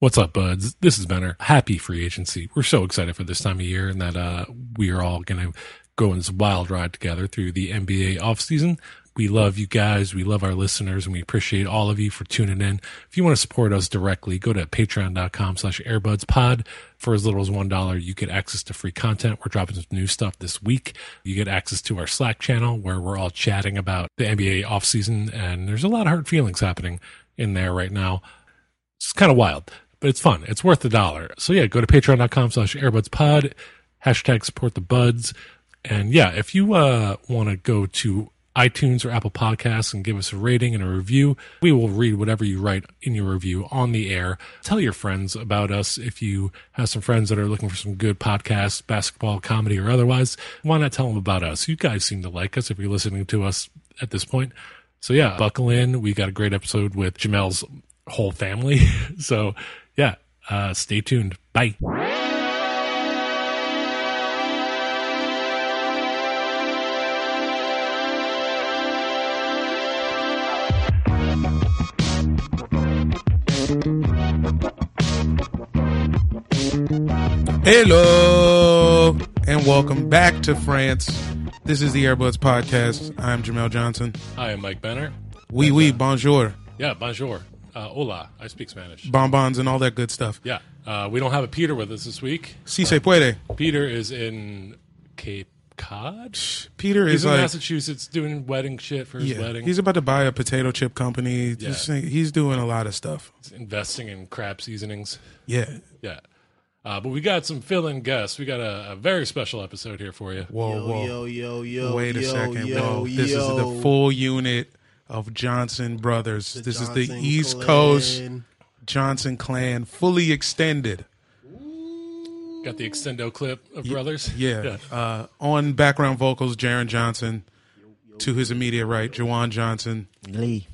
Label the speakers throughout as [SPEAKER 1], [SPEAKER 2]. [SPEAKER 1] What's up, buds? This is Benner. Happy free agency. We're so excited for this time of year and that uh, we are all going to go on this wild ride together through the NBA offseason. We love you guys. We love our listeners and we appreciate all of you for tuning in. If you want to support us directly, go to patreon.com slash airbudspod. For as little as $1, you get access to free content. We're dropping some new stuff this week. You get access to our Slack channel where we're all chatting about the NBA offseason and there's a lot of hurt feelings happening in there right now. It's kind of wild, but it's fun. It's worth the dollar. So yeah, go to patreon.com slash airbudspod, hashtag support the buds. And yeah, if you uh, want to go to iTunes or Apple Podcasts and give us a rating and a review, we will read whatever you write in your review on the air. Tell your friends about us if you have some friends that are looking for some good podcasts, basketball, comedy, or otherwise. Why not tell them about us? You guys seem to like us if you're listening to us at this point. So yeah, buckle in. We got a great episode with Jamel's whole family. so yeah, uh, stay tuned. Bye.
[SPEAKER 2] Hello and welcome back to France. This is the Airbuds Podcast. I'm Jamel Johnson.
[SPEAKER 1] Hi, I'm Mike Benner.
[SPEAKER 2] Oui, oui, bonjour,
[SPEAKER 1] Yeah, bonjour. Uh, hola. I speak Spanish.
[SPEAKER 2] bonbons, and all that good stuff.
[SPEAKER 1] Yeah. Uh, we don't have a Peter with us this week.
[SPEAKER 2] Si se puede.
[SPEAKER 1] Peter is in Cape Cod. He's
[SPEAKER 2] Peter is
[SPEAKER 1] in
[SPEAKER 2] like,
[SPEAKER 1] Massachusetts doing wedding shit for his
[SPEAKER 2] yeah,
[SPEAKER 1] wedding.
[SPEAKER 2] he's about to buy a potato chip company. Just think- he's doing a lot of stuff.
[SPEAKER 1] He's investing in crab seasonings.
[SPEAKER 2] Yeah.
[SPEAKER 1] Yeah. Uh, but we got some fill-in guests. We got a, a very special episode here for you.
[SPEAKER 2] Whoa, whoa.
[SPEAKER 3] yo, yo.
[SPEAKER 2] Wait a
[SPEAKER 3] yo,
[SPEAKER 2] second.
[SPEAKER 3] yo,
[SPEAKER 2] whoa. This is
[SPEAKER 3] yo.
[SPEAKER 2] the full unit of Johnson Brothers. this is the
[SPEAKER 3] Johnson
[SPEAKER 2] East
[SPEAKER 3] clan.
[SPEAKER 2] Coast Johnson clan fully extended.
[SPEAKER 1] Got the extendo clip of brothers.
[SPEAKER 2] Yeah. Uh, on background vocals, Jaron Johnson. To his immediate right, Jawan Johnson,
[SPEAKER 4] Lee.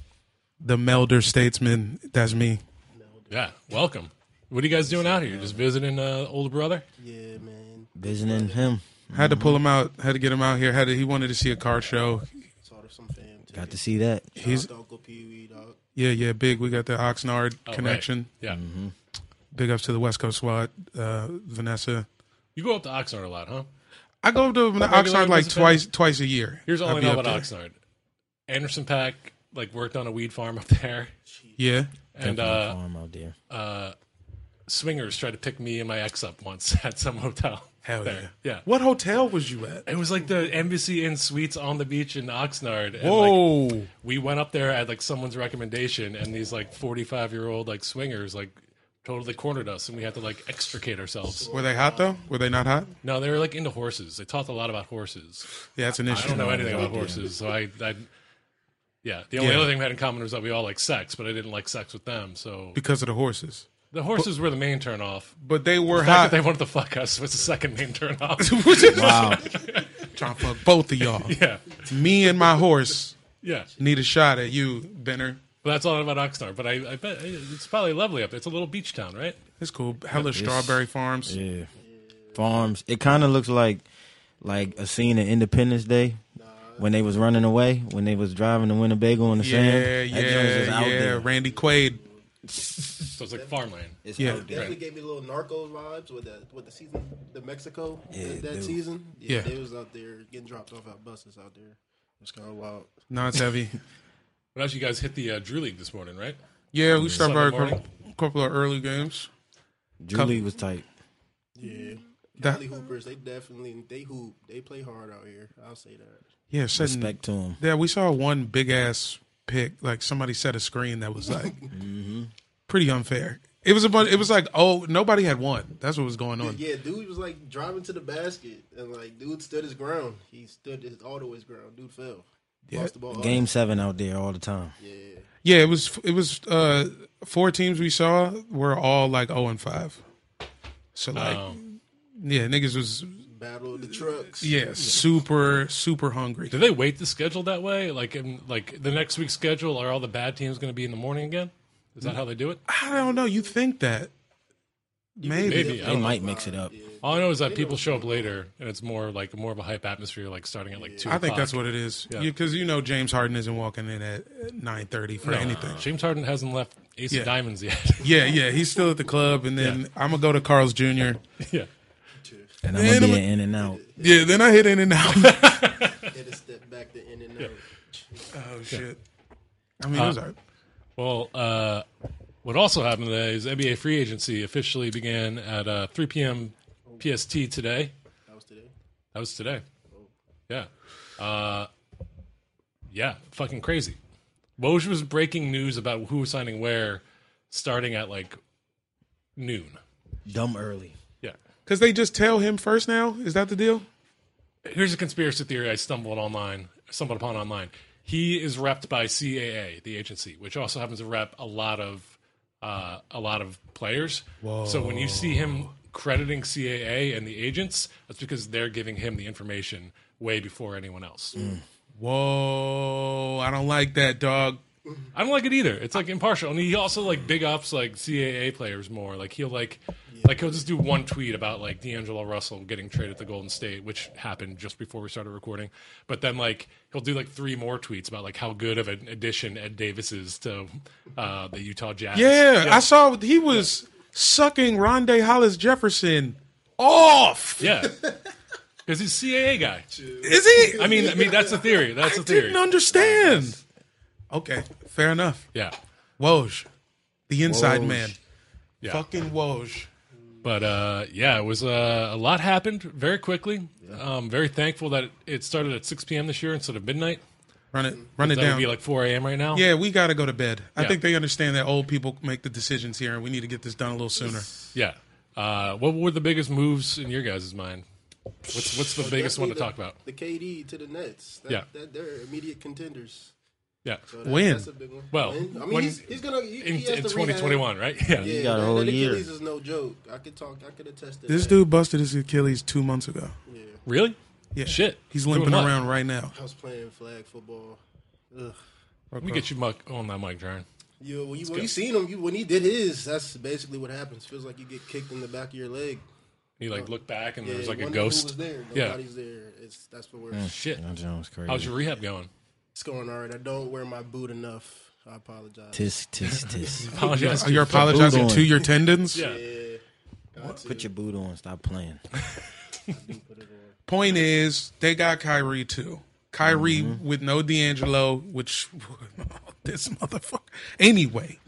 [SPEAKER 2] the Melder statesman. That's me.
[SPEAKER 1] Yeah. Welcome. What are you guys doing out here? Just visiting uh, older brother?
[SPEAKER 3] Yeah, man.
[SPEAKER 4] Visiting him.
[SPEAKER 2] Had to pull him out. Had to get him out here. Had to, he wanted to see a car show.
[SPEAKER 3] Saw there's some fan. too.
[SPEAKER 4] Got to see that.
[SPEAKER 2] He's
[SPEAKER 3] Uncle Pee Wee, dog.
[SPEAKER 2] yeah, yeah, big. We got the Oxnard
[SPEAKER 1] Oh, right.
[SPEAKER 2] connection.
[SPEAKER 1] Yeah.
[SPEAKER 2] Big ups to the West Coast squad, uh, Vanessa.
[SPEAKER 1] You go up to Oxnard a lot, huh?
[SPEAKER 2] I go to
[SPEAKER 1] regular
[SPEAKER 2] Oxnard like
[SPEAKER 1] Elizabeth?
[SPEAKER 2] twice twice a year.
[SPEAKER 1] Here's all
[SPEAKER 2] I'll
[SPEAKER 1] I
[SPEAKER 2] be
[SPEAKER 1] know
[SPEAKER 2] up
[SPEAKER 1] about
[SPEAKER 2] there.
[SPEAKER 1] Oxnard. Anderson Pack like worked on a weed farm up there,
[SPEAKER 2] Yeah,
[SPEAKER 1] and
[SPEAKER 4] Definitely
[SPEAKER 1] uh,
[SPEAKER 4] farm out there.
[SPEAKER 1] swingers tried to pick me and my ex up once at some hotel.
[SPEAKER 2] hell
[SPEAKER 1] there.
[SPEAKER 2] yeah.
[SPEAKER 1] yeah.
[SPEAKER 2] What hotel was you at?
[SPEAKER 1] It was like the Embassy Inn Suites on the beach in Oxnard. And Like,
[SPEAKER 2] Whoa.
[SPEAKER 1] we went up there at like someone's recommendation, and these like forty-five year old like swingers like totally cornered us, and we had to like extricate ourselves.
[SPEAKER 2] Were they hot though? Were they not hot?
[SPEAKER 1] No, they were like into horses. They talked a lot about horses.
[SPEAKER 2] Yeah, that's an
[SPEAKER 1] I
[SPEAKER 2] issue.
[SPEAKER 1] don't know anything about horses, so I, I yeah. The only
[SPEAKER 2] Yeah.
[SPEAKER 1] other thing we had in common was that we all like sex, but I didn't like sex with them. So
[SPEAKER 2] because of the horses.
[SPEAKER 1] the horses were the main turn off.
[SPEAKER 2] But they were
[SPEAKER 1] The fact
[SPEAKER 2] hot.
[SPEAKER 1] that they wanted to fuck us was the second main turn off.
[SPEAKER 4] Wow.
[SPEAKER 2] Trying to fuck both of y'all.
[SPEAKER 1] yeah,
[SPEAKER 2] Me and my horse
[SPEAKER 1] yeah.
[SPEAKER 2] need a shot at you, Benner.
[SPEAKER 1] But that's all about Oxnard. But I, I bet it's probably lovely up there. It's a little beach town, right?
[SPEAKER 2] It's cool. Hella strawberry farms.
[SPEAKER 4] yeah. Farms. It kind of looks like like a scene in Independence Day when they was running away, when they was driving the Winnebago on the
[SPEAKER 2] Yeah,
[SPEAKER 4] sand. That joint was just
[SPEAKER 2] yeah,
[SPEAKER 4] out
[SPEAKER 2] yeah.
[SPEAKER 4] there.
[SPEAKER 2] Randy Quaid.
[SPEAKER 1] So it's like farmland.
[SPEAKER 4] It's
[SPEAKER 2] Yeah.
[SPEAKER 4] out there.
[SPEAKER 3] Definitely gave me little narco vibes with the with the season, the Mexico
[SPEAKER 4] Yeah,
[SPEAKER 3] that, that
[SPEAKER 4] dude.
[SPEAKER 3] season.
[SPEAKER 2] Yeah.
[SPEAKER 3] they was out there getting dropped off at buses out there. It was kind of wild.
[SPEAKER 2] No, it's heavy.
[SPEAKER 1] What else? You guys hit the uh, Drew League this morning, right?
[SPEAKER 2] Yeah, we stopped by a
[SPEAKER 1] Sunday morning.
[SPEAKER 2] cou- couple of early games.
[SPEAKER 4] Julie was tight.
[SPEAKER 3] Yeah,
[SPEAKER 2] That-
[SPEAKER 3] Cali Hoopers. They definitely they hoop. They play hard out here. I'll say that.
[SPEAKER 2] Yeah, setting,
[SPEAKER 4] Respect to him.
[SPEAKER 2] Yeah, we saw one big ass pick. Like somebody set a screen that was like
[SPEAKER 4] Mm-hmm.
[SPEAKER 2] pretty unfair. It was a bunch, It was like oh, nobody had one. That's what was going on.
[SPEAKER 3] Yeah, dude was like driving to the basket and like dude stood his ground. He stood his all the way his ground. Dude fell.
[SPEAKER 2] Yeah,
[SPEAKER 3] Lost the ball.
[SPEAKER 4] Game seven out there all the time.
[SPEAKER 2] yeah. It was it was uh, four teams we saw were all like zero and five. So like,
[SPEAKER 1] Oh.
[SPEAKER 2] yeah, niggas was
[SPEAKER 3] Battle of the trucks.
[SPEAKER 2] yeah super super hungry.
[SPEAKER 1] Do they wait the schedule that way? Like, in, like the next week's schedule, are all the bad teams going to be in the morning again? Is that how they do it?
[SPEAKER 2] I don't know. You think that maybe?
[SPEAKER 1] Maybe. I
[SPEAKER 4] They
[SPEAKER 1] don't know.
[SPEAKER 4] might mix it up.
[SPEAKER 1] All I know is that people show up later, and it's more like more of a hype atmosphere, like starting at like two.
[SPEAKER 2] I think that's
[SPEAKER 1] o'clock.
[SPEAKER 2] what it is.
[SPEAKER 1] Yeah.
[SPEAKER 2] Because you know James Harden isn't walking in at nine thirty for anything.
[SPEAKER 1] James Harden hasn't left Ace
[SPEAKER 2] Yeah.
[SPEAKER 1] of Diamonds yet.
[SPEAKER 2] Yeah, yeah, he's still at the club, and then I'm gonna go to Carl's Jr.
[SPEAKER 1] yeah,
[SPEAKER 4] And I'm gonna
[SPEAKER 2] I'm
[SPEAKER 4] be
[SPEAKER 2] a-
[SPEAKER 4] an in and out.
[SPEAKER 2] Yeah, then I hit in and out.
[SPEAKER 3] Had to step back to in and out.
[SPEAKER 2] oh shit! I mean, it was all right.
[SPEAKER 1] Well, uh, what also happened today is NBA free agency officially began at uh, 3 p.m. PST today.
[SPEAKER 3] That was today.
[SPEAKER 1] That was today. Yeah. Uh, yeah, fucking crazy. Woj was breaking news about who was signing where starting at like noon.
[SPEAKER 4] Dumb early.
[SPEAKER 1] Yeah.
[SPEAKER 2] Because they just tell him first now? Is that the deal?
[SPEAKER 1] Here's a conspiracy theory I stumbled online, stumbled upon online. He is repped by CAA, the agency, which also happens to rep a lot of uh, a lot of players. So when you see him crediting CAA and the agents, that's because they're giving him the information way before anyone else.
[SPEAKER 2] Whoa, I don't like that, dog.
[SPEAKER 1] I don't like it either. It's like impartial, and he also like big ups like CAA players more. Like he'll like like he'll just do one tweet about like D'Angelo Russell getting traded to Golden State, which happened just before we started recording. But then like he'll do like three more tweets about like how good of an addition Ed Davis is to uh, the Utah Jazz.
[SPEAKER 2] Yeah, I saw he was sucking Rondé Hollis Jefferson off.
[SPEAKER 1] yeah, because he's CAA guy.
[SPEAKER 2] Is he?
[SPEAKER 1] I mean, I mean that's the theory. That's the theory.
[SPEAKER 2] didn't understand. Okay, fair enough.
[SPEAKER 1] Yeah,
[SPEAKER 2] Woj, the inside
[SPEAKER 4] Woj.
[SPEAKER 2] man.
[SPEAKER 1] yeah.
[SPEAKER 2] Fucking Woj.
[SPEAKER 1] But uh, yeah, it was uh, a lot happened very quickly. Um, very thankful that it, it started at 6 p.m. this year instead of midnight.
[SPEAKER 2] Run it, run it
[SPEAKER 1] That would
[SPEAKER 2] down.
[SPEAKER 1] be like 4 a.m. right now.
[SPEAKER 2] yeah, we got to go to bed. I
[SPEAKER 1] Yeah.
[SPEAKER 2] think they understand that old people make the decisions here, and we need to get this done a little sooner.
[SPEAKER 1] yeah. Uh, what were the biggest moves in your guys' mind? What's what's the biggest one to talk about?
[SPEAKER 3] The KD to the Nets. That,
[SPEAKER 1] Yeah.
[SPEAKER 3] that they're immediate contenders.
[SPEAKER 1] Yeah,
[SPEAKER 3] So that-
[SPEAKER 2] When?
[SPEAKER 3] That's a big one.
[SPEAKER 1] Well,
[SPEAKER 3] When? I mean,
[SPEAKER 1] when-
[SPEAKER 3] he's, he's gonna he,
[SPEAKER 1] in,
[SPEAKER 3] he has
[SPEAKER 1] in
[SPEAKER 3] to
[SPEAKER 1] 2021, right? Yeah.
[SPEAKER 3] Rehab. Yeah,
[SPEAKER 4] got a
[SPEAKER 3] that-
[SPEAKER 4] whole
[SPEAKER 3] that
[SPEAKER 4] year.
[SPEAKER 3] Achilles is no joke. I could talk. I could attest to
[SPEAKER 2] This
[SPEAKER 3] that.
[SPEAKER 2] dude busted his Achilles two months ago.
[SPEAKER 1] Really?
[SPEAKER 2] Yeah,
[SPEAKER 1] Shit.
[SPEAKER 2] He's
[SPEAKER 1] Doing
[SPEAKER 2] limping
[SPEAKER 1] what?
[SPEAKER 2] around right now.
[SPEAKER 3] I was playing flag football.
[SPEAKER 1] Let me get you muck on that mic, Jaron.
[SPEAKER 3] You when you, when you seen him, you, when he did his, that's basically what happens. Feels like you get kicked in the back of your leg.
[SPEAKER 1] You like look back and
[SPEAKER 3] Yeah,
[SPEAKER 1] there's like a
[SPEAKER 3] wonder who
[SPEAKER 1] ghost.
[SPEAKER 3] Was there.
[SPEAKER 1] Yeah.
[SPEAKER 3] Nobody's there. It's that's the worst.
[SPEAKER 1] Shit.
[SPEAKER 4] That sounds crazy.
[SPEAKER 1] How's your rehab going?
[SPEAKER 3] It's going all right. I don't wear my boot enough. I apologize.
[SPEAKER 4] tis tis tis?
[SPEAKER 1] Apologize.
[SPEAKER 2] You're apologizing
[SPEAKER 4] Boot on.
[SPEAKER 2] to your tendons.
[SPEAKER 1] yeah.
[SPEAKER 3] Yeah.
[SPEAKER 4] Put your boot on. Stop playing.
[SPEAKER 2] Point is, they got Kyrie too. Kyrie with no D'Angelo, which this motherfucker. Anyway,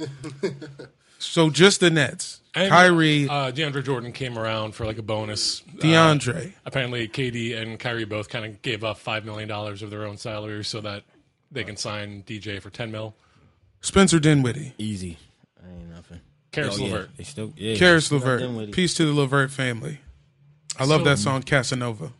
[SPEAKER 2] so just the Nets.
[SPEAKER 1] And,
[SPEAKER 2] Kyrie,
[SPEAKER 1] Uh, DeAndre Jordan came around for like a bonus. uh,
[SPEAKER 2] DeAndre.
[SPEAKER 1] apparently KD and Kyrie both kind of gave up five million dollars of their own salary so that they can sign DJ for ten mil.
[SPEAKER 2] Spencer Dinwiddie,
[SPEAKER 4] Easy. Ain't nothing. Oh,
[SPEAKER 1] Karis
[SPEAKER 4] yeah.
[SPEAKER 1] LeVert.
[SPEAKER 4] They still yeah.
[SPEAKER 2] Karis
[SPEAKER 4] Still nothing with
[SPEAKER 2] LeVert.
[SPEAKER 4] it.
[SPEAKER 2] Peace to the LeVert family. I love
[SPEAKER 1] So-
[SPEAKER 2] that song, Casanova.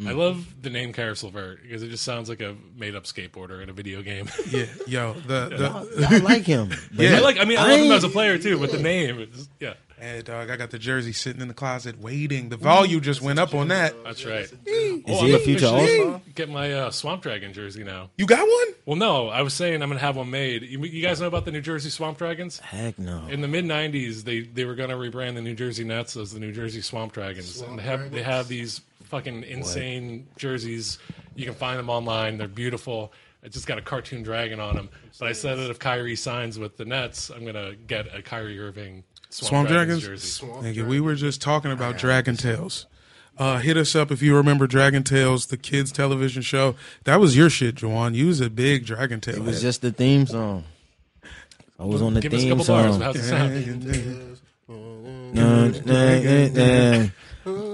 [SPEAKER 4] Mm.
[SPEAKER 1] I love the name Karis LeVert because it just sounds like a made up skateboarder in a video game.
[SPEAKER 2] Yeah, yo, the the
[SPEAKER 4] I like him. But
[SPEAKER 2] Yeah.
[SPEAKER 1] I like. I mean, I love him
[SPEAKER 4] I-
[SPEAKER 1] as a player too, but the name, is, yeah,
[SPEAKER 2] hey dog, I got the jersey sitting in the closet waiting. The volume just went up on that.
[SPEAKER 1] that's right.
[SPEAKER 4] Is he a future All
[SPEAKER 1] officially
[SPEAKER 4] Star?
[SPEAKER 1] Get my uh, Swamp Dragon jersey now.
[SPEAKER 2] You got one?
[SPEAKER 1] Well, no, I was saying I'm gonna have one made. You, you guys know about the New Jersey Swamp Dragons?
[SPEAKER 4] Heck no.
[SPEAKER 1] In the mid '90s, they they were gonna rebrand the New Jersey Nets as the New Jersey Swamp Dragons, and they have they have these fucking insane jerseys. You can find them online. They're beautiful. It's just got a cartoon dragon on them. But I said that if Kyrie signs with the Nets, I'm gonna get a Kyrie Irving Swamp,
[SPEAKER 2] Swamp
[SPEAKER 1] Dragons,
[SPEAKER 2] Dragons?
[SPEAKER 1] jersey.
[SPEAKER 2] Nigga, we were just talking about Dragon Tales. Uh, hit us up if you remember Dragon Tales, the kids television show. That was your shit, Juwan. You was a big Dragon Tale.
[SPEAKER 4] It was
[SPEAKER 2] head.
[SPEAKER 4] just the theme song. I was on the
[SPEAKER 1] Give us a
[SPEAKER 4] theme
[SPEAKER 1] couple bars.
[SPEAKER 4] song.
[SPEAKER 1] How's it sound?
[SPEAKER 4] Nah, nah, nah, nah.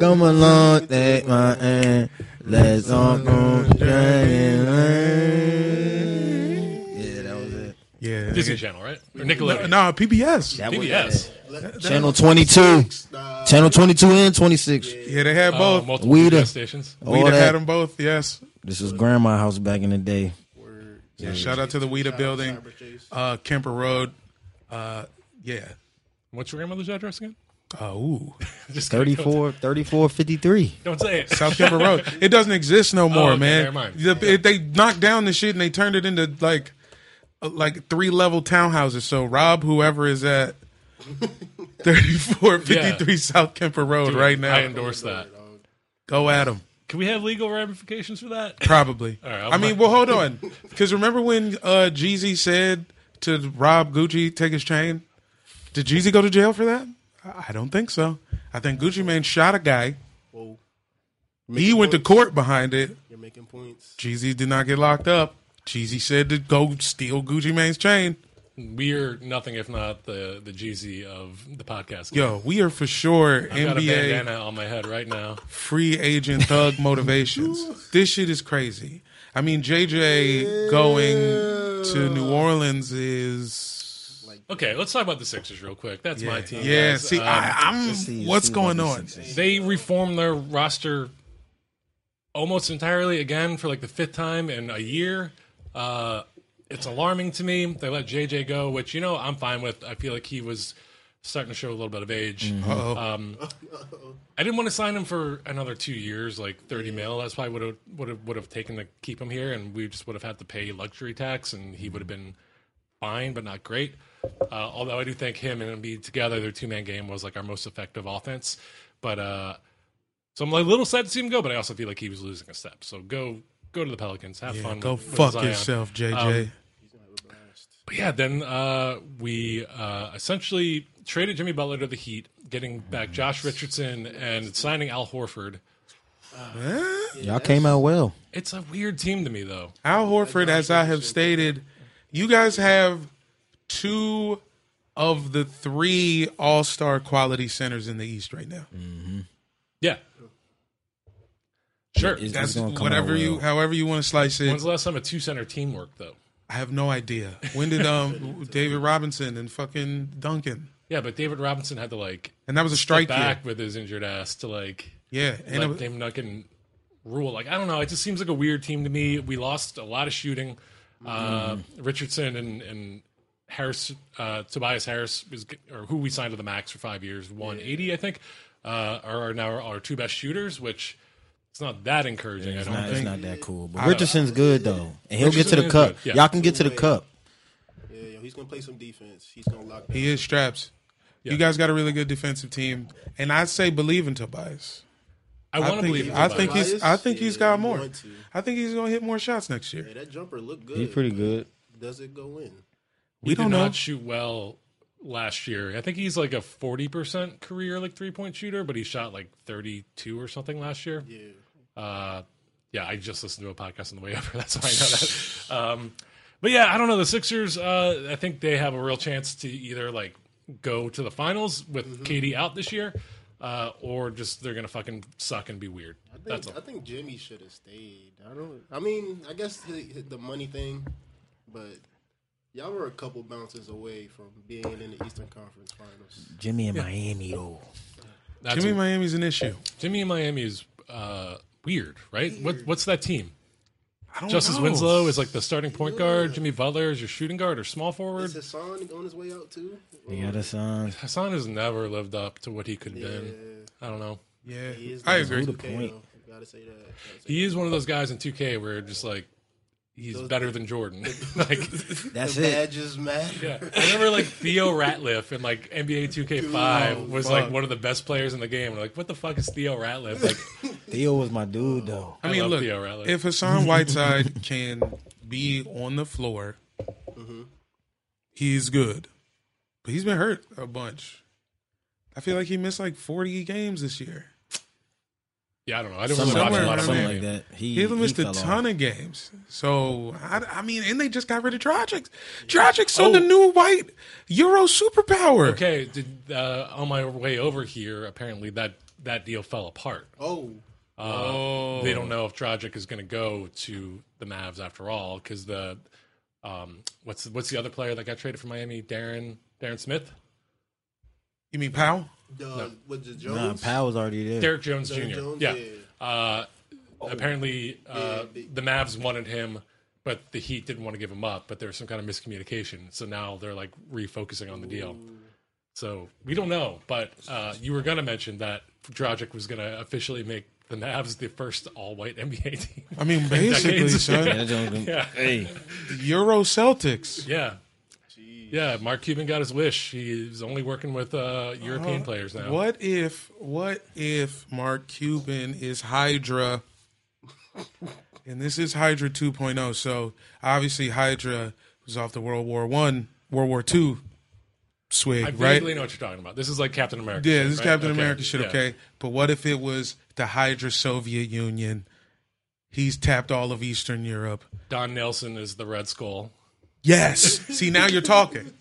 [SPEAKER 4] Come along, take my hand. Let's all go dragon. land. Yeah, that was it.
[SPEAKER 2] yeah.
[SPEAKER 1] Disney Channel, right? Or
[SPEAKER 2] No,
[SPEAKER 1] Nickelodeon?
[SPEAKER 2] nah, PBS.
[SPEAKER 4] That was
[SPEAKER 1] PBS.
[SPEAKER 4] Channel 22.
[SPEAKER 3] Nah,
[SPEAKER 4] Channel 22 and 26.
[SPEAKER 2] Yeah, they had
[SPEAKER 1] Oh,
[SPEAKER 2] both.
[SPEAKER 1] multiple
[SPEAKER 4] We
[SPEAKER 1] PBS
[SPEAKER 4] the-
[SPEAKER 1] stations.
[SPEAKER 2] We'd
[SPEAKER 4] All
[SPEAKER 2] have had
[SPEAKER 4] that.
[SPEAKER 2] them both, yes.
[SPEAKER 4] This was grandma house back in the day.
[SPEAKER 2] Yeah, shout out to the Weta Building,
[SPEAKER 3] Cyber Chase.
[SPEAKER 2] uh, Kemper Road. Uh, yeah.
[SPEAKER 1] What's your grandmother's address again?
[SPEAKER 2] Uh, ooh,
[SPEAKER 1] Just kidding.
[SPEAKER 4] 34, 34, 53.
[SPEAKER 1] Don't say it.
[SPEAKER 2] South Kemper Road. It doesn't exist no more,
[SPEAKER 1] Oh, okay,
[SPEAKER 2] man.
[SPEAKER 1] never mind.
[SPEAKER 2] The- it- they knocked down the shit and they turned it into like, uh, like three level townhouses. So Rob, whoever is at 3453 South Kemper Road
[SPEAKER 1] Dude,
[SPEAKER 2] right now,
[SPEAKER 1] I endorse that.
[SPEAKER 2] go at him.
[SPEAKER 1] Can we have legal ramifications for that?
[SPEAKER 2] Probably.
[SPEAKER 1] right,
[SPEAKER 2] I
[SPEAKER 1] I'm not-
[SPEAKER 2] mean, well, hold on, because remember when uh, Jeezy said to Rob Gucci, "Take his chain." Did Jeezy go to jail for that? I I don't think so. I think Gucci Mane shot a guy.
[SPEAKER 3] Whoa,
[SPEAKER 2] He went to court behind it.
[SPEAKER 3] you're making points.
[SPEAKER 2] Jeezy did not get locked up. Jeezy said to go steal Gucci Mane's chain.
[SPEAKER 1] We're nothing if not the the Jeezy of the podcast.
[SPEAKER 2] Yo, we are for sure
[SPEAKER 1] I got a
[SPEAKER 2] NBA
[SPEAKER 1] bandana on my head right now.
[SPEAKER 2] free agent thug motivations. This shit is crazy. I mean, JJ going to New Orleans is
[SPEAKER 1] Okay, let's talk about the Sixers real quick. That's my team.
[SPEAKER 2] Yeah,
[SPEAKER 1] guys.
[SPEAKER 2] see,
[SPEAKER 1] Um,
[SPEAKER 2] I, I'm.
[SPEAKER 4] see-
[SPEAKER 2] what's
[SPEAKER 4] see
[SPEAKER 2] going
[SPEAKER 4] what
[SPEAKER 2] on?
[SPEAKER 1] they reformed their roster almost entirely again for like the fifth time in a year. Uh, it's alarming to me. They let JJ go, which you know I'm fine with. I feel like he was starting to show a little bit of age.
[SPEAKER 2] Uh-oh.
[SPEAKER 1] I didn't want to sign him for another two years, like thirty mil. That's probably would have would have would have taken to keep him here, and we just would have had to pay luxury tax, and he would have been fine, but not great. Uh, although I do think him and Embiid together, their two man game was like our most effective offense. But uh, so I'm like a little sad to see him go, but I also feel like he was losing a step. So go go to the Pelicans, have fun.
[SPEAKER 2] go
[SPEAKER 1] with
[SPEAKER 2] fuck
[SPEAKER 1] Zion. Um,
[SPEAKER 2] yourself, JJ.
[SPEAKER 1] But yeah, then uh, we uh, essentially traded Jimmy Butler to the Heat, getting back Josh Richardson and signing Al Horford.
[SPEAKER 4] Y'all came out well.
[SPEAKER 1] It's a weird team to me, though.
[SPEAKER 2] Al Horford, as I have stated, you guys have two of the three All Star quality centers in the East right now.
[SPEAKER 1] Yeah. Sure.
[SPEAKER 4] It's-
[SPEAKER 2] That's
[SPEAKER 4] it's gonna come
[SPEAKER 2] whatever
[SPEAKER 4] out
[SPEAKER 2] you,
[SPEAKER 4] well.
[SPEAKER 2] however you want to slice
[SPEAKER 1] When's
[SPEAKER 2] it.
[SPEAKER 1] the last time a two center team worked, though?
[SPEAKER 2] I have no idea. When did um David Robinson and fucking Duncan?
[SPEAKER 1] Yeah, but David Robinson had to, like,
[SPEAKER 2] And that was a
[SPEAKER 1] right
[SPEAKER 2] strike year.
[SPEAKER 1] back with his injured ass to, like,
[SPEAKER 2] Yeah, and
[SPEAKER 1] let
[SPEAKER 2] it,
[SPEAKER 1] them not getting rule. Like, I don't know. It just seems like a weird team to me. We lost a lot of shooting. Uh,
[SPEAKER 2] Mm-hmm.
[SPEAKER 1] Richardson and, and Harris, uh, Tobias Harris, is, or who we signed to the max for five years, 180, I think, uh, are, are now our two best shooters, which it's not that encouraging, I
[SPEAKER 4] It's
[SPEAKER 1] don't
[SPEAKER 4] not,
[SPEAKER 1] think.
[SPEAKER 4] it's not that cool. But Richardson's good, though. And he'll get to
[SPEAKER 1] Richardson
[SPEAKER 4] the
[SPEAKER 1] is
[SPEAKER 4] cup.
[SPEAKER 1] good, yeah.
[SPEAKER 4] Y'all can get to the cup.
[SPEAKER 3] Yeah, yo, he's gonna play some defense. He's gonna lock down.
[SPEAKER 2] he is straps. You guys got a really good defensive team, and I say believe in Tobias.
[SPEAKER 1] I
[SPEAKER 2] I
[SPEAKER 1] want to
[SPEAKER 2] think,
[SPEAKER 1] believe in
[SPEAKER 2] I
[SPEAKER 1] Tobias.
[SPEAKER 2] think he's I
[SPEAKER 3] Tobias?
[SPEAKER 2] think he's
[SPEAKER 3] Yeah,
[SPEAKER 2] got
[SPEAKER 3] you
[SPEAKER 2] more.
[SPEAKER 3] want to.
[SPEAKER 2] I think he's gonna hit more shots next year.
[SPEAKER 3] Hey, that jumper looked good.
[SPEAKER 4] He's pretty good.
[SPEAKER 3] Does it go in?
[SPEAKER 2] We
[SPEAKER 1] did
[SPEAKER 2] don't know.
[SPEAKER 1] not shoot well last year. I think he's like a forty percent career like three point shooter, but he shot like thirty two or something last year. Yeah. Uh, yeah, I just listened to a podcast on the way over. That's why I know that. Um, but yeah, I don't know. The Sixers, uh, I think they have a real chance to either like go to the finals with
[SPEAKER 3] Mm-hmm.
[SPEAKER 1] Katie out this year, uh, or just they're gonna fucking suck and be weird.
[SPEAKER 3] I think,
[SPEAKER 1] That's all.
[SPEAKER 3] I think Jimmy should have stayed. I don't. I mean, I guess the, the money thing, but y'all were a couple bounces away from being in the Eastern Conference Finals.
[SPEAKER 4] Jimmy in Miami, though.
[SPEAKER 1] That's
[SPEAKER 2] Jimmy
[SPEAKER 1] all.
[SPEAKER 2] Miami's an issue.
[SPEAKER 1] Jimmy in Miami is uh, weird, right? What, what's that team?
[SPEAKER 2] I don't
[SPEAKER 1] Justice
[SPEAKER 2] know.
[SPEAKER 1] Winslow is like the starting point guard. Jimmy Butler is your shooting guard or small forward.
[SPEAKER 3] Is Hassan on his way out too?
[SPEAKER 4] You got a son.
[SPEAKER 1] Hassan has never lived up to what he could have been. I don't know.
[SPEAKER 2] Yeah,
[SPEAKER 3] He is
[SPEAKER 2] I
[SPEAKER 3] the
[SPEAKER 2] agree.
[SPEAKER 3] best 2K,
[SPEAKER 4] point.
[SPEAKER 3] though. You Gotta say that. Gotta say
[SPEAKER 1] He is one of those guys in 2K where just like he's better than Jordan. like
[SPEAKER 4] That's
[SPEAKER 3] that.
[SPEAKER 4] it.
[SPEAKER 3] Badges matter.
[SPEAKER 1] yeah. I remember like Theo Ratliff in like NBA 2K5 was like
[SPEAKER 2] oh, fuck.
[SPEAKER 1] one of the best players in the game. Like what the fuck is Theo Ratliff? Like
[SPEAKER 4] Theo was my dude, though.
[SPEAKER 2] I mean,
[SPEAKER 1] love
[SPEAKER 2] look,
[SPEAKER 1] Theo Ratliff.
[SPEAKER 2] if Hassan Whiteside can be on the floor, he's good. But he's been hurt a bunch. I feel like he missed like forty games this year.
[SPEAKER 1] yeah, I don't know. I didn't really watch
[SPEAKER 4] Something like
[SPEAKER 1] a lot
[SPEAKER 4] that.
[SPEAKER 1] of
[SPEAKER 4] Something
[SPEAKER 1] Miami.
[SPEAKER 4] like that. He,
[SPEAKER 2] He, missed a
[SPEAKER 4] fell off.
[SPEAKER 2] ton of games. So I, I mean, and they just got rid of Dragic. Dragic's on
[SPEAKER 4] Oh.
[SPEAKER 2] the new white Euro superpower.
[SPEAKER 1] Okay, did, uh, on my way over here, apparently that that deal fell apart.
[SPEAKER 3] Oh,
[SPEAKER 2] Oh.
[SPEAKER 1] Uh, They don't know if Dragic is going to go to the Mavs after all because the um, what's what's the other player that got traded from Miami? Darren Darren Smith,
[SPEAKER 2] You mean Powell?
[SPEAKER 3] the with the
[SPEAKER 4] Nah,
[SPEAKER 3] Jones.
[SPEAKER 4] Powell's already there.
[SPEAKER 1] Derek Jones Jr.
[SPEAKER 3] Jones,
[SPEAKER 1] yeah.
[SPEAKER 3] yeah.
[SPEAKER 1] Uh, apparently, uh,
[SPEAKER 3] Yeah, they-
[SPEAKER 1] the Mavs wanted him. but the Heat didn't want to give him up. But there was some kind of miscommunication, so now they're like refocusing on the deal. So we don't know, but uh, you were gonna mention that Dragic was gonna officially make the Mavs the first all-white NBA team.
[SPEAKER 2] I mean, basically,
[SPEAKER 1] Decades.
[SPEAKER 2] son,
[SPEAKER 4] yeah. Hey,
[SPEAKER 2] Euro Celtics.
[SPEAKER 1] Yeah. Yeah, Mark Cuban got his wish. He's only working with uh, European players now.
[SPEAKER 2] Uh-huh. What if what if Mark Cuban is Hydra and this is Hydra 2.0. So obviously Hydra was off the World War 1, World War 2 swig,
[SPEAKER 1] I
[SPEAKER 2] right?
[SPEAKER 1] vaguely know what you're talking about. This is like Captain America.
[SPEAKER 2] Yeah,
[SPEAKER 1] shit,
[SPEAKER 2] this is
[SPEAKER 1] right?
[SPEAKER 2] Captain
[SPEAKER 1] Okay,
[SPEAKER 2] America shit,
[SPEAKER 1] yeah.
[SPEAKER 2] okay? But what if it was the Hydra Soviet Union? He's tapped all of Eastern Europe.
[SPEAKER 1] Don Nelson is the Red Skull.
[SPEAKER 2] Yes. See, now you're talking.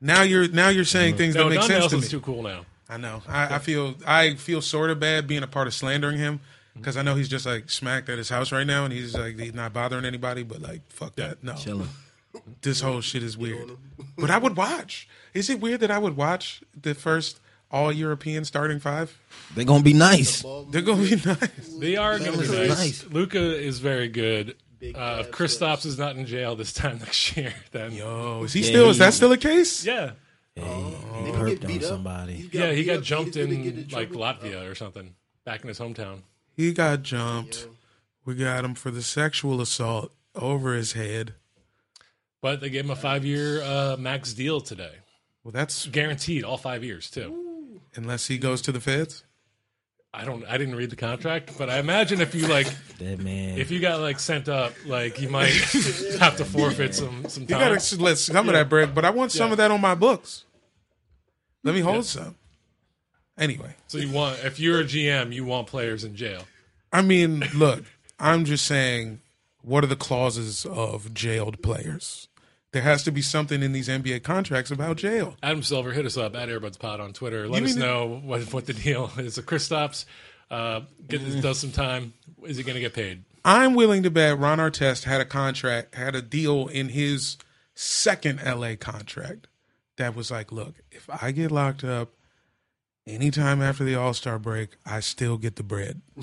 [SPEAKER 2] Now you're now you're saying things
[SPEAKER 1] Mm-hmm. No,
[SPEAKER 2] that make
[SPEAKER 1] Don
[SPEAKER 2] sense
[SPEAKER 1] Nelson's
[SPEAKER 2] to me.
[SPEAKER 1] too cool now.
[SPEAKER 2] I know. I, I feel I feel sort of bad being a part of slandering him because I know he's just like smacked at his house right now, and he's like he's not bothering anybody. But like, fuck that. No,
[SPEAKER 4] chilling.
[SPEAKER 2] this whole shit is weird. but I would watch. Is it weird that I would watch the first all European starting five?
[SPEAKER 4] They're gonna be nice.
[SPEAKER 2] They're gonna be nice.
[SPEAKER 1] They are going to
[SPEAKER 4] was
[SPEAKER 1] be nice.
[SPEAKER 4] nice.
[SPEAKER 1] Luca is very good.
[SPEAKER 3] Big
[SPEAKER 1] Uh, if
[SPEAKER 3] Cavs
[SPEAKER 1] Kristaps is not in jail this time next year, then
[SPEAKER 2] Oh, is he still? Is that still a case?
[SPEAKER 1] yeah,
[SPEAKER 3] They
[SPEAKER 4] perped
[SPEAKER 3] get
[SPEAKER 4] on
[SPEAKER 3] beat up.
[SPEAKER 4] somebody.
[SPEAKER 3] You
[SPEAKER 1] yeah, he
[SPEAKER 3] beat
[SPEAKER 1] got
[SPEAKER 3] up,
[SPEAKER 1] jumped
[SPEAKER 3] didn't get
[SPEAKER 1] in like
[SPEAKER 3] trouble.
[SPEAKER 1] Latvia or something back in his hometown.
[SPEAKER 2] He got jumped. We got him for the sexual assault over his head.
[SPEAKER 1] But they gave him a five-year uh, max deal today,
[SPEAKER 2] Well, that's
[SPEAKER 1] guaranteed all five years too.
[SPEAKER 2] unless he goes to the feds.
[SPEAKER 1] I don't, I didn't read the contract, but I imagine if you like,
[SPEAKER 4] That man.
[SPEAKER 1] if you got like sent up, like you might have to forfeit some some
[SPEAKER 2] You
[SPEAKER 1] time.
[SPEAKER 2] gotta s- let some of that break, but I want some of that on my books. Let me hold some. Anyway,
[SPEAKER 1] So you want, if you're a GM, you want players in jail.
[SPEAKER 2] I mean, look, I'm just saying, what are the clauses of jailed players? There has to be something in these NBA contracts about jail.
[SPEAKER 1] Adam Silver, hit us up at Airbuds Pod on Twitter. Let
[SPEAKER 2] You
[SPEAKER 1] us
[SPEAKER 2] mean-
[SPEAKER 1] know what, what the deal is. Chris stops, uh, get, does some time. Is he going to get paid?
[SPEAKER 2] I'm willing to bet Ron Artest had a contract, had a deal in his second LA contract that was like, look, if I get locked up anytime after the All Star break, I still get the bread.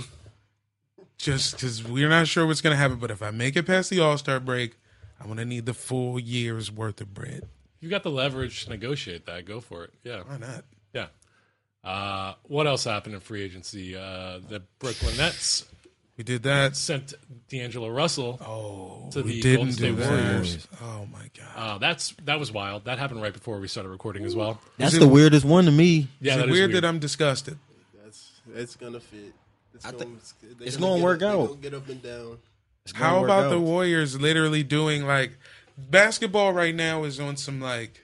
[SPEAKER 2] Just because we're not sure what's going to happen, but if I make it past the All Star break, I'm going to need the full year's worth of bread.
[SPEAKER 1] You got the leverage to negotiate that. Go for it. Yeah,
[SPEAKER 2] Why not?
[SPEAKER 1] yeah. Uh, what else happened in free agency? Uh, the Brooklyn Nets
[SPEAKER 2] We did that.
[SPEAKER 1] sent D'Angelo Russell
[SPEAKER 2] Oh.
[SPEAKER 1] to the
[SPEAKER 2] we
[SPEAKER 1] Golden
[SPEAKER 2] didn't
[SPEAKER 1] State
[SPEAKER 2] do
[SPEAKER 1] Warriors.
[SPEAKER 2] that. Oh, my God.
[SPEAKER 1] Uh, that's that was wild. That happened right before we started recording as well.
[SPEAKER 4] That's the weirdest one to me.
[SPEAKER 1] Yeah,
[SPEAKER 2] Is
[SPEAKER 1] that
[SPEAKER 2] it
[SPEAKER 1] is
[SPEAKER 2] weird that um, I'm disgusted?
[SPEAKER 3] That's that's gonna fit. It's
[SPEAKER 4] I
[SPEAKER 3] gonna,
[SPEAKER 4] think-
[SPEAKER 3] they're
[SPEAKER 4] it's
[SPEAKER 3] gonna
[SPEAKER 4] gonna
[SPEAKER 3] get
[SPEAKER 4] work
[SPEAKER 3] up- they're
[SPEAKER 4] out.
[SPEAKER 3] gonna Get up and down.
[SPEAKER 2] How
[SPEAKER 4] work
[SPEAKER 2] about
[SPEAKER 4] out.
[SPEAKER 2] the Warriors literally doing like basketball right now is on some like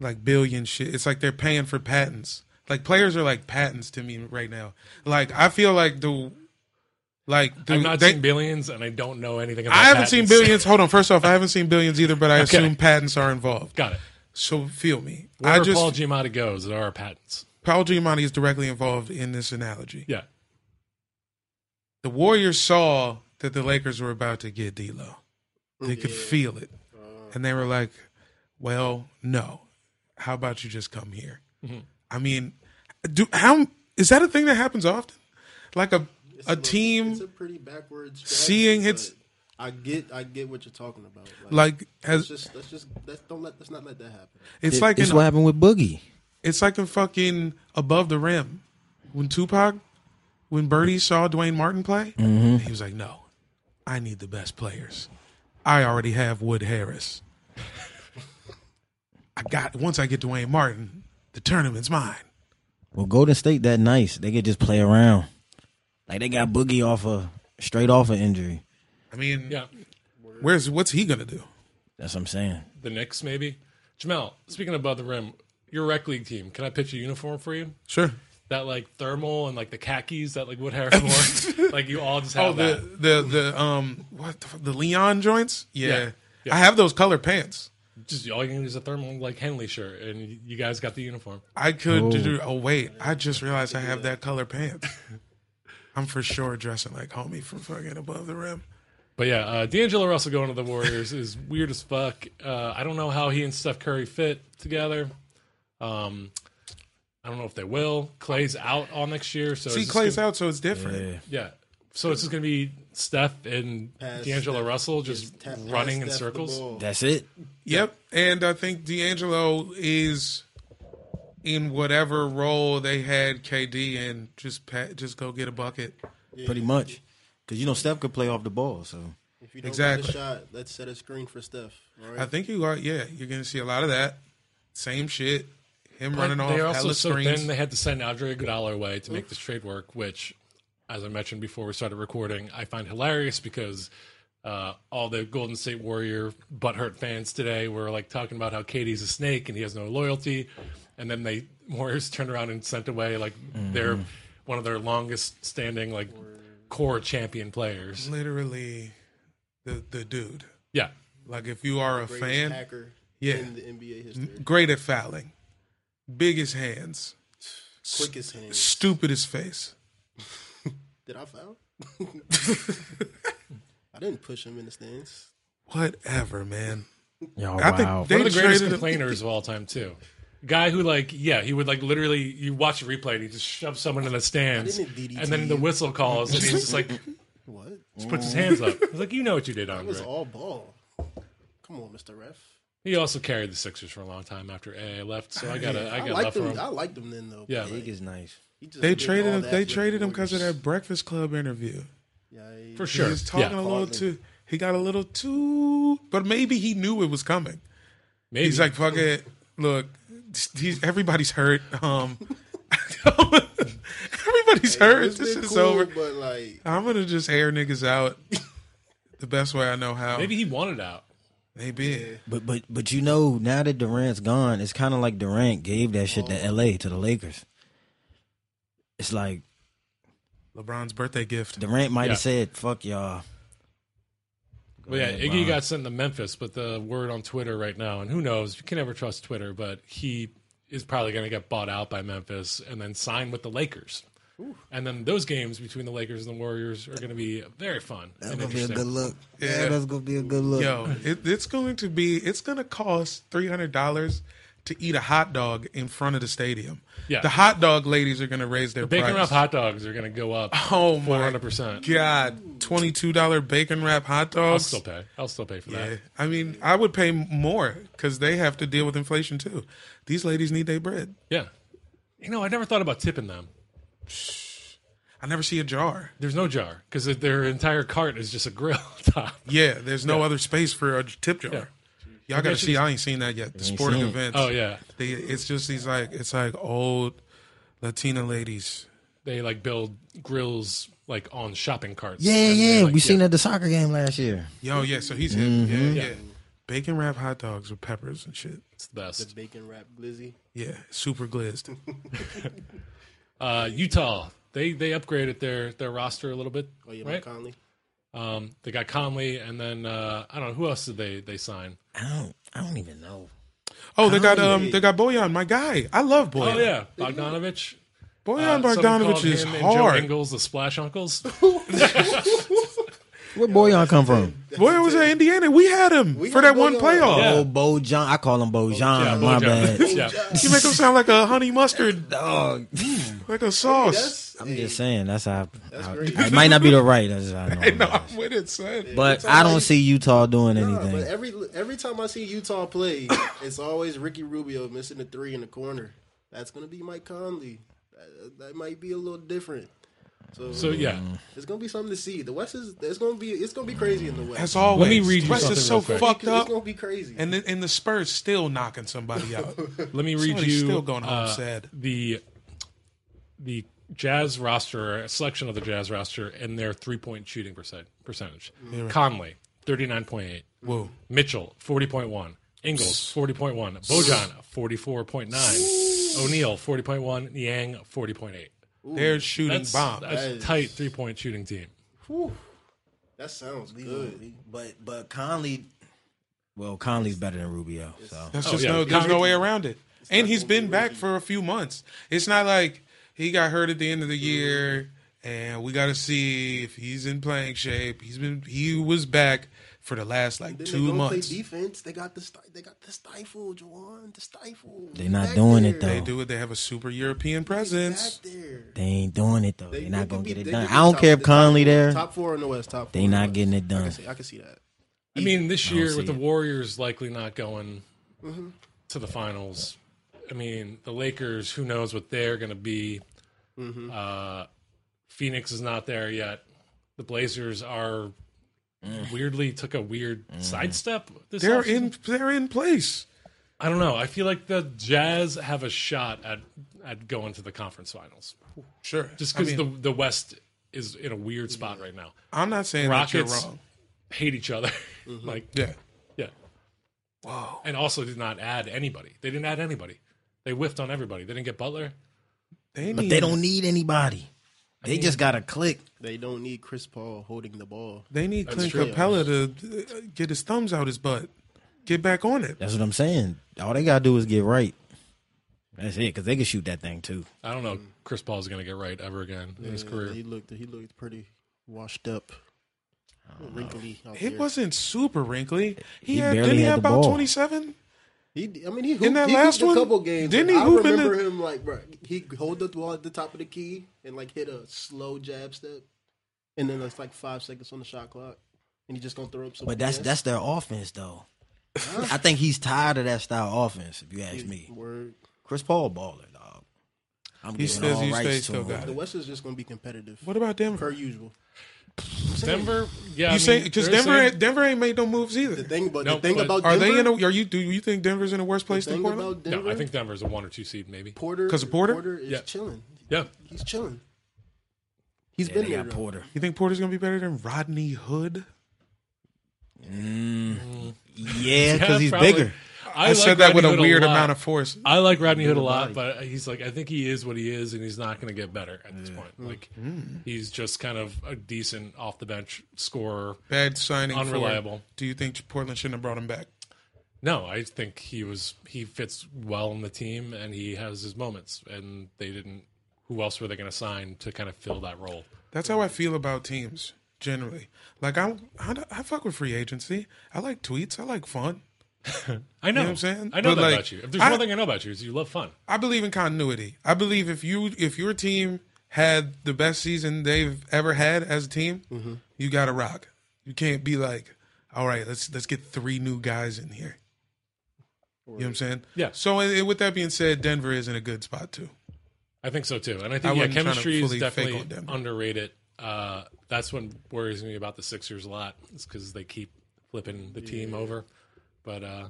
[SPEAKER 2] like billion shit. It's like they're paying for patents. Like players are like patents to me right now. Like I feel like the like the,
[SPEAKER 1] I've not
[SPEAKER 2] they-
[SPEAKER 1] seen billions, and I don't know anything. about
[SPEAKER 2] I haven't seen
[SPEAKER 1] patents.
[SPEAKER 2] billions. Hold on. First off, I haven't seen billions either, but I assume patents are involved.
[SPEAKER 1] got it.
[SPEAKER 2] So feel me. I
[SPEAKER 1] Wherever
[SPEAKER 2] just
[SPEAKER 1] Paul
[SPEAKER 2] Paul,
[SPEAKER 1] Giamatti goes, there are patents.
[SPEAKER 2] Giamatti is directly involved in this analogy.
[SPEAKER 1] Yeah.
[SPEAKER 2] The Warriors saw that the Lakers were about to get D'Lo. They could feel it,
[SPEAKER 3] Uh-huh.
[SPEAKER 2] and they were like, "Well, no. How about you just come here?"
[SPEAKER 3] Mm-hmm.
[SPEAKER 2] I mean, do how is that a thing that happens often? Like a a
[SPEAKER 3] It's
[SPEAKER 2] team
[SPEAKER 3] It's a pretty backwards. Strategy,
[SPEAKER 2] seeing it's-
[SPEAKER 3] but I get. I get what you're talking about.
[SPEAKER 2] like
[SPEAKER 3] let's
[SPEAKER 2] has
[SPEAKER 3] just let's just let's don't let let's not let that happen.
[SPEAKER 2] it's
[SPEAKER 4] It-
[SPEAKER 2] like
[SPEAKER 4] it's
[SPEAKER 2] in,
[SPEAKER 4] what happened with Boogie.
[SPEAKER 2] it's like in fucking above the rim when Tupac when Birdie saw Dwayne Martin play, he was like, "No, I need the best players. I already have Wood Harris. I got once I get Dwayne Martin, the tournament's mine."
[SPEAKER 4] Well, Golden State that nice. They could just play around. Like they got Boogie off a straight off an injury.
[SPEAKER 2] I mean,
[SPEAKER 1] Yeah.
[SPEAKER 2] Where's what's he gonna do?
[SPEAKER 4] That's what I'm saying.
[SPEAKER 1] the Knicks, maybe. Jamel, speaking above the rim, your rec league team. Can I pitch a uniform for you?
[SPEAKER 2] Sure.
[SPEAKER 1] That like thermal and like the khakis that like Wood Harris wore. like you all just
[SPEAKER 2] Oh,
[SPEAKER 1] have that.
[SPEAKER 2] the the the um what the, the Leon joints? Yeah.
[SPEAKER 1] Yeah. Yeah.
[SPEAKER 2] I have those color pants.
[SPEAKER 1] Just all you can do is a thermal like Henley shirt, and you guys got the uniform.
[SPEAKER 2] I could do. Oh wait, I just realized I have that color pants. I'm for sure dressing like homie from fucking above the rim.
[SPEAKER 1] But yeah, uh, D'Angelo Russell going to the Warriors is weird as fuck. Uh, I don't know how he and Steph Curry fit together. Um, I don't know if they will. Clay's out all next year, so
[SPEAKER 2] See,
[SPEAKER 1] it's just
[SPEAKER 2] Clay's
[SPEAKER 1] gonna-
[SPEAKER 2] out, so it's different.
[SPEAKER 1] Yeah, So it's just gonna be Steph and
[SPEAKER 3] Pass
[SPEAKER 1] D'Angelo
[SPEAKER 3] Steph.
[SPEAKER 1] Russell just
[SPEAKER 3] Tap- pass
[SPEAKER 1] running in
[SPEAKER 3] Steph the
[SPEAKER 1] circles.
[SPEAKER 3] ball.
[SPEAKER 4] That's it.
[SPEAKER 2] Yep. And I think D'Angelo is in whatever role they had KD in, just pat, just go get a bucket.
[SPEAKER 4] Pretty much. Because you know Steph could play off the ball, so
[SPEAKER 3] If you don't
[SPEAKER 2] Exactly.
[SPEAKER 3] get a shot, let's set a screen for Steph. All right.
[SPEAKER 2] I think you are. Yeah, you're gonna see a lot of that. Same shit. Him
[SPEAKER 1] But
[SPEAKER 2] running off
[SPEAKER 1] they also
[SPEAKER 2] hella
[SPEAKER 1] so
[SPEAKER 2] screens.
[SPEAKER 1] then they had to send Andre Iguodala away to make this trade work, which, as I mentioned before we started recording, I find hilarious because uh, all the Golden State Warrior butthurt fans today were like talking about how Katie's a snake and he has no loyalty, and then they Warriors turned around and sent away like their one of their longest standing like core champion players.
[SPEAKER 2] Literally, the the dude.
[SPEAKER 1] Yeah,
[SPEAKER 2] Like if you are a
[SPEAKER 3] Greatest
[SPEAKER 2] fan,
[SPEAKER 3] hacker
[SPEAKER 2] Yeah.
[SPEAKER 3] in the NBA history.
[SPEAKER 2] great at fouling, biggest hands,
[SPEAKER 3] Quickest hand.
[SPEAKER 2] stupidest face.
[SPEAKER 3] Did I foul? I didn't push him in the stands.
[SPEAKER 2] Whatever, man.
[SPEAKER 4] yeah,
[SPEAKER 2] I think
[SPEAKER 1] one
[SPEAKER 2] they
[SPEAKER 1] of the greatest
[SPEAKER 2] traded him-
[SPEAKER 1] complainers of all time too. Guy who like yeah he would like literally you watch a replay and he just shoves someone in the stands
[SPEAKER 3] I didn't DDT
[SPEAKER 1] and then the
[SPEAKER 3] you.
[SPEAKER 1] whistle calls and he's just like
[SPEAKER 3] What?
[SPEAKER 1] just puts his hands up. I was like you know what you did,
[SPEAKER 3] It was
[SPEAKER 1] Andre.
[SPEAKER 3] all ball. Come on, Mr. Ref.
[SPEAKER 1] He also carried the Sixers for a long time after AA left, so I got to I
[SPEAKER 3] I
[SPEAKER 1] got love
[SPEAKER 3] liked
[SPEAKER 1] for
[SPEAKER 3] him.
[SPEAKER 1] him.
[SPEAKER 3] I liked him then though.
[SPEAKER 1] Yeah.
[SPEAKER 4] Big is nice.
[SPEAKER 3] He just
[SPEAKER 2] They
[SPEAKER 3] did all
[SPEAKER 2] traded him.
[SPEAKER 3] that
[SPEAKER 2] They
[SPEAKER 3] for the
[SPEAKER 2] traded him because of
[SPEAKER 3] Warriors.
[SPEAKER 2] that Breakfast Club interview.
[SPEAKER 3] Yeah,
[SPEAKER 1] for
[SPEAKER 2] He
[SPEAKER 1] sure.
[SPEAKER 2] was talking
[SPEAKER 1] yeah,
[SPEAKER 2] a little too. He got a little too, but maybe he knew it was coming.
[SPEAKER 1] maybe.
[SPEAKER 2] He's like, "Fuck it, look, he's, everybody's hurt. Um, everybody's hurt.
[SPEAKER 3] It's
[SPEAKER 2] This
[SPEAKER 3] been
[SPEAKER 2] is
[SPEAKER 3] cool,
[SPEAKER 2] over.
[SPEAKER 3] But like,
[SPEAKER 2] I'm gonna just air niggas out the best way I know how.
[SPEAKER 1] maybe he wanted out.
[SPEAKER 2] maybe.
[SPEAKER 4] But but but you know, now that Durant's gone, it's kind of like Durant gave that shit to LA to the Lakers. It's like
[SPEAKER 2] LeBron's birthday gift.
[SPEAKER 4] Durant might
[SPEAKER 1] Yeah.
[SPEAKER 4] have said, "Fuck y'all."
[SPEAKER 1] But yeah,
[SPEAKER 4] ahead,
[SPEAKER 1] Iggy
[SPEAKER 4] Ron.
[SPEAKER 1] got sent to Memphis, but the word on Twitter right now, and who knows, you can never trust Twitter, but he is probably going to get bought out by Memphis and then sign with the Lakers. And then those games between the Lakers and the Warriors are going to be very fun.
[SPEAKER 4] That's
[SPEAKER 1] and
[SPEAKER 4] gonna be a
[SPEAKER 1] interesting.
[SPEAKER 4] good look. Yeah,
[SPEAKER 2] Yeah.
[SPEAKER 4] that's gonna be a good look.
[SPEAKER 2] Yo, it, it's going to be. It's going to cost three hundred dollars to eat a hot dog in front of the stadium.
[SPEAKER 1] Yeah.
[SPEAKER 2] the hot dog ladies are going to raise their
[SPEAKER 1] Bacon
[SPEAKER 2] price.
[SPEAKER 1] wrap hot dogs are going to go up
[SPEAKER 2] oh my
[SPEAKER 1] 400%.
[SPEAKER 2] god, twenty two dollar bacon wrap hot
[SPEAKER 1] I'll
[SPEAKER 2] dogs.
[SPEAKER 1] still pay. I'll still pay for
[SPEAKER 2] Yeah,
[SPEAKER 1] that.
[SPEAKER 2] I mean, I would pay more because they have to deal with inflation too. These ladies need their bread.
[SPEAKER 1] Yeah. You know, I never thought about tipping them.
[SPEAKER 2] I never see a jar.
[SPEAKER 1] There's no jar because their entire cart is just a grill top.
[SPEAKER 2] Yeah, there's no other space for a tip jar. Y'all got to see. I ain't seen that yet. The sporting
[SPEAKER 4] seen it.
[SPEAKER 2] events.
[SPEAKER 1] Oh, yeah.
[SPEAKER 2] They, it's just these like it's like old Latina ladies.
[SPEAKER 1] They like build grills like on shopping carts.
[SPEAKER 4] Yeah,
[SPEAKER 1] And they,
[SPEAKER 4] yeah,
[SPEAKER 1] like,
[SPEAKER 4] we seen at the soccer game last year.
[SPEAKER 2] Yo, yeah, so he's hip. Yeah, yeah. Bacon wrap hot dogs with peppers and shit.
[SPEAKER 1] It's the best.
[SPEAKER 3] bacon wrap glizzy.
[SPEAKER 2] Yeah, super glazed.
[SPEAKER 1] Uh, Utah, they they upgraded their their roster a little bit.
[SPEAKER 3] Oh yeah,
[SPEAKER 1] right?
[SPEAKER 3] Mike Conley.
[SPEAKER 1] Um, they got Conley, and then uh, I don't know who else did they they sign.
[SPEAKER 4] I don't, I don't even know.
[SPEAKER 2] Oh, they got um, they got Boyan, my guy. I love Boyan.
[SPEAKER 1] Oh yeah, Bogdanovich. Uh,
[SPEAKER 2] Boyan
[SPEAKER 1] someone called
[SPEAKER 2] Bogdanovich is
[SPEAKER 1] him and Joe
[SPEAKER 2] hard.
[SPEAKER 1] Ingles, the Splash Uncles.
[SPEAKER 4] Where boy y'all come from?
[SPEAKER 2] Boyan was at Indiana. We had him for
[SPEAKER 3] had
[SPEAKER 2] that one
[SPEAKER 3] Boyan.
[SPEAKER 2] playoff.
[SPEAKER 1] Yeah. Oh,
[SPEAKER 4] Oh, Bo John. I call him Bo John.
[SPEAKER 1] Yeah,
[SPEAKER 4] my
[SPEAKER 1] Bojan.
[SPEAKER 4] bad.
[SPEAKER 1] yeah.
[SPEAKER 2] You make him sound like a honey mustard,
[SPEAKER 4] Dog.
[SPEAKER 2] like a sauce.
[SPEAKER 3] That's
[SPEAKER 4] I'm just saying. That's how. how-
[SPEAKER 3] great.
[SPEAKER 4] It might not be the right. That's how I know.
[SPEAKER 2] No, I'm with it, son.
[SPEAKER 4] But I don't see Utah doing
[SPEAKER 3] Nah,
[SPEAKER 4] anything.
[SPEAKER 3] but every every time I see Utah play, it's always Ricky Rubio missing the three in the corner. That's gonna be Mike Conley. That, that might be a little different. So,
[SPEAKER 1] So yeah,
[SPEAKER 3] it's gonna be something to see. The West is it's gonna be it's gonna be crazy in the West.
[SPEAKER 2] As always,
[SPEAKER 1] Let me read you
[SPEAKER 2] the West is so
[SPEAKER 1] something real quick.
[SPEAKER 2] fucked
[SPEAKER 3] It's
[SPEAKER 2] up,
[SPEAKER 3] gonna be crazy.
[SPEAKER 2] and the, and the Spurs still knocking somebody out.
[SPEAKER 1] let me read
[SPEAKER 2] Somebody's
[SPEAKER 1] you
[SPEAKER 2] still going home
[SPEAKER 1] uh,
[SPEAKER 2] sad.
[SPEAKER 1] the the Jazz roster, a selection of the Jazz roster, and their three point shooting percent percentage. Conley, thirty nine point eight.
[SPEAKER 2] Whoa.
[SPEAKER 1] Mitchell, 40.1. Ingles, 40.1. Bojan, 44.9. O'Neal, 40.1. Yang, 40.8.
[SPEAKER 2] They're shooting
[SPEAKER 1] That's,
[SPEAKER 2] bombs.
[SPEAKER 1] that's a tight three point shooting team.
[SPEAKER 3] Whew. that sounds good.
[SPEAKER 4] But but Conley, well, Conley's better than Rubio. So
[SPEAKER 2] That's just
[SPEAKER 1] oh, yeah.
[SPEAKER 2] no. There's no
[SPEAKER 1] Conley-
[SPEAKER 2] way around it. And he's been back for a few months. It's not like he got hurt at the end of the year, and we got to see if he's in playing shape. He's been. He was back for the last like
[SPEAKER 3] Then they
[SPEAKER 2] two
[SPEAKER 3] go
[SPEAKER 2] months.
[SPEAKER 3] play defense. They got the sti- they got the stifle, Juwan, the stifle.
[SPEAKER 4] They
[SPEAKER 3] He's
[SPEAKER 4] not
[SPEAKER 3] back
[SPEAKER 4] doing it,
[SPEAKER 3] there.
[SPEAKER 2] They
[SPEAKER 4] though.
[SPEAKER 2] do it. They have a super European
[SPEAKER 3] He's
[SPEAKER 2] presence.
[SPEAKER 3] back there.
[SPEAKER 4] They ain't doing it though.
[SPEAKER 3] They-
[SPEAKER 4] They,
[SPEAKER 3] they
[SPEAKER 4] are not
[SPEAKER 3] could
[SPEAKER 4] gonna
[SPEAKER 3] be-
[SPEAKER 4] get
[SPEAKER 3] they
[SPEAKER 4] it done.
[SPEAKER 3] could be
[SPEAKER 4] I don't
[SPEAKER 3] top-
[SPEAKER 4] care if
[SPEAKER 3] they top
[SPEAKER 4] Conley
[SPEAKER 3] four-
[SPEAKER 4] there.
[SPEAKER 3] Top four in the West. Top. Four
[SPEAKER 4] They
[SPEAKER 3] in the
[SPEAKER 4] not
[SPEAKER 3] West.
[SPEAKER 4] getting it
[SPEAKER 3] I
[SPEAKER 4] done.
[SPEAKER 3] can see, I can see that.
[SPEAKER 1] I mean, this year
[SPEAKER 4] see
[SPEAKER 1] with the
[SPEAKER 4] it.
[SPEAKER 1] Warriors likely not going to the finals. I mean, the Lakers, who knows what they're going to be. Uh, Phoenix is not there yet. The Blazers are weirdly took a weird sidestep. This
[SPEAKER 2] They're
[SPEAKER 1] offseason.
[SPEAKER 2] in. They're in place.
[SPEAKER 1] I don't know. I feel like the Jazz have a shot at at going to the conference finals
[SPEAKER 2] Sure.
[SPEAKER 1] just
[SPEAKER 2] I
[SPEAKER 1] because
[SPEAKER 2] mean,
[SPEAKER 1] the the West is in a weird spot right now.
[SPEAKER 2] I'm not saying that
[SPEAKER 1] Rockets-
[SPEAKER 2] you're wrong.
[SPEAKER 1] Hate each other, like
[SPEAKER 2] Yeah.
[SPEAKER 1] yeah. Wow. And also did not add anybody. They didn't add anybody. They whiffed on everybody. They didn't get Butler.
[SPEAKER 2] They
[SPEAKER 4] But
[SPEAKER 2] need,
[SPEAKER 4] they don't need anybody. They just gotta click.
[SPEAKER 3] They don't need Chris Paul holding the ball.
[SPEAKER 2] They need Clint
[SPEAKER 1] true.
[SPEAKER 2] Capella to uh, get his thumbs out his butt, get back on it.
[SPEAKER 4] That's what I'm saying. All they gotta do is get right. That's it, because they can shoot that thing too.
[SPEAKER 1] I don't know. if Chris Paul's gonna get right ever again in his
[SPEAKER 3] Yeah,
[SPEAKER 1] career.
[SPEAKER 3] He looked. He looked pretty washed up, wrinkly. Out
[SPEAKER 2] It
[SPEAKER 3] there.
[SPEAKER 2] wasn't super wrinkly. He,
[SPEAKER 4] He
[SPEAKER 2] had
[SPEAKER 4] barely
[SPEAKER 2] didn't he
[SPEAKER 4] had
[SPEAKER 2] have
[SPEAKER 4] the
[SPEAKER 2] about
[SPEAKER 4] ball.
[SPEAKER 2] twenty seven?
[SPEAKER 3] He, I mean, he hooped,
[SPEAKER 2] that
[SPEAKER 3] he
[SPEAKER 2] last
[SPEAKER 3] hooped
[SPEAKER 2] one?
[SPEAKER 3] a couple games.
[SPEAKER 2] Didn't
[SPEAKER 3] and
[SPEAKER 2] he
[SPEAKER 3] I
[SPEAKER 2] hoop in
[SPEAKER 3] remember him like, bro, he hold the ball at the top of the key and like hit a slow jab step, and then it's like five seconds on the shot clock, and he just gonna throw up some.
[SPEAKER 4] But that's
[SPEAKER 3] BS.
[SPEAKER 4] that's their offense though. I think he's tired of that style of offense, if you ask me.
[SPEAKER 3] Word.
[SPEAKER 4] Chris Paul baller, dog. I'm
[SPEAKER 2] He
[SPEAKER 4] giving
[SPEAKER 2] says
[SPEAKER 4] all
[SPEAKER 2] he
[SPEAKER 4] rights
[SPEAKER 2] still
[SPEAKER 4] to him.
[SPEAKER 2] got
[SPEAKER 3] The West is just gonna be competitive
[SPEAKER 2] What about Denver?
[SPEAKER 3] per usual.
[SPEAKER 1] Denver, yeah. I
[SPEAKER 2] You
[SPEAKER 1] mean,
[SPEAKER 2] say because
[SPEAKER 1] they're
[SPEAKER 2] Denver
[SPEAKER 1] saying-
[SPEAKER 2] ain't, Denver ain't made no moves
[SPEAKER 3] The
[SPEAKER 2] either.
[SPEAKER 3] thing, but
[SPEAKER 1] No,
[SPEAKER 3] the thing
[SPEAKER 1] but
[SPEAKER 3] about
[SPEAKER 2] Are
[SPEAKER 3] Denver,
[SPEAKER 2] they in? A, are you do you think Denver's in a worse
[SPEAKER 3] the
[SPEAKER 2] place than
[SPEAKER 3] thing
[SPEAKER 2] Portland?
[SPEAKER 3] about Denver?
[SPEAKER 1] No, I think Denver's a one or two seed maybe.
[SPEAKER 3] Porter
[SPEAKER 2] 'Cause of Porter?
[SPEAKER 3] is
[SPEAKER 1] Yeah.
[SPEAKER 3] chilling.
[SPEAKER 1] Yeah.
[SPEAKER 3] He's chilling. He's
[SPEAKER 4] Yeah,
[SPEAKER 3] been
[SPEAKER 4] they
[SPEAKER 3] there.
[SPEAKER 4] got
[SPEAKER 3] though.
[SPEAKER 4] Porter.
[SPEAKER 2] you think Porter's gonna be better than Rodney Hood?
[SPEAKER 4] Yeah,
[SPEAKER 1] Yeah,
[SPEAKER 4] because he's
[SPEAKER 1] probably.
[SPEAKER 4] bigger.
[SPEAKER 1] I,
[SPEAKER 2] I,
[SPEAKER 1] like
[SPEAKER 2] said that with
[SPEAKER 1] Rodney
[SPEAKER 2] a
[SPEAKER 1] Hood
[SPEAKER 2] weird
[SPEAKER 1] lot.
[SPEAKER 2] amount of force.
[SPEAKER 1] I like Rodney Hood a lot, but he's like I think he is what he is, and he's not going to get better at this
[SPEAKER 2] Hmm.
[SPEAKER 1] point. Like he's just kind of a decent off the bench scorer.
[SPEAKER 2] Bad signing. for-
[SPEAKER 1] Unreliable.
[SPEAKER 2] do you think Portland shouldn't have brought him back?
[SPEAKER 1] No, I think he was he fits well in the team, and he has his moments. And they didn't. Who else were they going to sign to kind of fill that role?
[SPEAKER 2] That's how I feel about teams generally. Like I, I, I fuck with free agency. I like tweets. I like fun.
[SPEAKER 1] I know.
[SPEAKER 2] what I'm saying?
[SPEAKER 1] I know
[SPEAKER 2] But,
[SPEAKER 1] that
[SPEAKER 2] like,
[SPEAKER 1] about you. If there's
[SPEAKER 2] I-
[SPEAKER 1] one thing I know about you, is you love fun.
[SPEAKER 2] I believe in continuity. I believe if you if your team had the best season they've ever had as a team,
[SPEAKER 4] Mm-hmm.
[SPEAKER 2] you got to rock. You can't be like, all right, let's let's get three new guys in here. You know what I'm saying?
[SPEAKER 1] Yeah.
[SPEAKER 2] So eh, with that being said, Denver is in a good spot too.
[SPEAKER 1] I think so too. And I
[SPEAKER 2] I
[SPEAKER 1] think yeah,
[SPEAKER 2] wouldn't try to
[SPEAKER 1] chemistry is
[SPEAKER 2] fully fake
[SPEAKER 1] definitely
[SPEAKER 2] on Denver.
[SPEAKER 1] underrated. Uh, that's what worries me about the Sixers a lot. It's because they keep flipping the team over. But uh,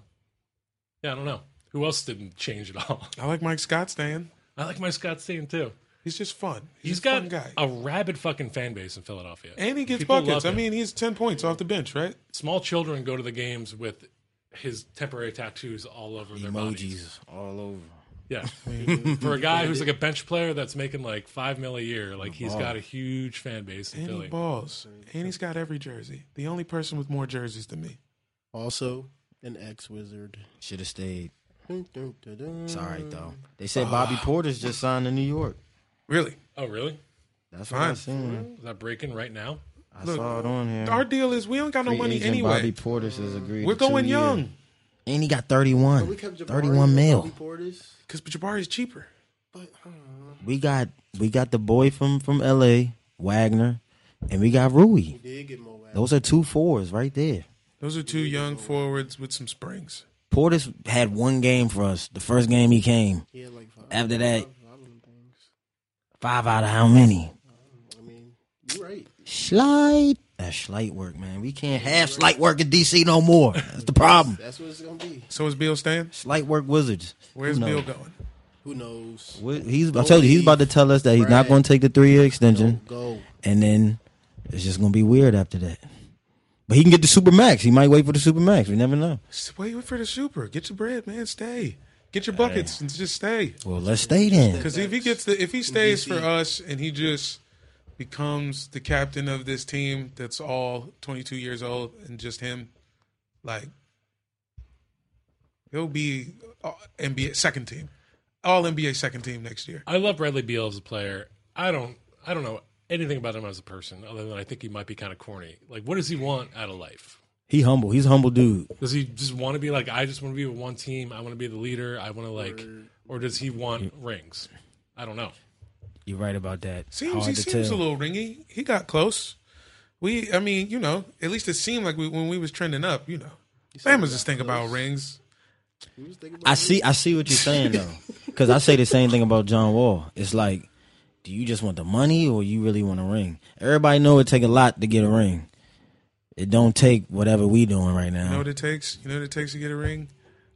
[SPEAKER 1] yeah, I don't know. Who else didn't change at all?
[SPEAKER 2] I like Mike Scott staying.
[SPEAKER 1] I like my Scott Steen too.
[SPEAKER 2] He's just fun. He's,
[SPEAKER 1] He's
[SPEAKER 2] a fun
[SPEAKER 1] got
[SPEAKER 2] guy.
[SPEAKER 1] a rabid fucking fan base in Philadelphia.
[SPEAKER 2] and he gets
[SPEAKER 1] People love
[SPEAKER 2] buckets. I
[SPEAKER 1] him.
[SPEAKER 2] mean, he's ten points off the bench, right?
[SPEAKER 1] small children go to the games with his temporary tattoos all over their bodies.
[SPEAKER 4] Emojis all over.
[SPEAKER 1] Yeah, for a guy who's like a bench player that's making like five mil a year, like he's
[SPEAKER 2] Uh-huh.
[SPEAKER 1] got a huge fan base in
[SPEAKER 2] And he
[SPEAKER 1] Philly.
[SPEAKER 2] balls. And he's got every jersey. The only person with more jerseys than me.
[SPEAKER 3] Also, an ex-wizard.
[SPEAKER 4] Should have stayed.
[SPEAKER 3] Dun, dun, dun, dun.
[SPEAKER 4] It's all right though. They
[SPEAKER 3] Ah.
[SPEAKER 4] said Bobby Porter's just signed to New York.
[SPEAKER 2] Really?
[SPEAKER 1] Oh, really?
[SPEAKER 4] That's what I
[SPEAKER 2] Fine.
[SPEAKER 4] seen.
[SPEAKER 1] Is that breaking right now?
[SPEAKER 4] I saw it on here.
[SPEAKER 2] Our deal is we don't got no
[SPEAKER 4] Free
[SPEAKER 2] money
[SPEAKER 4] agent
[SPEAKER 2] anyway.
[SPEAKER 4] Bobby Portis has agreed.
[SPEAKER 2] We're
[SPEAKER 4] to two
[SPEAKER 2] going
[SPEAKER 4] years.
[SPEAKER 2] young
[SPEAKER 4] and he got
[SPEAKER 3] But
[SPEAKER 4] 31.
[SPEAKER 3] we kept Jabari
[SPEAKER 4] 31
[SPEAKER 3] and
[SPEAKER 4] mil.
[SPEAKER 3] Bobby Portis,
[SPEAKER 2] because Jabari's cheaper.
[SPEAKER 3] but I don't know.
[SPEAKER 4] We got we got the boy from from L.A. Wagner, and we got Rui.
[SPEAKER 3] He did get Mo Wagner.
[SPEAKER 4] Those are two fours right there.
[SPEAKER 2] Those are two young forwards with some springs.
[SPEAKER 4] Portis had one game for us. The first game he came.
[SPEAKER 3] He had like five.
[SPEAKER 4] After that,
[SPEAKER 3] five of them things.
[SPEAKER 4] five out of how many?
[SPEAKER 3] I mean, you're right.
[SPEAKER 4] Slight. That's slight work, man. We can't have slight work in D.C. no more. That's the problem.
[SPEAKER 3] That's what it's gonna be.
[SPEAKER 2] So is Bill staying?
[SPEAKER 4] Slight work wizards.
[SPEAKER 2] Where's
[SPEAKER 4] Who knows?
[SPEAKER 2] Bill going?
[SPEAKER 3] Who knows?
[SPEAKER 4] What- He's, I told you, he's about to tell us that he's not going to take the three year extension,
[SPEAKER 3] Go.
[SPEAKER 4] and then it's just going to be weird after that. But he can get the super max. He might wait for the super max. We never know.
[SPEAKER 2] S- Wait wait for the super. Get your bread, man. Stay. Get your buckets and just stay.
[SPEAKER 4] Well, let's stay then.
[SPEAKER 2] Because if he gets the if he stays for us and he just becomes the captain of this team that's all 22 years old and just him, like he'll be uh, NBA second team, all NBA second team next year.
[SPEAKER 1] I love Bradley Beal as a player. I don't. I don't know anything about him as a person, other than I think he might be kind of corny. Like, what does he want out of life?
[SPEAKER 4] He humble. He's a humble dude.
[SPEAKER 1] Does he just want to be like I just want to be with one team? I want to be the leader. I want to like, or does he want rings? I don't know.
[SPEAKER 4] You're right about that.
[SPEAKER 2] Seems
[SPEAKER 4] Hard
[SPEAKER 2] he
[SPEAKER 4] to
[SPEAKER 2] seems a
[SPEAKER 4] tell.
[SPEAKER 2] little ringy. He got close. We, I mean, you know, at least it seemed like we, when we was trending up, you know, Bama's just think about rings.
[SPEAKER 3] He was thinking about
[SPEAKER 4] I see. I see what you're saying though, because I say the same thing about John Wall. It's like, do you just want the money or you really want a ring? Everybody know it take a lot to get a ring. It don't take whatever we doing right
[SPEAKER 2] You know
[SPEAKER 4] now.
[SPEAKER 2] what it takes? You know what it takes to get a ring?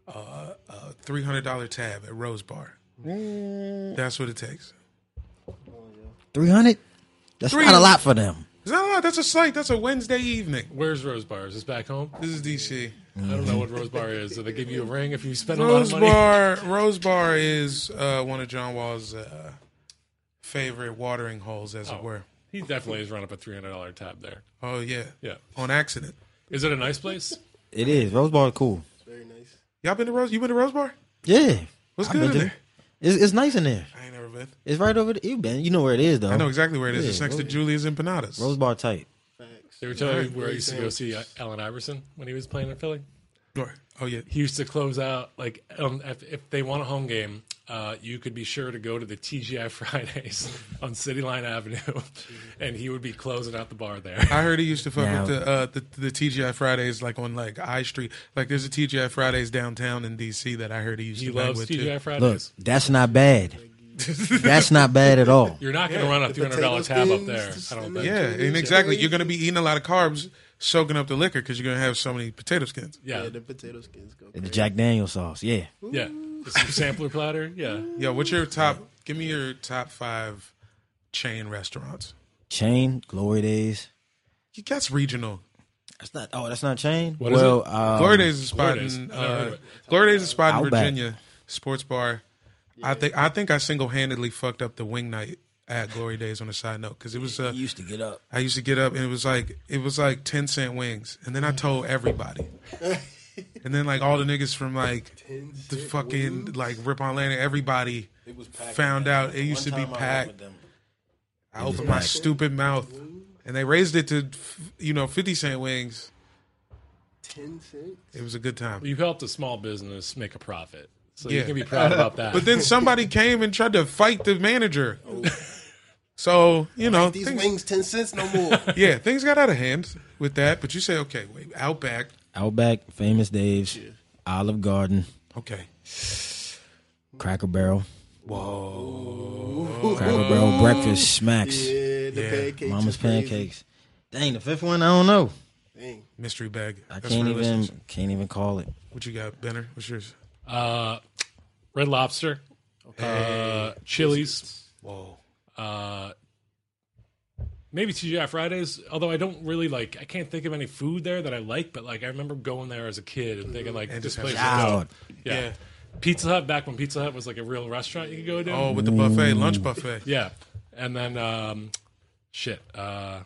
[SPEAKER 2] Uh, a three hundred dollar tab at Rose Bar. That's what it takes.
[SPEAKER 4] Three hundred. That's not a
[SPEAKER 2] 300.
[SPEAKER 4] lot for them.
[SPEAKER 2] It's not a lot. That's a slight. That's a Wednesday evening.
[SPEAKER 1] Where's Rose Bar? Is this back home?
[SPEAKER 2] This is DC.
[SPEAKER 1] I don't know what Rose Bar is. Do they give you a ring if you spend a lot
[SPEAKER 2] Rose
[SPEAKER 1] of money?
[SPEAKER 2] Bar. Rose Bar is uh, one of John Wall's uh, favorite watering holes, as it were.
[SPEAKER 1] He definitely has run up a three hundred dollar tab there.
[SPEAKER 2] Oh yeah,
[SPEAKER 1] Yeah.
[SPEAKER 2] on accident.
[SPEAKER 1] Is it a nice place?
[SPEAKER 4] It is. Rose Bar cool.
[SPEAKER 3] it. very nice.
[SPEAKER 2] Y'all been to Rose? You been to Rose Bar?
[SPEAKER 4] Yeah.
[SPEAKER 2] What's
[SPEAKER 4] I've
[SPEAKER 2] good
[SPEAKER 4] been
[SPEAKER 2] in
[SPEAKER 4] there.
[SPEAKER 2] there?
[SPEAKER 4] It's, it's nice in there.
[SPEAKER 2] I ain't never been.
[SPEAKER 4] It's right over there. You been. You know where it is though.
[SPEAKER 2] I know exactly where it is.
[SPEAKER 4] Yeah,
[SPEAKER 2] it's next to
[SPEAKER 4] Rose-
[SPEAKER 2] Julia's Empanadas.
[SPEAKER 4] Rose Bar tight.
[SPEAKER 1] They
[SPEAKER 3] Facts.
[SPEAKER 1] were telling me where I used to go see uh, Allen Iverson when he was playing in Philly.
[SPEAKER 2] Bar. Oh yeah.
[SPEAKER 1] He used to close out like um, if, if they won a home game, uh, you could be sure to go to the TGI Fridays on City Line Avenue, and he would be closing out the bar there.
[SPEAKER 2] I heard he used to fuck
[SPEAKER 4] Now-
[SPEAKER 2] with the, uh, the the TGI Fridays like on like I Street. Like there's a TGI Fridays downtown in DC that I heard he used
[SPEAKER 1] He
[SPEAKER 2] to bang
[SPEAKER 1] loves
[SPEAKER 2] with
[SPEAKER 1] TGI
[SPEAKER 2] too.
[SPEAKER 4] Look,
[SPEAKER 1] Fridays.
[SPEAKER 4] that's not bad. that's not bad at all.
[SPEAKER 1] You're not going to run a three hundred dollar tab up
[SPEAKER 3] potato
[SPEAKER 1] there.
[SPEAKER 3] skins,
[SPEAKER 1] I don't
[SPEAKER 3] and
[SPEAKER 1] think.
[SPEAKER 3] the-
[SPEAKER 2] Yeah, and exactly. You're gonna be eating a lot of carbs, soaking up the liquor because you're gonna have so many potato skins.
[SPEAKER 1] Yeah,
[SPEAKER 3] Yeah, the potato skins go.
[SPEAKER 4] The
[SPEAKER 3] crazy.
[SPEAKER 4] Jack Daniel sauce. Yeah.
[SPEAKER 1] yeah. Just some sampler platter. Yeah,
[SPEAKER 2] Yeah, what's your top? Give me your top five chain restaurants.
[SPEAKER 4] Chain Glory Days.
[SPEAKER 2] You That's regional.
[SPEAKER 4] That's not. Oh, that's not chain.
[SPEAKER 1] What is
[SPEAKER 4] well,
[SPEAKER 1] it?
[SPEAKER 4] Um,
[SPEAKER 2] Glory Days is a spot
[SPEAKER 1] Glory Days.
[SPEAKER 2] in
[SPEAKER 1] I never heard of
[SPEAKER 2] uh,
[SPEAKER 1] it.
[SPEAKER 2] Glory Days is a spot in
[SPEAKER 4] Outback.
[SPEAKER 2] Virginia sports bar. I think I think I single handedly fucked up the wing night at Glory Days on a side note because it was uh,
[SPEAKER 4] you used to get up.
[SPEAKER 2] I used to get up and it was like it was like ten cent wings, and then I told everybody, and then like all the niggas from like the fucking like Rip on Land, everybody found out it used to be packed. I opened my stupid mouth, and they raised it to f- you know fifty cent wings.
[SPEAKER 3] ten cents.
[SPEAKER 2] It was a good time.
[SPEAKER 1] you helped a small business make a profit, so you
[SPEAKER 2] Yeah.
[SPEAKER 1] can be proud about that.
[SPEAKER 2] But then somebody came and tried to fight the manager. So you know,
[SPEAKER 3] These
[SPEAKER 2] things,
[SPEAKER 3] wings ten cents no more.
[SPEAKER 2] yeah, things got out of hand with that. But you say, okay, wait, Outback,
[SPEAKER 4] Outback, Famous Dave's, Olive Garden,
[SPEAKER 2] okay,
[SPEAKER 4] Cracker Barrel. Whoa. Cracker Barrel breakfast smacks.
[SPEAKER 3] yeah, the pancakes.
[SPEAKER 4] Mama's
[SPEAKER 3] are crazy.
[SPEAKER 4] pancakes. Dang, the fifth one. I don't know.
[SPEAKER 3] Dang.
[SPEAKER 2] mystery bag.
[SPEAKER 4] I
[SPEAKER 2] That's
[SPEAKER 4] can't
[SPEAKER 2] for the
[SPEAKER 4] even.
[SPEAKER 2] listeners.
[SPEAKER 4] Can't even call it.
[SPEAKER 2] What you got, Benner? What's yours?
[SPEAKER 1] Uh, Red Lobster, uh, Chili's,
[SPEAKER 2] Whoa.
[SPEAKER 1] uh, maybe TGI Fridays. Although I don't really like, I can't think of any food there that I like. But like, I remember going there as a kid and thinking like,
[SPEAKER 2] And
[SPEAKER 1] this
[SPEAKER 2] just
[SPEAKER 1] place is
[SPEAKER 4] have
[SPEAKER 1] dope. Yeah.
[SPEAKER 2] Yeah.
[SPEAKER 1] Pizza Hut back when Pizza Hut was like a real restaurant you could go to.
[SPEAKER 2] Oh, with the buffet, lunch buffet.
[SPEAKER 1] Yeah, and then um, shit. Uh,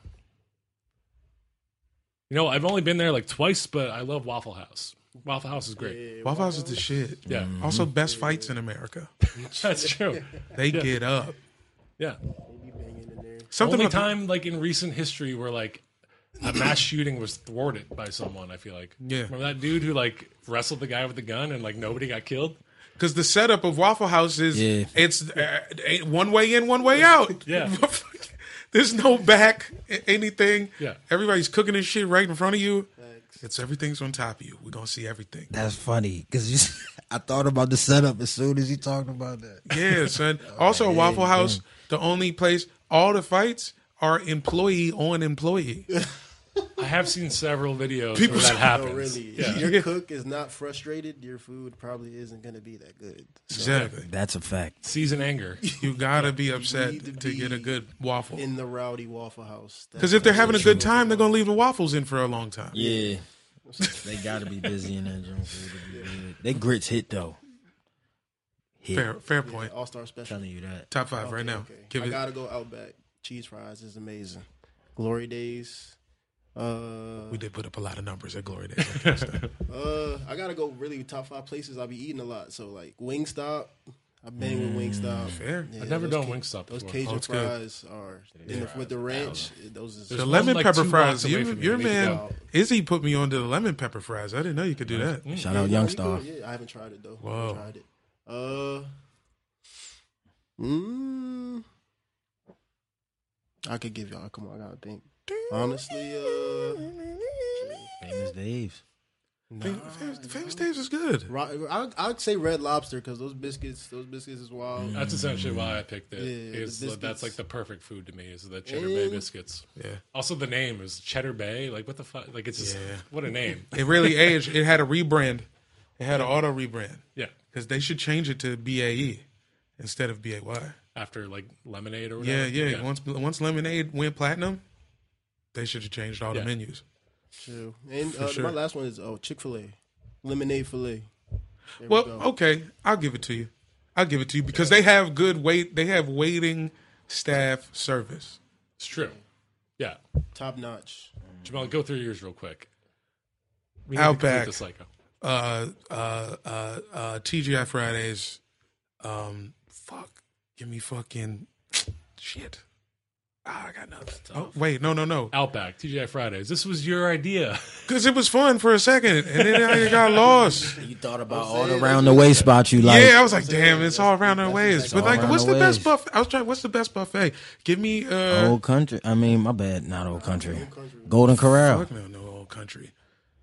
[SPEAKER 1] you know, I've only been there like twice, but I love Waffle House. Waffle House is great.
[SPEAKER 2] Waffle House is the shit.
[SPEAKER 1] Yeah,
[SPEAKER 4] Mm-hmm.
[SPEAKER 2] Also, best fights in America.
[SPEAKER 1] that's true.
[SPEAKER 2] They get up.
[SPEAKER 1] Yeah.
[SPEAKER 2] Something
[SPEAKER 1] only
[SPEAKER 2] about
[SPEAKER 1] time like in recent history where like a mass shooting was thwarted by someone. I feel like
[SPEAKER 2] Yeah.
[SPEAKER 1] remember that dude who like wrestled the guy with the gun and like nobody got killed.
[SPEAKER 2] because the setup of Waffle House is
[SPEAKER 4] Yeah.
[SPEAKER 2] it's uh, ain't one way in, one way out.
[SPEAKER 1] Yeah.
[SPEAKER 2] There's no back a- anything.
[SPEAKER 1] Yeah.
[SPEAKER 2] Everybody's cooking this shit right in front of you. It's everything's on top of you. We're gonna see everything.
[SPEAKER 4] That's funny because I thought about the setup as soon as you talked about that.
[SPEAKER 2] Yeah, son. Also, Waffle House, the only place all the fights are employee on employee.
[SPEAKER 1] I have seen several videos
[SPEAKER 2] People-
[SPEAKER 1] where that happens.
[SPEAKER 3] Oh, really?
[SPEAKER 1] Yeah.
[SPEAKER 3] If your cook is not frustrated, your food probably isn't going to be that good.
[SPEAKER 2] Exactly.
[SPEAKER 4] That's a fact.
[SPEAKER 1] Season anger.
[SPEAKER 2] You gotta be upset
[SPEAKER 3] need
[SPEAKER 2] to,
[SPEAKER 3] to
[SPEAKER 2] get a
[SPEAKER 3] be
[SPEAKER 2] good waffle.
[SPEAKER 3] In the rowdy Waffle House.
[SPEAKER 2] Because if they're having a good time, they're gonna leave the waffles in for a long time.
[SPEAKER 4] Yeah. they got to be busy in that junk food. to be good. They grits hit though. Hit.
[SPEAKER 2] Fair, fair point.
[SPEAKER 3] All Star Special.
[SPEAKER 4] telling you that.
[SPEAKER 2] Top five right
[SPEAKER 3] Oh, Okay,
[SPEAKER 2] now.
[SPEAKER 3] okay.
[SPEAKER 2] Give
[SPEAKER 3] I
[SPEAKER 2] it.
[SPEAKER 3] gotta go Outback. Cheese fries is amazing. Glory days. Uh,
[SPEAKER 2] we did put up a lot of numbers at Glory Days. I can't stop.
[SPEAKER 3] uh, I gotta go really top five places I be eating a lot. So like Wingstop, I've been with Wingstop.
[SPEAKER 2] Mm, Fair.
[SPEAKER 3] Yeah,
[SPEAKER 1] I've never
[SPEAKER 3] those
[SPEAKER 1] done
[SPEAKER 3] Ca-
[SPEAKER 1] Wingstop
[SPEAKER 3] Those
[SPEAKER 1] before.
[SPEAKER 3] Cajun
[SPEAKER 2] Oh, it's good.
[SPEAKER 3] fries are and if with the ranch. Those is
[SPEAKER 2] The
[SPEAKER 1] There's
[SPEAKER 2] lemon
[SPEAKER 1] one, like,
[SPEAKER 2] pepper
[SPEAKER 1] two
[SPEAKER 2] fries.
[SPEAKER 1] blocks away
[SPEAKER 2] You,
[SPEAKER 1] from
[SPEAKER 2] your
[SPEAKER 1] me. We
[SPEAKER 2] man
[SPEAKER 1] could
[SPEAKER 2] Izzy put me onto the lemon pepper fries. I didn't know you could do that.
[SPEAKER 4] Shout out Young Star.
[SPEAKER 3] Yeah, I haven't tried it though.
[SPEAKER 2] Whoa.
[SPEAKER 3] I tried it. Uh, mm, I could give y'all. Come on, I gotta think. Honestly, uh,
[SPEAKER 4] Famous Dave's.
[SPEAKER 2] Famous, Famous Dave's is good.
[SPEAKER 3] ro- I I'd say Red Lobster because those biscuits, those biscuits is wild.
[SPEAKER 2] Mm.
[SPEAKER 1] That's essentially why I picked it.
[SPEAKER 3] Yeah,
[SPEAKER 1] is
[SPEAKER 3] the
[SPEAKER 1] that- that's
[SPEAKER 3] biscuits.
[SPEAKER 1] like the perfect food to me is the Cheddar Bay
[SPEAKER 3] And-
[SPEAKER 1] biscuits.
[SPEAKER 2] Yeah.
[SPEAKER 1] Also, the name is Cheddar Bay. Like, what the fuck? Like, it's just
[SPEAKER 2] Yeah.
[SPEAKER 1] what a name.
[SPEAKER 2] It really aged. It had a rebrand. It had an auto rebrand
[SPEAKER 1] Yeah.
[SPEAKER 2] because they should change it to BAE instead of BAY.
[SPEAKER 1] After like lemonade or
[SPEAKER 2] Yeah,
[SPEAKER 1] whatever.
[SPEAKER 2] yeah. Once once Lemonade went platinum, they should have changed all
[SPEAKER 1] Yeah.
[SPEAKER 2] the menus.
[SPEAKER 3] True. And uh,
[SPEAKER 2] sure.
[SPEAKER 3] my last one is oh Chick Fil A, lemonade fillet. There we
[SPEAKER 2] Well,
[SPEAKER 3] go.
[SPEAKER 2] okay, I'll give it to you. I'll give it to you because they have good wait. They have waiting staff service.
[SPEAKER 1] It's true. Yeah.
[SPEAKER 3] top notch.
[SPEAKER 1] Jamal, go through yours real quick. We
[SPEAKER 2] Outback.
[SPEAKER 1] the psycho.
[SPEAKER 2] uh, uh, uh, uh, TGI Fridays. Um, fuck, give me fucking shit. Ah, I got nothing. Oh, wait, no, no, no,
[SPEAKER 1] Outback, TGI Fridays. This was your idea.
[SPEAKER 2] because it was fun for a second, and then I got lost.
[SPEAKER 4] You thought about all the round the way spot you like.
[SPEAKER 2] yeah, I was like, damn, it's all around our ways. But
[SPEAKER 4] all
[SPEAKER 2] like,
[SPEAKER 4] around
[SPEAKER 2] what's
[SPEAKER 4] our
[SPEAKER 2] the best
[SPEAKER 4] ways.
[SPEAKER 2] buffet? I was trying. What's the best buffet? Give me. uh
[SPEAKER 4] Old country. I mean, my bad. Not old country. Golden Corral.
[SPEAKER 2] Fuck no, no old country.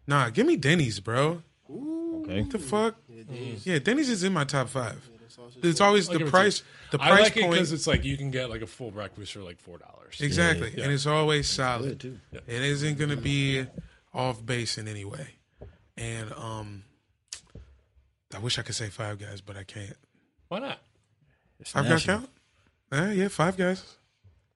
[SPEAKER 2] Nah, give me Denny's, bro.
[SPEAKER 4] Okay.
[SPEAKER 2] The fuck? Yeah, Denny's is in my top five. It's always
[SPEAKER 1] I'll
[SPEAKER 2] the
[SPEAKER 1] give it to
[SPEAKER 2] price.
[SPEAKER 1] you.
[SPEAKER 2] The
[SPEAKER 1] I
[SPEAKER 2] price
[SPEAKER 1] like it
[SPEAKER 2] point.
[SPEAKER 1] because it's like you can get like a full breakfast for like four dollars.
[SPEAKER 2] Exactly. And it's always solid. It isn't going to be off base in any way. And um I wish I could say Five Guys, but I can't.
[SPEAKER 1] Why not?
[SPEAKER 2] Five Guys count? Eh, yeah, Five Guys.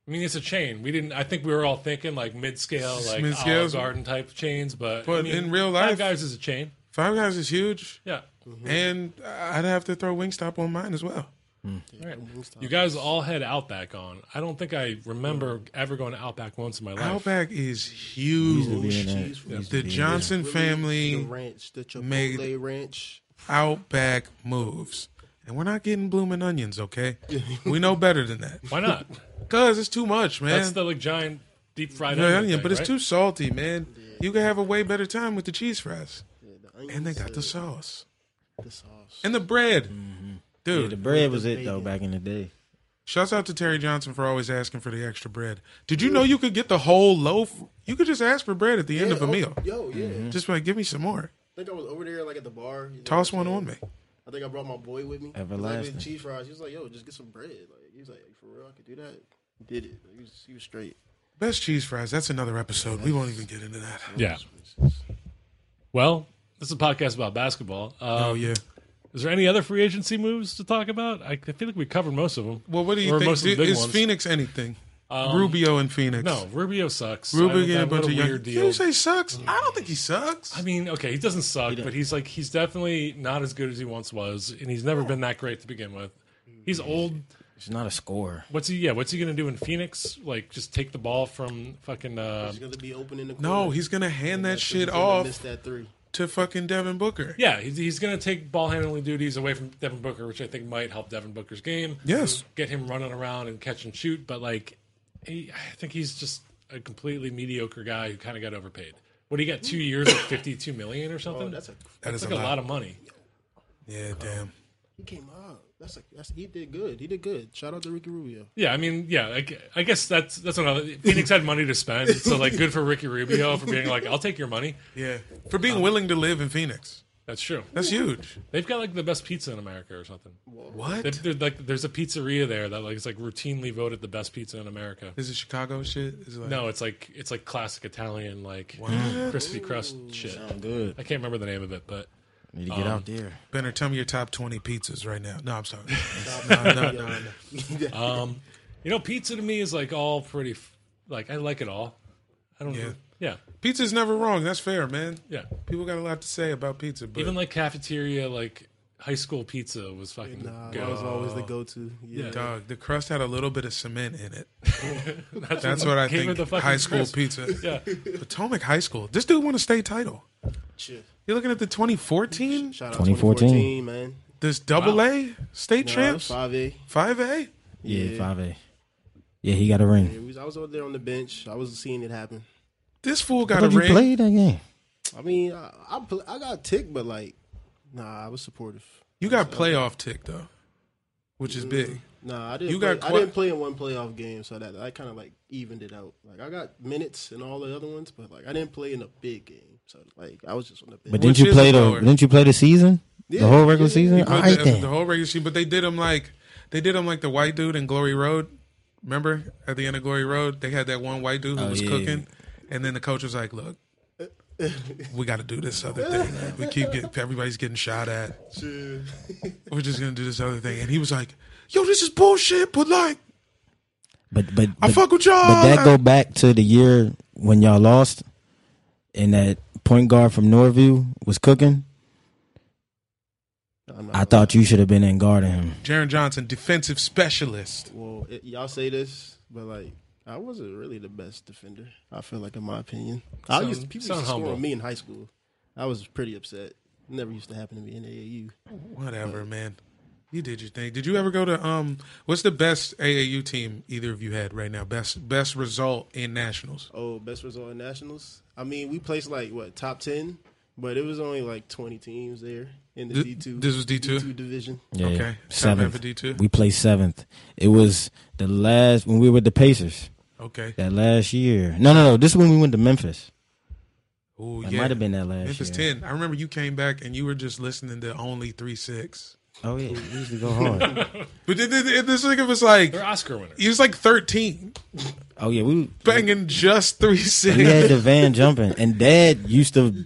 [SPEAKER 1] I mean, it's a chain. We didn't. I think we were all thinking like mid-scale, like
[SPEAKER 2] Mid-scales.
[SPEAKER 1] Olive Garden type chains, but I
[SPEAKER 2] But
[SPEAKER 1] mean,
[SPEAKER 2] in real
[SPEAKER 1] Five
[SPEAKER 2] life-
[SPEAKER 1] Guys is a chain.
[SPEAKER 2] Five Guys is huge.
[SPEAKER 1] Yeah,
[SPEAKER 4] Mm-hmm.
[SPEAKER 2] And I'd have to throw Wingstop on mine as well.
[SPEAKER 1] All right. you guys all had Outback on. I don't think I remember ever going to Outback once in my life.
[SPEAKER 2] Outback is
[SPEAKER 4] Used to be in
[SPEAKER 2] huge.
[SPEAKER 4] that.
[SPEAKER 3] cheese fries.
[SPEAKER 2] The Johnson
[SPEAKER 3] the
[SPEAKER 2] family
[SPEAKER 3] ranch, the Chipotle
[SPEAKER 2] made-
[SPEAKER 3] ranch.
[SPEAKER 2] Outback moves. And we're not getting blooming onions, okay? we know better than that.
[SPEAKER 1] Why not?
[SPEAKER 2] Because it's too much, man.
[SPEAKER 1] That's the like giant deep fried
[SPEAKER 2] Yeah,
[SPEAKER 1] onion,
[SPEAKER 2] onion,
[SPEAKER 1] thing,
[SPEAKER 2] but it's
[SPEAKER 1] right?
[SPEAKER 2] too salty, man. You can have a way better time with the cheese fries,
[SPEAKER 3] Yeah, the onions,
[SPEAKER 2] and they got the sauce
[SPEAKER 3] the sauce.
[SPEAKER 2] and the bread,
[SPEAKER 4] Yeah,
[SPEAKER 1] Mm-hmm.
[SPEAKER 2] dude.
[SPEAKER 4] the bread was it though back in the day.
[SPEAKER 2] Shouts out to Terry Johnson for always asking for the extra bread. Did you know you could get the whole loaf? You could just ask for bread at the end
[SPEAKER 3] Yeah,
[SPEAKER 2] of a
[SPEAKER 3] oh,
[SPEAKER 2] meal. Mm-hmm.
[SPEAKER 3] Yo, yeah.
[SPEAKER 2] Just like, give me some more.
[SPEAKER 3] I think I was over there like at the bar. He's like,
[SPEAKER 2] Toss
[SPEAKER 3] "Yo,
[SPEAKER 2] one
[SPEAKER 3] man."
[SPEAKER 2] on me.
[SPEAKER 3] I think I brought my boy with me. He's Like,
[SPEAKER 4] Everlasting.
[SPEAKER 3] "Man, cheese fries. He was like, "Yo, just get some bread." Like he was like, "For real, I could do that." He did it. Like, he, was, he was straight.
[SPEAKER 2] Best cheese fries. That's another episode. We won't even get into that.
[SPEAKER 1] Yeah. Well, this is a podcast about basketball. Um,
[SPEAKER 2] Oh yeah.
[SPEAKER 1] Is there any other free agency moves to talk about? I, I feel like we covered most of them.
[SPEAKER 2] Well, what do you
[SPEAKER 1] Or
[SPEAKER 2] think?
[SPEAKER 1] Most of
[SPEAKER 2] Is
[SPEAKER 1] the big ones. Um,
[SPEAKER 2] Phoenix anything? Rubio and Phoenix.
[SPEAKER 1] No, Rubio sucks.
[SPEAKER 2] Rubio
[SPEAKER 1] I
[SPEAKER 2] getting a
[SPEAKER 1] think that-
[SPEAKER 2] bunch
[SPEAKER 1] what
[SPEAKER 2] of
[SPEAKER 1] a
[SPEAKER 2] young.
[SPEAKER 1] weird
[SPEAKER 2] Did
[SPEAKER 1] deal.
[SPEAKER 2] you say sucks? I don't think he sucks.
[SPEAKER 1] I mean, okay, he doesn't suck, but he's like he's definitely not as good as he once was, and he's never been that great to begin with. He's old.
[SPEAKER 4] It's not a score.
[SPEAKER 1] What's he? Yeah, what's he gonna do in Phoenix? Like, just take the ball from fucking uh,
[SPEAKER 3] He's gonna be open in the corner.
[SPEAKER 2] no, he's gonna hand that shit
[SPEAKER 3] He's gonna
[SPEAKER 2] off.
[SPEAKER 3] Miss that three.
[SPEAKER 2] to fucking Devin Booker.
[SPEAKER 1] yeah, he's, he's gonna take ball handling duties away from Devin Booker, which I think might help Devin Booker's game.
[SPEAKER 2] Yes.
[SPEAKER 1] get him running around and catch and shoot, but like, he, I think he's just a completely mediocre guy who kind of got overpaid. What he got two years, like fifty-two million or something.
[SPEAKER 3] Oh, That's a
[SPEAKER 2] That is
[SPEAKER 1] That's like a lot of money.
[SPEAKER 2] Yeah, damn.
[SPEAKER 3] he came out. That's like that's he did good. He did good. Shout out to Ricky Rubio.
[SPEAKER 1] Yeah, I mean, yeah, I, gu- I guess that's that's another. Phoenix had money to spend, so like, good for Ricky Rubio for being like, "I'll take your money."
[SPEAKER 2] Yeah. For being willing to live in Phoenix.
[SPEAKER 1] That's true.
[SPEAKER 2] That's huge.
[SPEAKER 1] They've got like the best pizza in America or something. They,
[SPEAKER 2] What?
[SPEAKER 1] they're, like, there's a pizzeria there that like is like routinely voted the best pizza in America.
[SPEAKER 2] Is it Chicago shit? Is it like
[SPEAKER 1] No, it's like it's like classic Italian, like crispy crust shit.
[SPEAKER 4] Good.
[SPEAKER 1] I can't remember the name of it, but
[SPEAKER 4] Need to get out there.
[SPEAKER 2] Benner, tell me your top twenty pizzas right now. No, I'm sorry. no, no, no, no.
[SPEAKER 1] you know, pizza to me is like all pretty. f- Like I like it all. I don't.
[SPEAKER 2] Yeah.
[SPEAKER 1] know. Yeah.
[SPEAKER 2] Pizza's never wrong. That's fair, man.
[SPEAKER 1] Yeah.
[SPEAKER 2] People got a lot to say about pizza, but
[SPEAKER 1] Even like cafeteria, like high school pizza was fucking.
[SPEAKER 3] Nah,
[SPEAKER 1] good.
[SPEAKER 3] that was always the go-to. Yeah,
[SPEAKER 2] dog, the crust had a little bit of cement in it. That's, what I
[SPEAKER 1] gave
[SPEAKER 2] think.
[SPEAKER 1] it the fucking
[SPEAKER 2] high school
[SPEAKER 1] crisp.
[SPEAKER 2] pizza.
[SPEAKER 1] Yeah.
[SPEAKER 2] Potomac High School. This dude won a state title.
[SPEAKER 3] Shit.
[SPEAKER 2] You're looking at the 2014.
[SPEAKER 3] Shout out
[SPEAKER 4] 2014.
[SPEAKER 3] 2014, man.
[SPEAKER 2] This double A state champs,
[SPEAKER 3] Five A.
[SPEAKER 2] five A.
[SPEAKER 4] Yeah, five A. Yeah, he got a ring.
[SPEAKER 3] I was over there on the bench. I was seeing it happen.
[SPEAKER 2] This fool
[SPEAKER 4] I
[SPEAKER 2] got a
[SPEAKER 4] thought you
[SPEAKER 2] ring.
[SPEAKER 4] played that game.
[SPEAKER 3] I mean, I, I, pl- I got ticked, but like, nah, I was supportive.
[SPEAKER 2] You got playoff tick though, which is big.
[SPEAKER 3] Nah, I didn't.
[SPEAKER 2] You
[SPEAKER 3] play,
[SPEAKER 2] got
[SPEAKER 3] I
[SPEAKER 2] qua-
[SPEAKER 3] didn't play in one playoff game, so that I kind of like evened it out. Like I got minutes in all the other ones, but like I didn't play in a big game, so like I was just on the bench.
[SPEAKER 4] But didn't
[SPEAKER 2] Which
[SPEAKER 4] you
[SPEAKER 2] is
[SPEAKER 4] play
[SPEAKER 2] the
[SPEAKER 4] the
[SPEAKER 2] lower?
[SPEAKER 4] didn't you play the season?
[SPEAKER 3] Yeah,
[SPEAKER 4] the whole regular
[SPEAKER 3] yeah,
[SPEAKER 4] season? All
[SPEAKER 2] But
[SPEAKER 4] right
[SPEAKER 2] the,
[SPEAKER 4] then.
[SPEAKER 2] the whole regular season, but they did him like they did him like the white dude in Glory Road. Remember at the end of Glory Road, they had that one white dude who was
[SPEAKER 4] Oh, yeah.
[SPEAKER 2] cooking, and then the coach was like, "Look, we got to do this other thing. man. We keep getting everybody's getting shot at. We're just gonna do this other thing." And he was like, "Yo, this is bullshit." But like,
[SPEAKER 4] but but
[SPEAKER 2] I
[SPEAKER 4] but-
[SPEAKER 2] fuck with y'all.
[SPEAKER 4] But that go back to the year when y'all lost, and that point guard from Norview was cooking.
[SPEAKER 3] I'm not
[SPEAKER 4] I thought you should have been in guarding him.
[SPEAKER 2] Jaron Johnson, defensive specialist.
[SPEAKER 3] Well, it, y'all say this, but like I wasn't really the best defender. I feel like, in my opinion, I
[SPEAKER 1] Sound-
[SPEAKER 3] used to, people used
[SPEAKER 1] sound
[SPEAKER 3] to score
[SPEAKER 1] humble.
[SPEAKER 3] on me in high school. I was pretty upset. Never used to happen to me in AAU.
[SPEAKER 2] Whatever, man. You did your thing. Did you ever go to um? What's the best AAU team either of you had right now? Best best result in nationals.
[SPEAKER 3] Oh, best result in nationals. I mean, we placed like what top ten, but it was only like twenty teams there in the
[SPEAKER 2] Th-
[SPEAKER 3] D two.
[SPEAKER 2] this was D2?
[SPEAKER 3] division.
[SPEAKER 4] Yeah,
[SPEAKER 2] Okay. Time for
[SPEAKER 4] seventh.
[SPEAKER 2] D2.
[SPEAKER 4] We played seventh. It was the last when we were with the Pacers
[SPEAKER 2] Okay.
[SPEAKER 4] that last year. No, no, no. This is when we went to Memphis.
[SPEAKER 2] Oh
[SPEAKER 4] It
[SPEAKER 2] yeah.
[SPEAKER 4] might have been that last
[SPEAKER 2] Memphis
[SPEAKER 4] year.
[SPEAKER 2] ten. I remember you came back and you were just listening to only three six.
[SPEAKER 4] Oh yeah, we used to go hard.
[SPEAKER 2] But th- th- th- this nigga was like
[SPEAKER 1] They're Oscar winners.
[SPEAKER 2] he was like thirteen,
[SPEAKER 4] oh yeah, we
[SPEAKER 2] banging just three six.
[SPEAKER 4] we had the van jumping, and Dad used to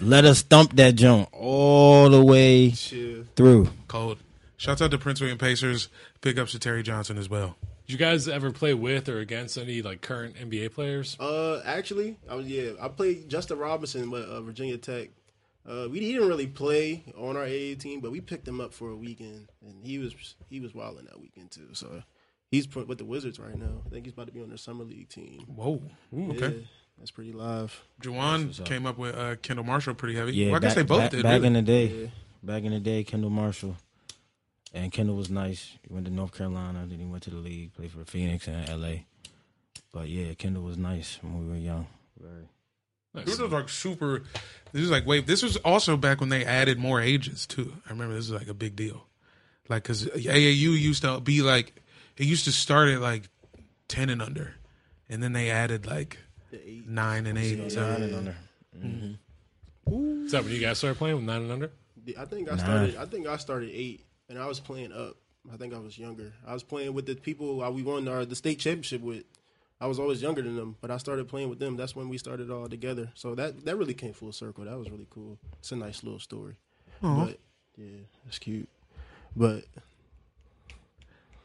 [SPEAKER 4] let us thump that jump all the way through.
[SPEAKER 2] Cold. Shouts out to Prince William Pacers. Big ups to Terry Johnson as well.
[SPEAKER 1] Did you guys ever play with or against any like current NBA players?
[SPEAKER 3] Uh, actually, I was yeah. I played Justin Robinson with uh, Virginia Tech. Uh, we didn't really play on our AA team, but we picked him up for a weekend, and he was he was wilding that weekend too. So he's put with the Wizards right now. I think he's about to be on their summer league team.
[SPEAKER 2] Whoa. Ooh, okay.
[SPEAKER 3] Yeah, that's pretty live.
[SPEAKER 2] Juwan came up with uh, Kendall Marshall pretty heavy.
[SPEAKER 4] Yeah,
[SPEAKER 2] well, I guess they
[SPEAKER 4] back,
[SPEAKER 2] both
[SPEAKER 4] back,
[SPEAKER 2] did.
[SPEAKER 4] back
[SPEAKER 2] really.
[SPEAKER 4] in the day. Back in the day, Kendall Marshall, and Kendall was nice. He went to North Carolina, then he went to the league, played for Phoenix and L.A. But yeah, Kendall was nice when we were young. Very.
[SPEAKER 2] This was like super. This is like wait. This was also back when they added more ages too. I remember this was like a big deal, like because AAU used to be like it used to start at like ten and under, and then they added like nine and eight. So
[SPEAKER 1] Is that when you guys started playing with nine and under?
[SPEAKER 3] The- I think I started. I think I started eight, and I was playing up. I think I was younger. I was playing with the people I, we won our the state championship with. I was always younger than them, but I started playing with them. That's when we started all together. So that that really came full circle. That was really cool. It's a nice little story. But yeah, that's cute. But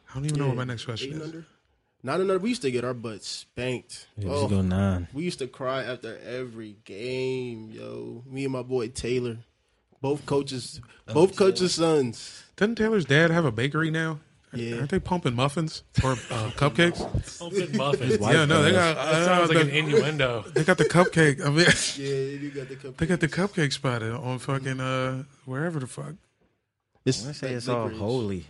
[SPEAKER 2] I don't even know what my next
[SPEAKER 3] eight
[SPEAKER 2] question
[SPEAKER 3] and
[SPEAKER 2] is.
[SPEAKER 3] under, nine and under, we used to get our butts spanked.
[SPEAKER 4] Yeah,
[SPEAKER 3] Oh,
[SPEAKER 4] just go nine.
[SPEAKER 3] we used to cry after every game, yo. Me and my boy Taylor, both coaches, both coaches' sons.
[SPEAKER 2] Doesn't Taylor's dad have a bakery now?
[SPEAKER 3] Yeah.
[SPEAKER 2] Aren't they pumping muffins or uh, cupcakes?
[SPEAKER 1] Open muffins.
[SPEAKER 2] yeah, no, they got.
[SPEAKER 1] That
[SPEAKER 2] Uh,
[SPEAKER 1] sounds like an
[SPEAKER 2] the-
[SPEAKER 1] innuendo.
[SPEAKER 2] they got the cupcake. I mean,
[SPEAKER 3] Yeah, you got the cup.
[SPEAKER 2] they got the cupcake spot on fucking uh wherever the fuck.
[SPEAKER 3] It's,
[SPEAKER 4] I say
[SPEAKER 3] like
[SPEAKER 4] it's all
[SPEAKER 3] licorice.
[SPEAKER 4] holy.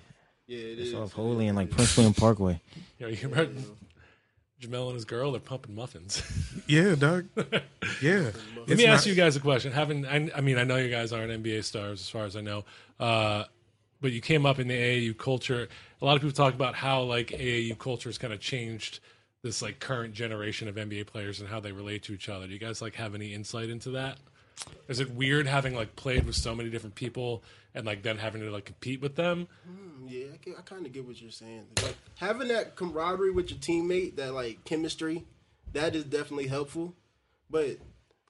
[SPEAKER 3] Yeah, it
[SPEAKER 4] It's
[SPEAKER 3] is.
[SPEAKER 4] all holy and like Prince William Parkway.
[SPEAKER 1] You know, you remember Jamel and his girl? They're pumping muffins.
[SPEAKER 2] Yeah, dog. Yeah.
[SPEAKER 1] Let me ask you guys a question. Having, I, I mean, I know you guys aren't NBA stars, as far as I know, uh, but you came up in the AAU culture. A lot of people talk about how like AAU culture has kind of changed this like current generation of NBA players and how they relate to each other. Do you guys like have any insight into that? Is it weird having like played with so many different people and like then having to like compete with them?
[SPEAKER 3] Yeah, I, can- I kind of get what you're saying. Like, having that camaraderie with your teammate, that like chemistry, that is definitely helpful. But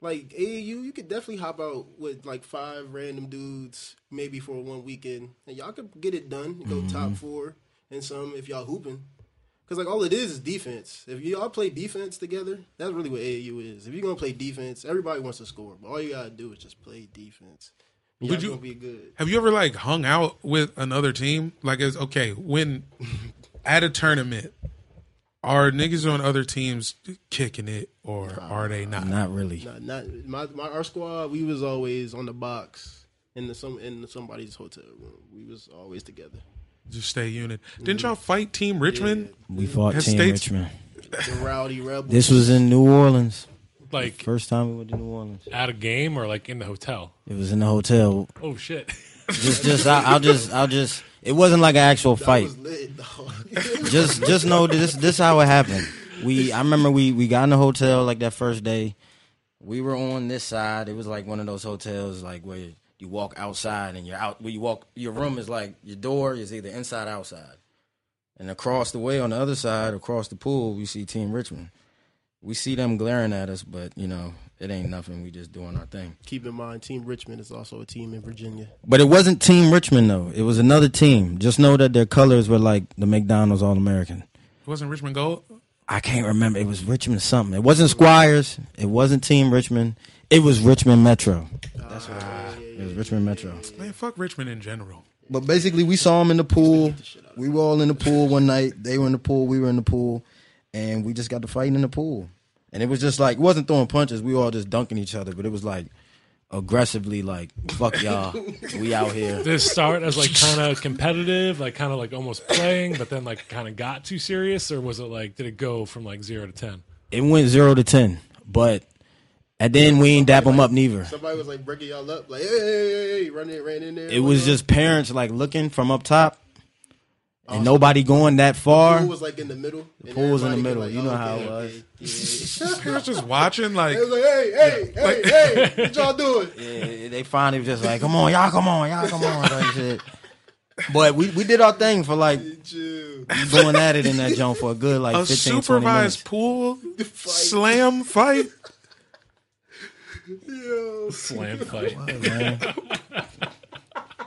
[SPEAKER 3] like AAU, you could definitely hop out with like five random dudes, maybe for one weekend, and y'all could get it done. Go top four and some if y'all hooping. Cause like all it is is defense. If you all play defense together, that's really what AAU is. If you're gonna play defense, everybody wants to score, but all you gotta do is just play defense. Y'all
[SPEAKER 2] you-
[SPEAKER 3] gonna be good.
[SPEAKER 2] Have you ever like hung out with another team? Like, it's okay when at a tournament, are niggas on other teams kicking it or are they not?
[SPEAKER 3] Uh,
[SPEAKER 4] Not really.
[SPEAKER 3] Not, not my, my our squad. We was always on the box, in the some in somebody's hotel room. We was always together.
[SPEAKER 2] Just stay unit. Didn't y'all fight Team Richmond?
[SPEAKER 4] We fought
[SPEAKER 2] Has
[SPEAKER 4] Team
[SPEAKER 2] states-
[SPEAKER 4] Richmond.
[SPEAKER 3] The rowdy rebels.
[SPEAKER 4] This was in New Orleans.
[SPEAKER 1] Like
[SPEAKER 4] First time we went to New Orleans.
[SPEAKER 1] at a game or like in the hotel?
[SPEAKER 4] It was in the hotel.
[SPEAKER 1] Oh shit!
[SPEAKER 4] Just, just, I, I'll just, I'll just. It wasn't like an actual
[SPEAKER 3] That
[SPEAKER 4] fight.
[SPEAKER 3] was lit, dog.
[SPEAKER 4] just just know that this this how it happened. We I remember we we got in the hotel like that first day. We were on this side. It was like one of those hotels like where you walk outside and you're out. Where you walk, your room is like your door is either inside or outside. And across the way on the other side, across the pool, we see Team Richmond. We see them glaring at us, but you know it ain't nothing. We just doing our thing.
[SPEAKER 3] Keep in mind, Team Richmond is also a team in Virginia.
[SPEAKER 4] But it wasn't Team Richmond though. It was another team. Just know that their colors were like the McDonald's All American.
[SPEAKER 2] Wasn't Richmond Gold?
[SPEAKER 4] I can't remember. It was Richmond something. It wasn't Squires. It wasn't Team Richmond. It was Richmond Metro. That's what it was. It was Richmond Metro.
[SPEAKER 2] Man, fuck Richmond in general.
[SPEAKER 4] But basically, we saw them in the pool. We were all in the pool one night. They were in the pool. We were in the pool, and we just got to fighting in the pool. And it was just like it wasn't throwing punches. We were all just dunking each other. But it was like aggressively, like fuck y'all. We out here.
[SPEAKER 1] This start as like kind of competitive, like kind of like almost playing, but then like kind of got too serious, or was it like did it go from like zero to ten?
[SPEAKER 4] It went zero to ten, but and then we ain't dap them up neither.
[SPEAKER 3] Somebody was like breaking y'all up, like hey, hey, hey, hey, run it, ran in there.
[SPEAKER 4] It was just parents like looking from up top, and nobody going that far.
[SPEAKER 3] pool was like in the middle. and
[SPEAKER 4] pool was in the
[SPEAKER 3] everybody oh, was
[SPEAKER 4] middle. You know how it was.
[SPEAKER 3] was.
[SPEAKER 2] This girl's just watching, like,
[SPEAKER 3] It was like, hey, hey, hey, hey, what y'all doing?
[SPEAKER 4] Yeah, they finally was just like, "Come on, y'all, come on, y'all, come on," like shit. But we, we did our thing for like
[SPEAKER 3] Chill.
[SPEAKER 4] going at it in that jump for a good like
[SPEAKER 2] a
[SPEAKER 4] 15, 20 minutes.
[SPEAKER 2] supervised pool slam fight.
[SPEAKER 3] Yo.
[SPEAKER 1] Slam fight.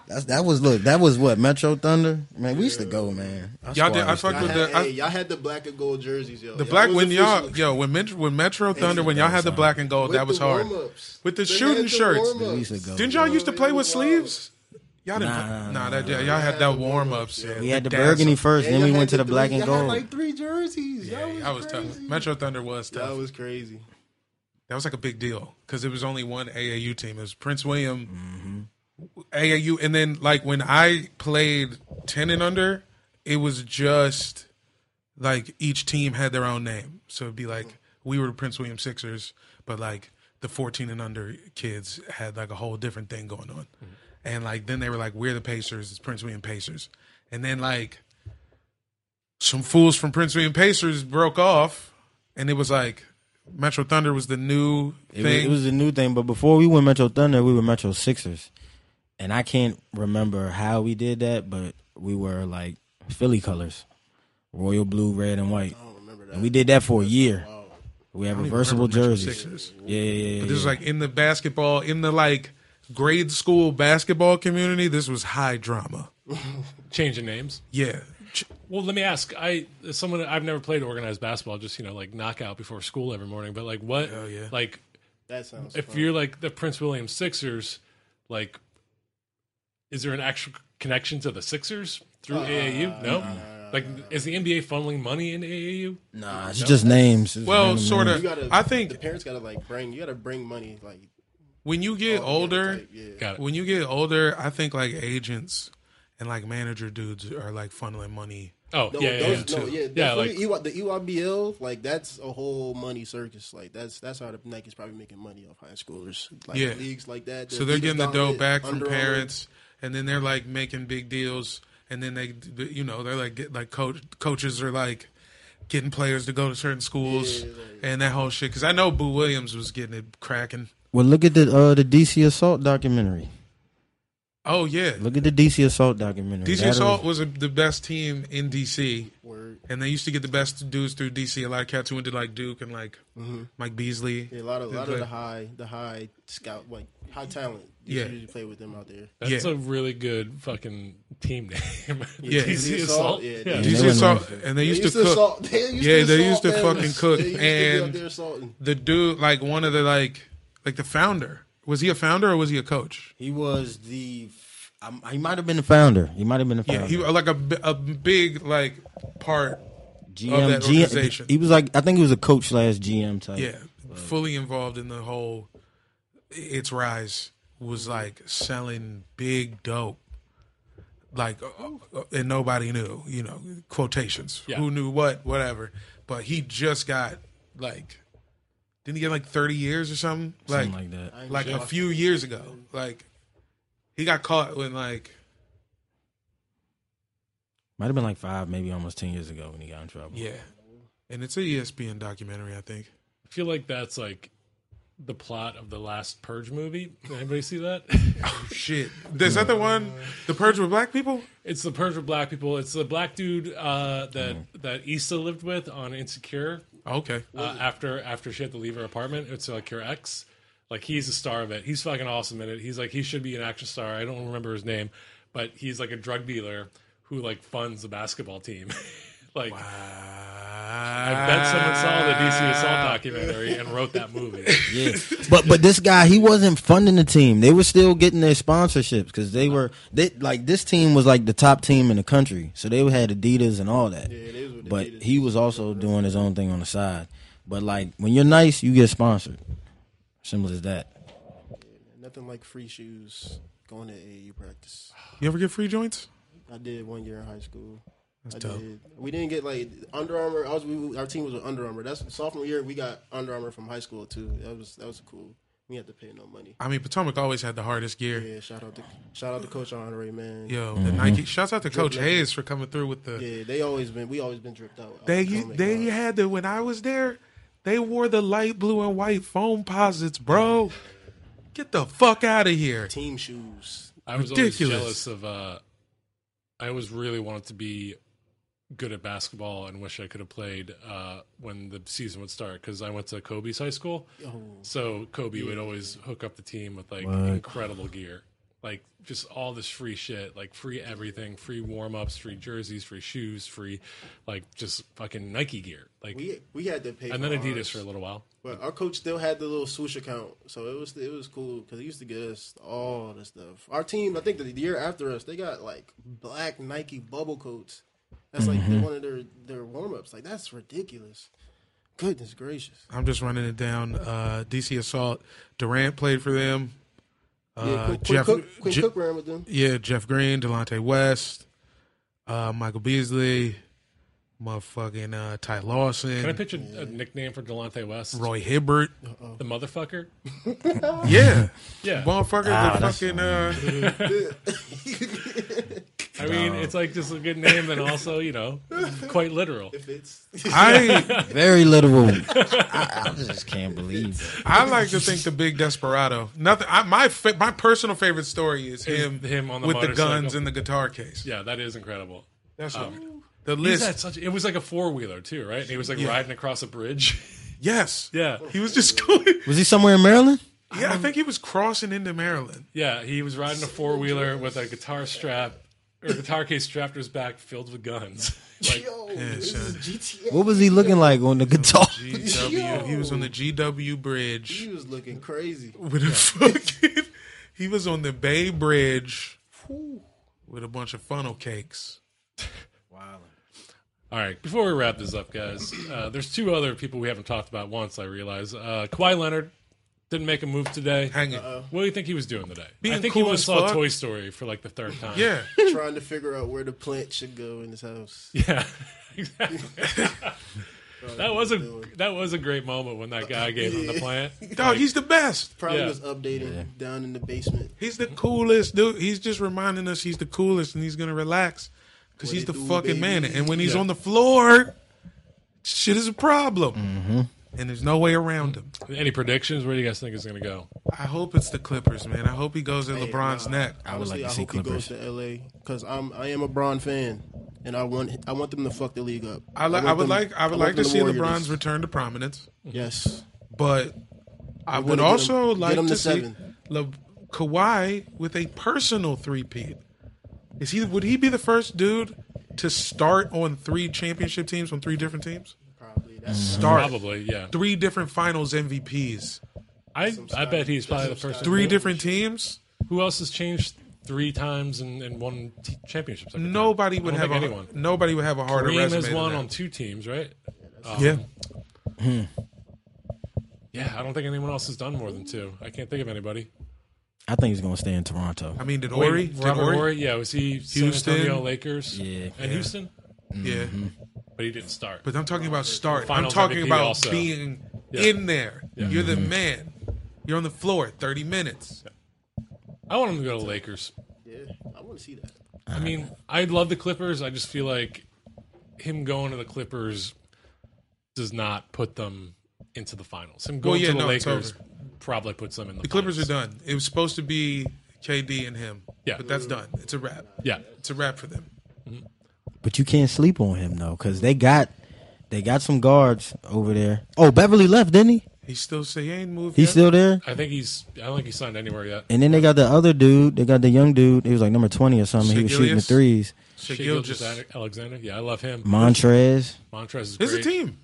[SPEAKER 4] That's, that was look, that was what Metro Thunder. Man, we used to go, man. Our
[SPEAKER 2] Y'all
[SPEAKER 4] squad
[SPEAKER 2] did. I
[SPEAKER 4] used to
[SPEAKER 2] fucked
[SPEAKER 3] Y'all
[SPEAKER 2] with
[SPEAKER 3] had,
[SPEAKER 2] the. I-
[SPEAKER 3] hey, y'all had the black and gold jerseys, yo.
[SPEAKER 2] The
[SPEAKER 3] Y'all
[SPEAKER 2] black
[SPEAKER 3] was
[SPEAKER 2] when y'all
[SPEAKER 3] official.
[SPEAKER 2] yo when Metro when Metro Thunder when y'all had the black and gold
[SPEAKER 3] With
[SPEAKER 2] that was
[SPEAKER 3] the
[SPEAKER 2] hard
[SPEAKER 3] warm-ups.
[SPEAKER 2] with the
[SPEAKER 3] They had
[SPEAKER 2] shooting
[SPEAKER 3] the
[SPEAKER 2] shirts
[SPEAKER 4] go. We
[SPEAKER 3] warm-ups.
[SPEAKER 4] used to go.
[SPEAKER 2] didn't y'all used to play with
[SPEAKER 3] Wow.
[SPEAKER 2] sleeves y'all didn't
[SPEAKER 4] Nah,
[SPEAKER 2] play-
[SPEAKER 4] nah,
[SPEAKER 2] nah that yeah, y'all had that warm ups
[SPEAKER 4] we had the burgundy first,
[SPEAKER 3] And
[SPEAKER 4] then we
[SPEAKER 3] y'all
[SPEAKER 4] went
[SPEAKER 3] had
[SPEAKER 4] to the black
[SPEAKER 3] three-
[SPEAKER 4] and
[SPEAKER 3] y'all had
[SPEAKER 4] gold.
[SPEAKER 3] like three jerseys. Yeah,
[SPEAKER 2] I was tough Metro Thunder was tough
[SPEAKER 3] That was crazy.
[SPEAKER 2] that was like a big deal because it was only one AAU team. It was Prince William, AAU, and then like when I played ten and under, it was just like each team had their own name. So it'd be like we were the Prince William Sixers, but like the fourteen and under kids had like a whole different thing going on,
[SPEAKER 4] Mm-hmm.
[SPEAKER 2] and like then they were like we're the Pacers, it's Prince William Pacers, and then like some fools from Prince William Pacers broke off, and it was like Metro Thunder was the new
[SPEAKER 4] It was,
[SPEAKER 2] thing.
[SPEAKER 4] it was a new thing, but before we went Metro Thunder, we were Metro Sixers, and I can't remember how we did that, but we were like Philly colors, royal blue, red, and white. I don't remember that. And we did that for a year. We had reversible
[SPEAKER 2] remember Metro
[SPEAKER 4] jerseys.
[SPEAKER 2] Sixers.
[SPEAKER 4] Yeah, yeah, yeah.
[SPEAKER 2] But this was like in the basketball, in the like grade school basketball community. This was high drama.
[SPEAKER 1] Changing names.
[SPEAKER 2] Yeah, Ch-
[SPEAKER 1] Well, let me ask. I as someone I've never played organized basketball. Just you know, like knockout before school every morning. But like, what?
[SPEAKER 2] Oh, yeah.
[SPEAKER 1] Like,
[SPEAKER 3] That sounds.
[SPEAKER 1] if
[SPEAKER 3] fun.
[SPEAKER 1] you're like the Prince William Sixers, like, is there an actual connection to the Sixers through
[SPEAKER 3] Uh,
[SPEAKER 1] AAU? No. like, is the NBA funneling money in AAU?
[SPEAKER 4] nah, it's just names. It's
[SPEAKER 2] well,
[SPEAKER 4] random
[SPEAKER 2] sort
[SPEAKER 4] names.
[SPEAKER 2] of.
[SPEAKER 3] You gotta,
[SPEAKER 2] I think
[SPEAKER 3] the parents gotta like bring. You gotta bring money. Like
[SPEAKER 2] when you get older,
[SPEAKER 3] Like, yeah.
[SPEAKER 1] Got it.
[SPEAKER 2] when you get older, I think like agents and like manager dudes are like funneling money.
[SPEAKER 1] Oh
[SPEAKER 3] No,
[SPEAKER 1] yeah, yeah,
[SPEAKER 3] those,
[SPEAKER 1] yeah.
[SPEAKER 3] no, yeah,
[SPEAKER 1] yeah.
[SPEAKER 3] definitely
[SPEAKER 1] Like,
[SPEAKER 3] EY the E EYBL, like that's a whole money circus. Like that's that's how the Nike's probably making money off high schoolers. Like
[SPEAKER 2] Yeah.
[SPEAKER 3] leagues like that.
[SPEAKER 2] So they're
[SPEAKER 3] Adidas
[SPEAKER 2] getting the dough
[SPEAKER 3] Gauntlet,
[SPEAKER 2] back from
[SPEAKER 3] Under Armour.
[SPEAKER 2] parents, and then they're like making big deals, and then they, you know, they're like get, like coach coaches are like getting players to go to certain schools and that whole shit. Because I know Boo Williams was getting it cracking.
[SPEAKER 4] well, look at the uh, the DC assault documentary.
[SPEAKER 2] Oh yeah,
[SPEAKER 4] Look at the DC assault documentary.
[SPEAKER 2] DC
[SPEAKER 4] That
[SPEAKER 2] Assault
[SPEAKER 4] was-
[SPEAKER 2] was a, the best team in DC,
[SPEAKER 3] Word.
[SPEAKER 2] and they used to get the best dudes through DC. A lot of cats who went to like Duke and like Mike Beasley.
[SPEAKER 3] Yeah, a lot of a lot of
[SPEAKER 2] Like,
[SPEAKER 3] the high the high scout like high talent. You
[SPEAKER 2] Yeah.
[SPEAKER 3] should usually play with them out there.
[SPEAKER 1] that's
[SPEAKER 2] yeah.
[SPEAKER 1] a really good fucking team name. The
[SPEAKER 2] Yeah.
[SPEAKER 1] DC Assault.
[SPEAKER 3] Assault, yeah.
[SPEAKER 1] Yeah.
[SPEAKER 4] They
[SPEAKER 2] DC
[SPEAKER 4] were
[SPEAKER 2] Assault, and they
[SPEAKER 3] They
[SPEAKER 2] used,
[SPEAKER 3] used
[SPEAKER 2] to cook.
[SPEAKER 3] assault. They used
[SPEAKER 2] Yeah,
[SPEAKER 3] to
[SPEAKER 2] they
[SPEAKER 3] assault
[SPEAKER 2] used to
[SPEAKER 3] them.
[SPEAKER 2] fucking cook,
[SPEAKER 3] They used to be
[SPEAKER 2] and
[SPEAKER 3] out there assaulting.
[SPEAKER 2] the dude like one of the like like the founder was he a founder or was he a coach
[SPEAKER 4] he was the. Um, he might have been the founder. He might have been the founder.
[SPEAKER 2] yeah he like a, bi- a big like part
[SPEAKER 4] GM,
[SPEAKER 2] that
[SPEAKER 4] GM
[SPEAKER 2] organization.
[SPEAKER 4] He was like, I think he was a coach slash GM type.
[SPEAKER 2] yeah fully involved in the whole its rise was like selling big dope, like, uh, uh, and nobody knew, you know, quotations.
[SPEAKER 1] Yeah.
[SPEAKER 2] Who knew what, whatever. But he just got like, didn't he get like 30 years or something?
[SPEAKER 4] something like that.
[SPEAKER 2] like a few years ago. Like he got caught when like
[SPEAKER 4] Might have been like five, maybe almost ten years ago when he got in trouble.
[SPEAKER 2] yeah, and it's a E ESPN documentary, I think.
[SPEAKER 1] I feel like that's like the plot of the last Purge movie. Did anybody see that?
[SPEAKER 2] Shit, is that the one? The Purge with black people?
[SPEAKER 1] it's the Purge with black people. It's the black dude uh, that that Issa lived with on Insecure.
[SPEAKER 2] Okay,
[SPEAKER 1] uh, after after she had to leave her apartment. It's like her ex. Like he's a star of it. He's fucking awesome in it. He's like he should be an action star. I don't remember his name, but he's like a drug dealer who like funds the basketball team. like I bet someone saw the DC Assault documentary and wrote that movie.
[SPEAKER 4] Yeah. but but this guy, he wasn't funding the team. They were still getting their sponsorships because they were they like this team was like the top team in the country, so they had Adidas and all that.
[SPEAKER 3] is with
[SPEAKER 4] but
[SPEAKER 3] Adidas.
[SPEAKER 4] he was also doing his own thing on the side. But like when you're nice, you get sponsored. Simple as that.
[SPEAKER 3] Nothing like free shoes going to AAU practice.
[SPEAKER 2] you ever get free joints?
[SPEAKER 3] I did one year in high school.
[SPEAKER 2] That's
[SPEAKER 3] I
[SPEAKER 2] dope.
[SPEAKER 3] did. We didn't get like Under Armour. I was we, our team was with Under Armour. That's sophomore year. We got Under Armour from high school too. That was that was cool. We had to pay no money.
[SPEAKER 2] I mean, Potomac always had the hardest gear.
[SPEAKER 3] Yeah, shout out to shout out to Coach Andre, man.
[SPEAKER 2] Yo,
[SPEAKER 1] Mm-hmm.
[SPEAKER 2] the Nike. Shouts out to Coach Hayes for coming through with the.
[SPEAKER 3] Yeah, they always been we always been dripped out.
[SPEAKER 2] They
[SPEAKER 3] Comic
[SPEAKER 2] they
[SPEAKER 3] Con.
[SPEAKER 2] had the when I was there, they wore the light blue and white foam posits, bro. Get the fuck out of here.
[SPEAKER 3] team shoes.
[SPEAKER 1] I was
[SPEAKER 2] Ridiculous.
[SPEAKER 1] always jealous of. Uh, I always really wanted to be good at basketball and wish I could have played uh, when the season would start because I went to Kobe's high school. So Kobe would always hook up the team with like incredible gear, like just all this free shit, like free everything, free warm ups, free jerseys, free shoes, free like just fucking Nike gear, like
[SPEAKER 3] We we had to pay.
[SPEAKER 1] and then
[SPEAKER 3] for ours.
[SPEAKER 1] Adidas for a little while.
[SPEAKER 3] But our coach still had the little swoosh account, so it was it was cool because he used to get us all the stuff. Our team, I think the year after us, they got like black Nike bubble coats. That's like
[SPEAKER 1] Mm-hmm.
[SPEAKER 3] one of their their warm ups. Like that's ridiculous. Goodness gracious!
[SPEAKER 2] I'm just running it down. Uh, DC Assault. Durant played for them. Uh,
[SPEAKER 3] yeah, quick,
[SPEAKER 2] Jeff,
[SPEAKER 3] quick, cook, quick
[SPEAKER 2] Je-
[SPEAKER 3] cook ran with them.
[SPEAKER 2] yeah, Jeff Green, Delonte West, uh, Michael Beasley, motherfucking uh, Ty
[SPEAKER 1] Can I
[SPEAKER 2] Lawson,
[SPEAKER 1] pitch a, a nickname for Delonte West?
[SPEAKER 2] Roy Hibbert.
[SPEAKER 1] The motherfucker.
[SPEAKER 2] Yeah,
[SPEAKER 1] Yeah.
[SPEAKER 2] motherfucker, the fucking uh,
[SPEAKER 1] I mean, it's like just a good name, and also, you know, quite literal.
[SPEAKER 3] Fitz.
[SPEAKER 2] uh, I
[SPEAKER 4] Very literal. I, I just can't believe. It.
[SPEAKER 2] I like to think the big desperado. Nothing. I, my fa- my personal favorite story is him
[SPEAKER 1] him on the
[SPEAKER 2] with the guns
[SPEAKER 1] motorcycle.
[SPEAKER 2] and the guitar case.
[SPEAKER 1] Yeah, that is incredible.
[SPEAKER 2] That's what the
[SPEAKER 1] He's
[SPEAKER 2] list.
[SPEAKER 1] had such- it was like a four wheeler too, right? And he was like riding across a bridge.
[SPEAKER 2] Yes.
[SPEAKER 1] yeah, Um,
[SPEAKER 2] He was just going.
[SPEAKER 4] Was he somewhere in Maryland?
[SPEAKER 2] Yeah, I think he was crossing into Maryland.
[SPEAKER 1] yeah, he was riding a four wheeler with a guitar strap or guitar case strapped to his back, filled with guns. Like,
[SPEAKER 3] Yo, this is GTA.
[SPEAKER 4] What was he looking like on the guitar?
[SPEAKER 2] GW. He was on the GW Bridge
[SPEAKER 3] He was looking crazy.
[SPEAKER 2] with a fucking. He was on the Bay Bridge with a bunch of funnel cakes.
[SPEAKER 1] all right, before we wrap this up, guys, uh, there's two other people we haven't talked about. Once I realize uh, Kawhi Leonard didn't make a move today.
[SPEAKER 2] Hanging.
[SPEAKER 1] What do you think he was doing today? I
[SPEAKER 2] Being
[SPEAKER 1] think
[SPEAKER 2] cool
[SPEAKER 1] he went
[SPEAKER 2] as
[SPEAKER 1] and saw
[SPEAKER 2] fuck.
[SPEAKER 1] Toy Story for like the third time.
[SPEAKER 2] Yeah.
[SPEAKER 3] Trying to figure out where the plant should go in his house.
[SPEAKER 1] Yeah, exactly. that was a that was a great moment when that guy gave him the plant.
[SPEAKER 2] Dog, he's the best.
[SPEAKER 3] Probably
[SPEAKER 1] Yeah.
[SPEAKER 3] was updating down in the basement.
[SPEAKER 2] He's the coolest dude. He's just reminding us he's the coolest and he's going to relax because
[SPEAKER 3] What
[SPEAKER 2] he's
[SPEAKER 3] it
[SPEAKER 2] the
[SPEAKER 3] do,
[SPEAKER 2] fucking
[SPEAKER 3] baby?
[SPEAKER 2] man. And when he's
[SPEAKER 1] Yeah.
[SPEAKER 2] on the floor, shit is a problem.
[SPEAKER 3] Mm-hmm.
[SPEAKER 2] And there's no way around him.
[SPEAKER 1] Any predictions? Where do you guys think it's going to go?
[SPEAKER 2] I hope it's the Clippers, man. I hope he goes in LeBron's neck.
[SPEAKER 4] I would
[SPEAKER 3] Honestly,
[SPEAKER 4] like to
[SPEAKER 3] I
[SPEAKER 4] see
[SPEAKER 3] hope
[SPEAKER 4] Clippers.
[SPEAKER 3] he goes to LA because I'm I am a Bron fan, and I want I want them to fuck the league up.
[SPEAKER 2] I, li-
[SPEAKER 3] want
[SPEAKER 2] I would
[SPEAKER 3] them-
[SPEAKER 2] like I would
[SPEAKER 3] want
[SPEAKER 2] like to
[SPEAKER 3] them
[SPEAKER 2] see
[SPEAKER 3] Warriors.
[SPEAKER 2] LeBron's return to prominence,
[SPEAKER 3] Yes,
[SPEAKER 2] but I
[SPEAKER 3] We're
[SPEAKER 2] would
[SPEAKER 3] gonna get
[SPEAKER 2] also
[SPEAKER 3] him- get
[SPEAKER 2] like
[SPEAKER 3] him
[SPEAKER 2] to,
[SPEAKER 3] to
[SPEAKER 2] see
[SPEAKER 3] seven.
[SPEAKER 2] Le- Kawhi with a personal three peat. Is he would he be the first dude to start on three championship teams on three different teams?
[SPEAKER 3] probably that's
[SPEAKER 2] Start
[SPEAKER 1] Probably, yeah.
[SPEAKER 2] three different Finals MVPs,
[SPEAKER 1] I I bet he's probably the person.
[SPEAKER 2] three different teams.
[SPEAKER 1] Who else has changed three times and, and won t- championships? every time?
[SPEAKER 2] Nobody would
[SPEAKER 1] I
[SPEAKER 2] have
[SPEAKER 1] don't
[SPEAKER 2] a
[SPEAKER 1] think anyone.
[SPEAKER 2] nobody would have a harder
[SPEAKER 1] Kareem
[SPEAKER 2] resume.
[SPEAKER 1] has
[SPEAKER 2] than
[SPEAKER 1] won
[SPEAKER 2] that.
[SPEAKER 1] on two teams, right?
[SPEAKER 2] yeah,
[SPEAKER 1] Yeah, I don't think anyone else has done more than two. I can't think of anybody.
[SPEAKER 4] I think he's gonna stay in Toronto.
[SPEAKER 2] I mean, did
[SPEAKER 1] Wait,
[SPEAKER 2] Ori? Did
[SPEAKER 1] Robert
[SPEAKER 2] Ori?
[SPEAKER 1] Horry? Yeah, was he
[SPEAKER 2] Houston?
[SPEAKER 1] San Antonio Lakers?
[SPEAKER 4] Yeah.
[SPEAKER 1] and Houston,
[SPEAKER 2] Yeah,
[SPEAKER 1] but he didn't start.
[SPEAKER 2] but I'm talking about start. I'm
[SPEAKER 1] Mm-hmm. Finals
[SPEAKER 2] talking
[SPEAKER 1] MVP
[SPEAKER 2] about
[SPEAKER 1] also.
[SPEAKER 2] being
[SPEAKER 1] Yeah.
[SPEAKER 2] in there.
[SPEAKER 1] Yeah. Mm-hmm.
[SPEAKER 2] You're the man. You're on the floor. Thirty minutes.
[SPEAKER 1] I want him to go to Lakers.
[SPEAKER 3] Yeah, I want to see that.
[SPEAKER 1] I mean, I love the Clippers. I just feel like him going to the Clippers does not put them into the finals. Him going
[SPEAKER 2] yeah,
[SPEAKER 1] to the
[SPEAKER 2] no, it's
[SPEAKER 1] Lakers
[SPEAKER 2] over.
[SPEAKER 1] probably puts them in the,
[SPEAKER 2] The Clippers are done. It was supposed to be KD and him.
[SPEAKER 1] Yeah.
[SPEAKER 2] but that's done. It's a wrap.
[SPEAKER 1] Yeah,
[SPEAKER 2] It's a wrap for them.
[SPEAKER 4] But you can't sleep on him though, because they got they got some guards over there. Oh, Beverly left, didn't he?
[SPEAKER 2] He still say he ain't moved.
[SPEAKER 4] He's
[SPEAKER 2] yet.
[SPEAKER 4] still there.
[SPEAKER 1] I think he's. I don't think he's signed anywhere yet.
[SPEAKER 4] And then they got the other dude. They got the young dude. He was like number twenty or something. He was shooting the
[SPEAKER 2] Sigilius?
[SPEAKER 4] threes.
[SPEAKER 2] Shai
[SPEAKER 1] Shai
[SPEAKER 2] Gilgeous-
[SPEAKER 1] Gilgeous Alexander. Yeah, I love him.
[SPEAKER 4] Montrez.
[SPEAKER 1] Montrez is
[SPEAKER 2] It's
[SPEAKER 1] great.
[SPEAKER 2] a team.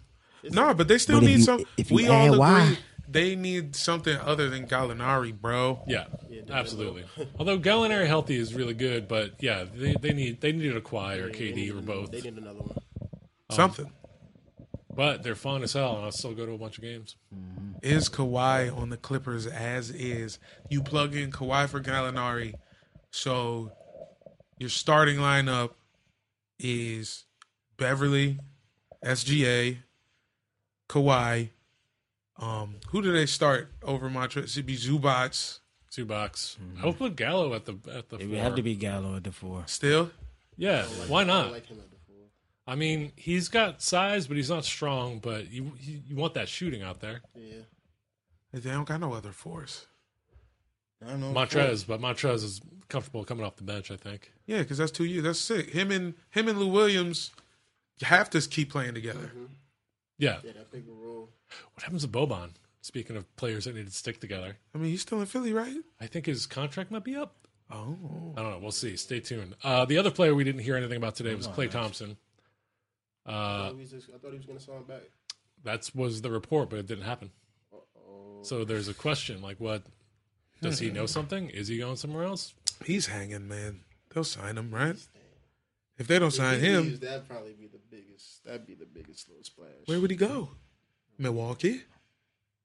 [SPEAKER 2] No, but they still
[SPEAKER 4] But if
[SPEAKER 2] need
[SPEAKER 4] you-
[SPEAKER 2] some.
[SPEAKER 4] if you
[SPEAKER 2] we
[SPEAKER 4] add
[SPEAKER 2] all agree
[SPEAKER 4] why-
[SPEAKER 2] they need something other than Gallinari, bro.
[SPEAKER 1] Yeah, absolutely. Although Gallinari healthy is really good, but yeah, they, they need they needed a Kawhi or KD or both.
[SPEAKER 3] They need another one.
[SPEAKER 4] Oh.
[SPEAKER 2] Something
[SPEAKER 1] But they're fun as hell, and I'll still go to a bunch of games.
[SPEAKER 2] is Kawhi on the Clippers as is. You plug in Kawhi for Gallinari, so your starting lineup is Beverly, SGA, Kawhi. Um, who do they start over Montrez? It'd be Zubats
[SPEAKER 1] Two box. I would put Gallo at the at the.
[SPEAKER 4] It would
[SPEAKER 1] four.
[SPEAKER 4] have to be Gallo at the four.
[SPEAKER 2] still.
[SPEAKER 1] Yeah, why not?
[SPEAKER 3] Like him at the four.
[SPEAKER 1] I mean, he's got size, but he's not strong. But you you, you want that shooting out there,
[SPEAKER 3] Yeah.
[SPEAKER 2] They don't got no other force.
[SPEAKER 4] I don't know.
[SPEAKER 3] Oh,
[SPEAKER 1] Montrez. But Montrez is comfortable coming off the bench. I think.
[SPEAKER 2] Yeah, because that's two years. That's sick. Him and him and Lou Williams have to keep playing together.
[SPEAKER 1] Yeah.
[SPEAKER 3] Yeah, that pick and roll.
[SPEAKER 1] What happens to Boban? Speaking of players that need to stick together,
[SPEAKER 2] I mean, he's still in Philly, right?
[SPEAKER 1] I think his contract might be up.
[SPEAKER 2] Oh,
[SPEAKER 1] I don't know. We'll see. Stay tuned. Uh, the other player we didn't hear anything about today was Clay Thompson. Uh,
[SPEAKER 3] I was Oh, just- I thought he was gonna sign back.
[SPEAKER 1] that was the report, but it didn't happen. So there's a question like, what does he know something? Is he going somewhere else?
[SPEAKER 2] he's hanging, man. They'll sign him, right? If they don't sign him,
[SPEAKER 3] That'd probably be the biggest. That'd be the biggest little splash.
[SPEAKER 2] where would he go? Milwaukee.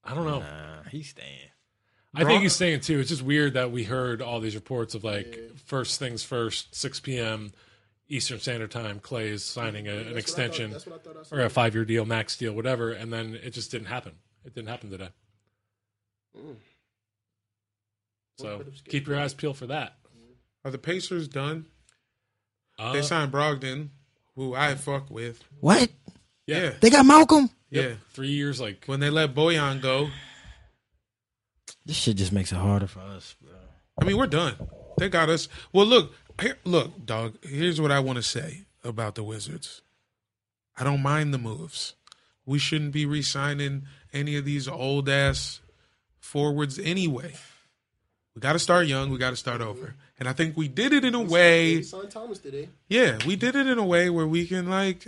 [SPEAKER 1] I don't know.
[SPEAKER 4] he's staying.
[SPEAKER 1] I think he's staying too. It's just weird that we heard all these reports of like first things first, 6 p.m. Eastern Standard Time. Clay is signing a, an extension
[SPEAKER 3] That's what I thought I said.
[SPEAKER 1] or a five-year deal, max deal, whatever, and then it just didn't happen. It didn't happen today.
[SPEAKER 3] Mm.
[SPEAKER 1] So keep your eyes peeled for that.
[SPEAKER 2] Are the Pacers done?
[SPEAKER 1] Uh,
[SPEAKER 2] they signed Brogdon, who I fuck with.
[SPEAKER 4] What?
[SPEAKER 1] yeah,
[SPEAKER 2] Yeah,
[SPEAKER 4] They got Malcolm.
[SPEAKER 1] Yep.
[SPEAKER 2] yeah.
[SPEAKER 1] Three years, like
[SPEAKER 2] When they let Boyan go,
[SPEAKER 4] This shit just makes it harder for us, bro.
[SPEAKER 2] I mean, we're done. They got us. Well, look, here, look, dog. Here's what I want to say about the Wizards. I don't mind the moves. We shouldn't be re-signing any of these old ass forwards anyway. We got to start young. We got to start over. And I think we did it in a way.
[SPEAKER 3] He signed Thomas today.
[SPEAKER 2] Yeah, we did it in a way where we can like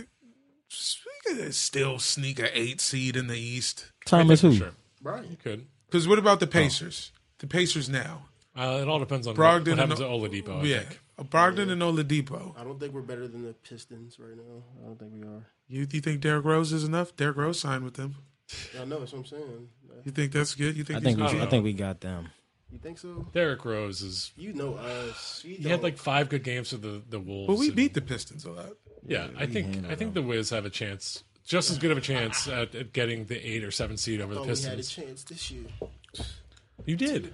[SPEAKER 2] s- we could still sneak a eight seed in the East.
[SPEAKER 4] Thomas who?
[SPEAKER 1] sure
[SPEAKER 3] Brian.
[SPEAKER 1] could.
[SPEAKER 2] Because what about the Pacers? The Pacers now.
[SPEAKER 1] Uh, it all depends on
[SPEAKER 2] Brogdon
[SPEAKER 1] what
[SPEAKER 2] and
[SPEAKER 1] happens to
[SPEAKER 2] O-
[SPEAKER 1] Oladipo. I
[SPEAKER 2] yeah,
[SPEAKER 1] think.
[SPEAKER 2] Brogdon and Oladipo.
[SPEAKER 3] I don't think we're better than the Pistons right now. I don't think we are.
[SPEAKER 2] You you think Derrick Rose is enough? Derrick Rose signed with them.
[SPEAKER 3] I know that's what I'm saying. Uh,
[SPEAKER 2] You think that's good? You think
[SPEAKER 4] I think we,
[SPEAKER 2] he's
[SPEAKER 1] don't
[SPEAKER 4] I
[SPEAKER 1] know.
[SPEAKER 4] think we got them.
[SPEAKER 3] You think so?
[SPEAKER 1] Derrick Rose is.
[SPEAKER 3] You know us. We
[SPEAKER 1] He had
[SPEAKER 3] don't-
[SPEAKER 1] like five good games for the the Wolves.
[SPEAKER 2] But we
[SPEAKER 1] and-
[SPEAKER 2] beat the Pistons a lot.
[SPEAKER 1] Yeah, I think I think the Wiz have a chance, just as good of a chance at, at getting the eight or seven seed over the
[SPEAKER 3] thought we had a
[SPEAKER 1] Pistons.
[SPEAKER 3] chance this year.
[SPEAKER 1] You did.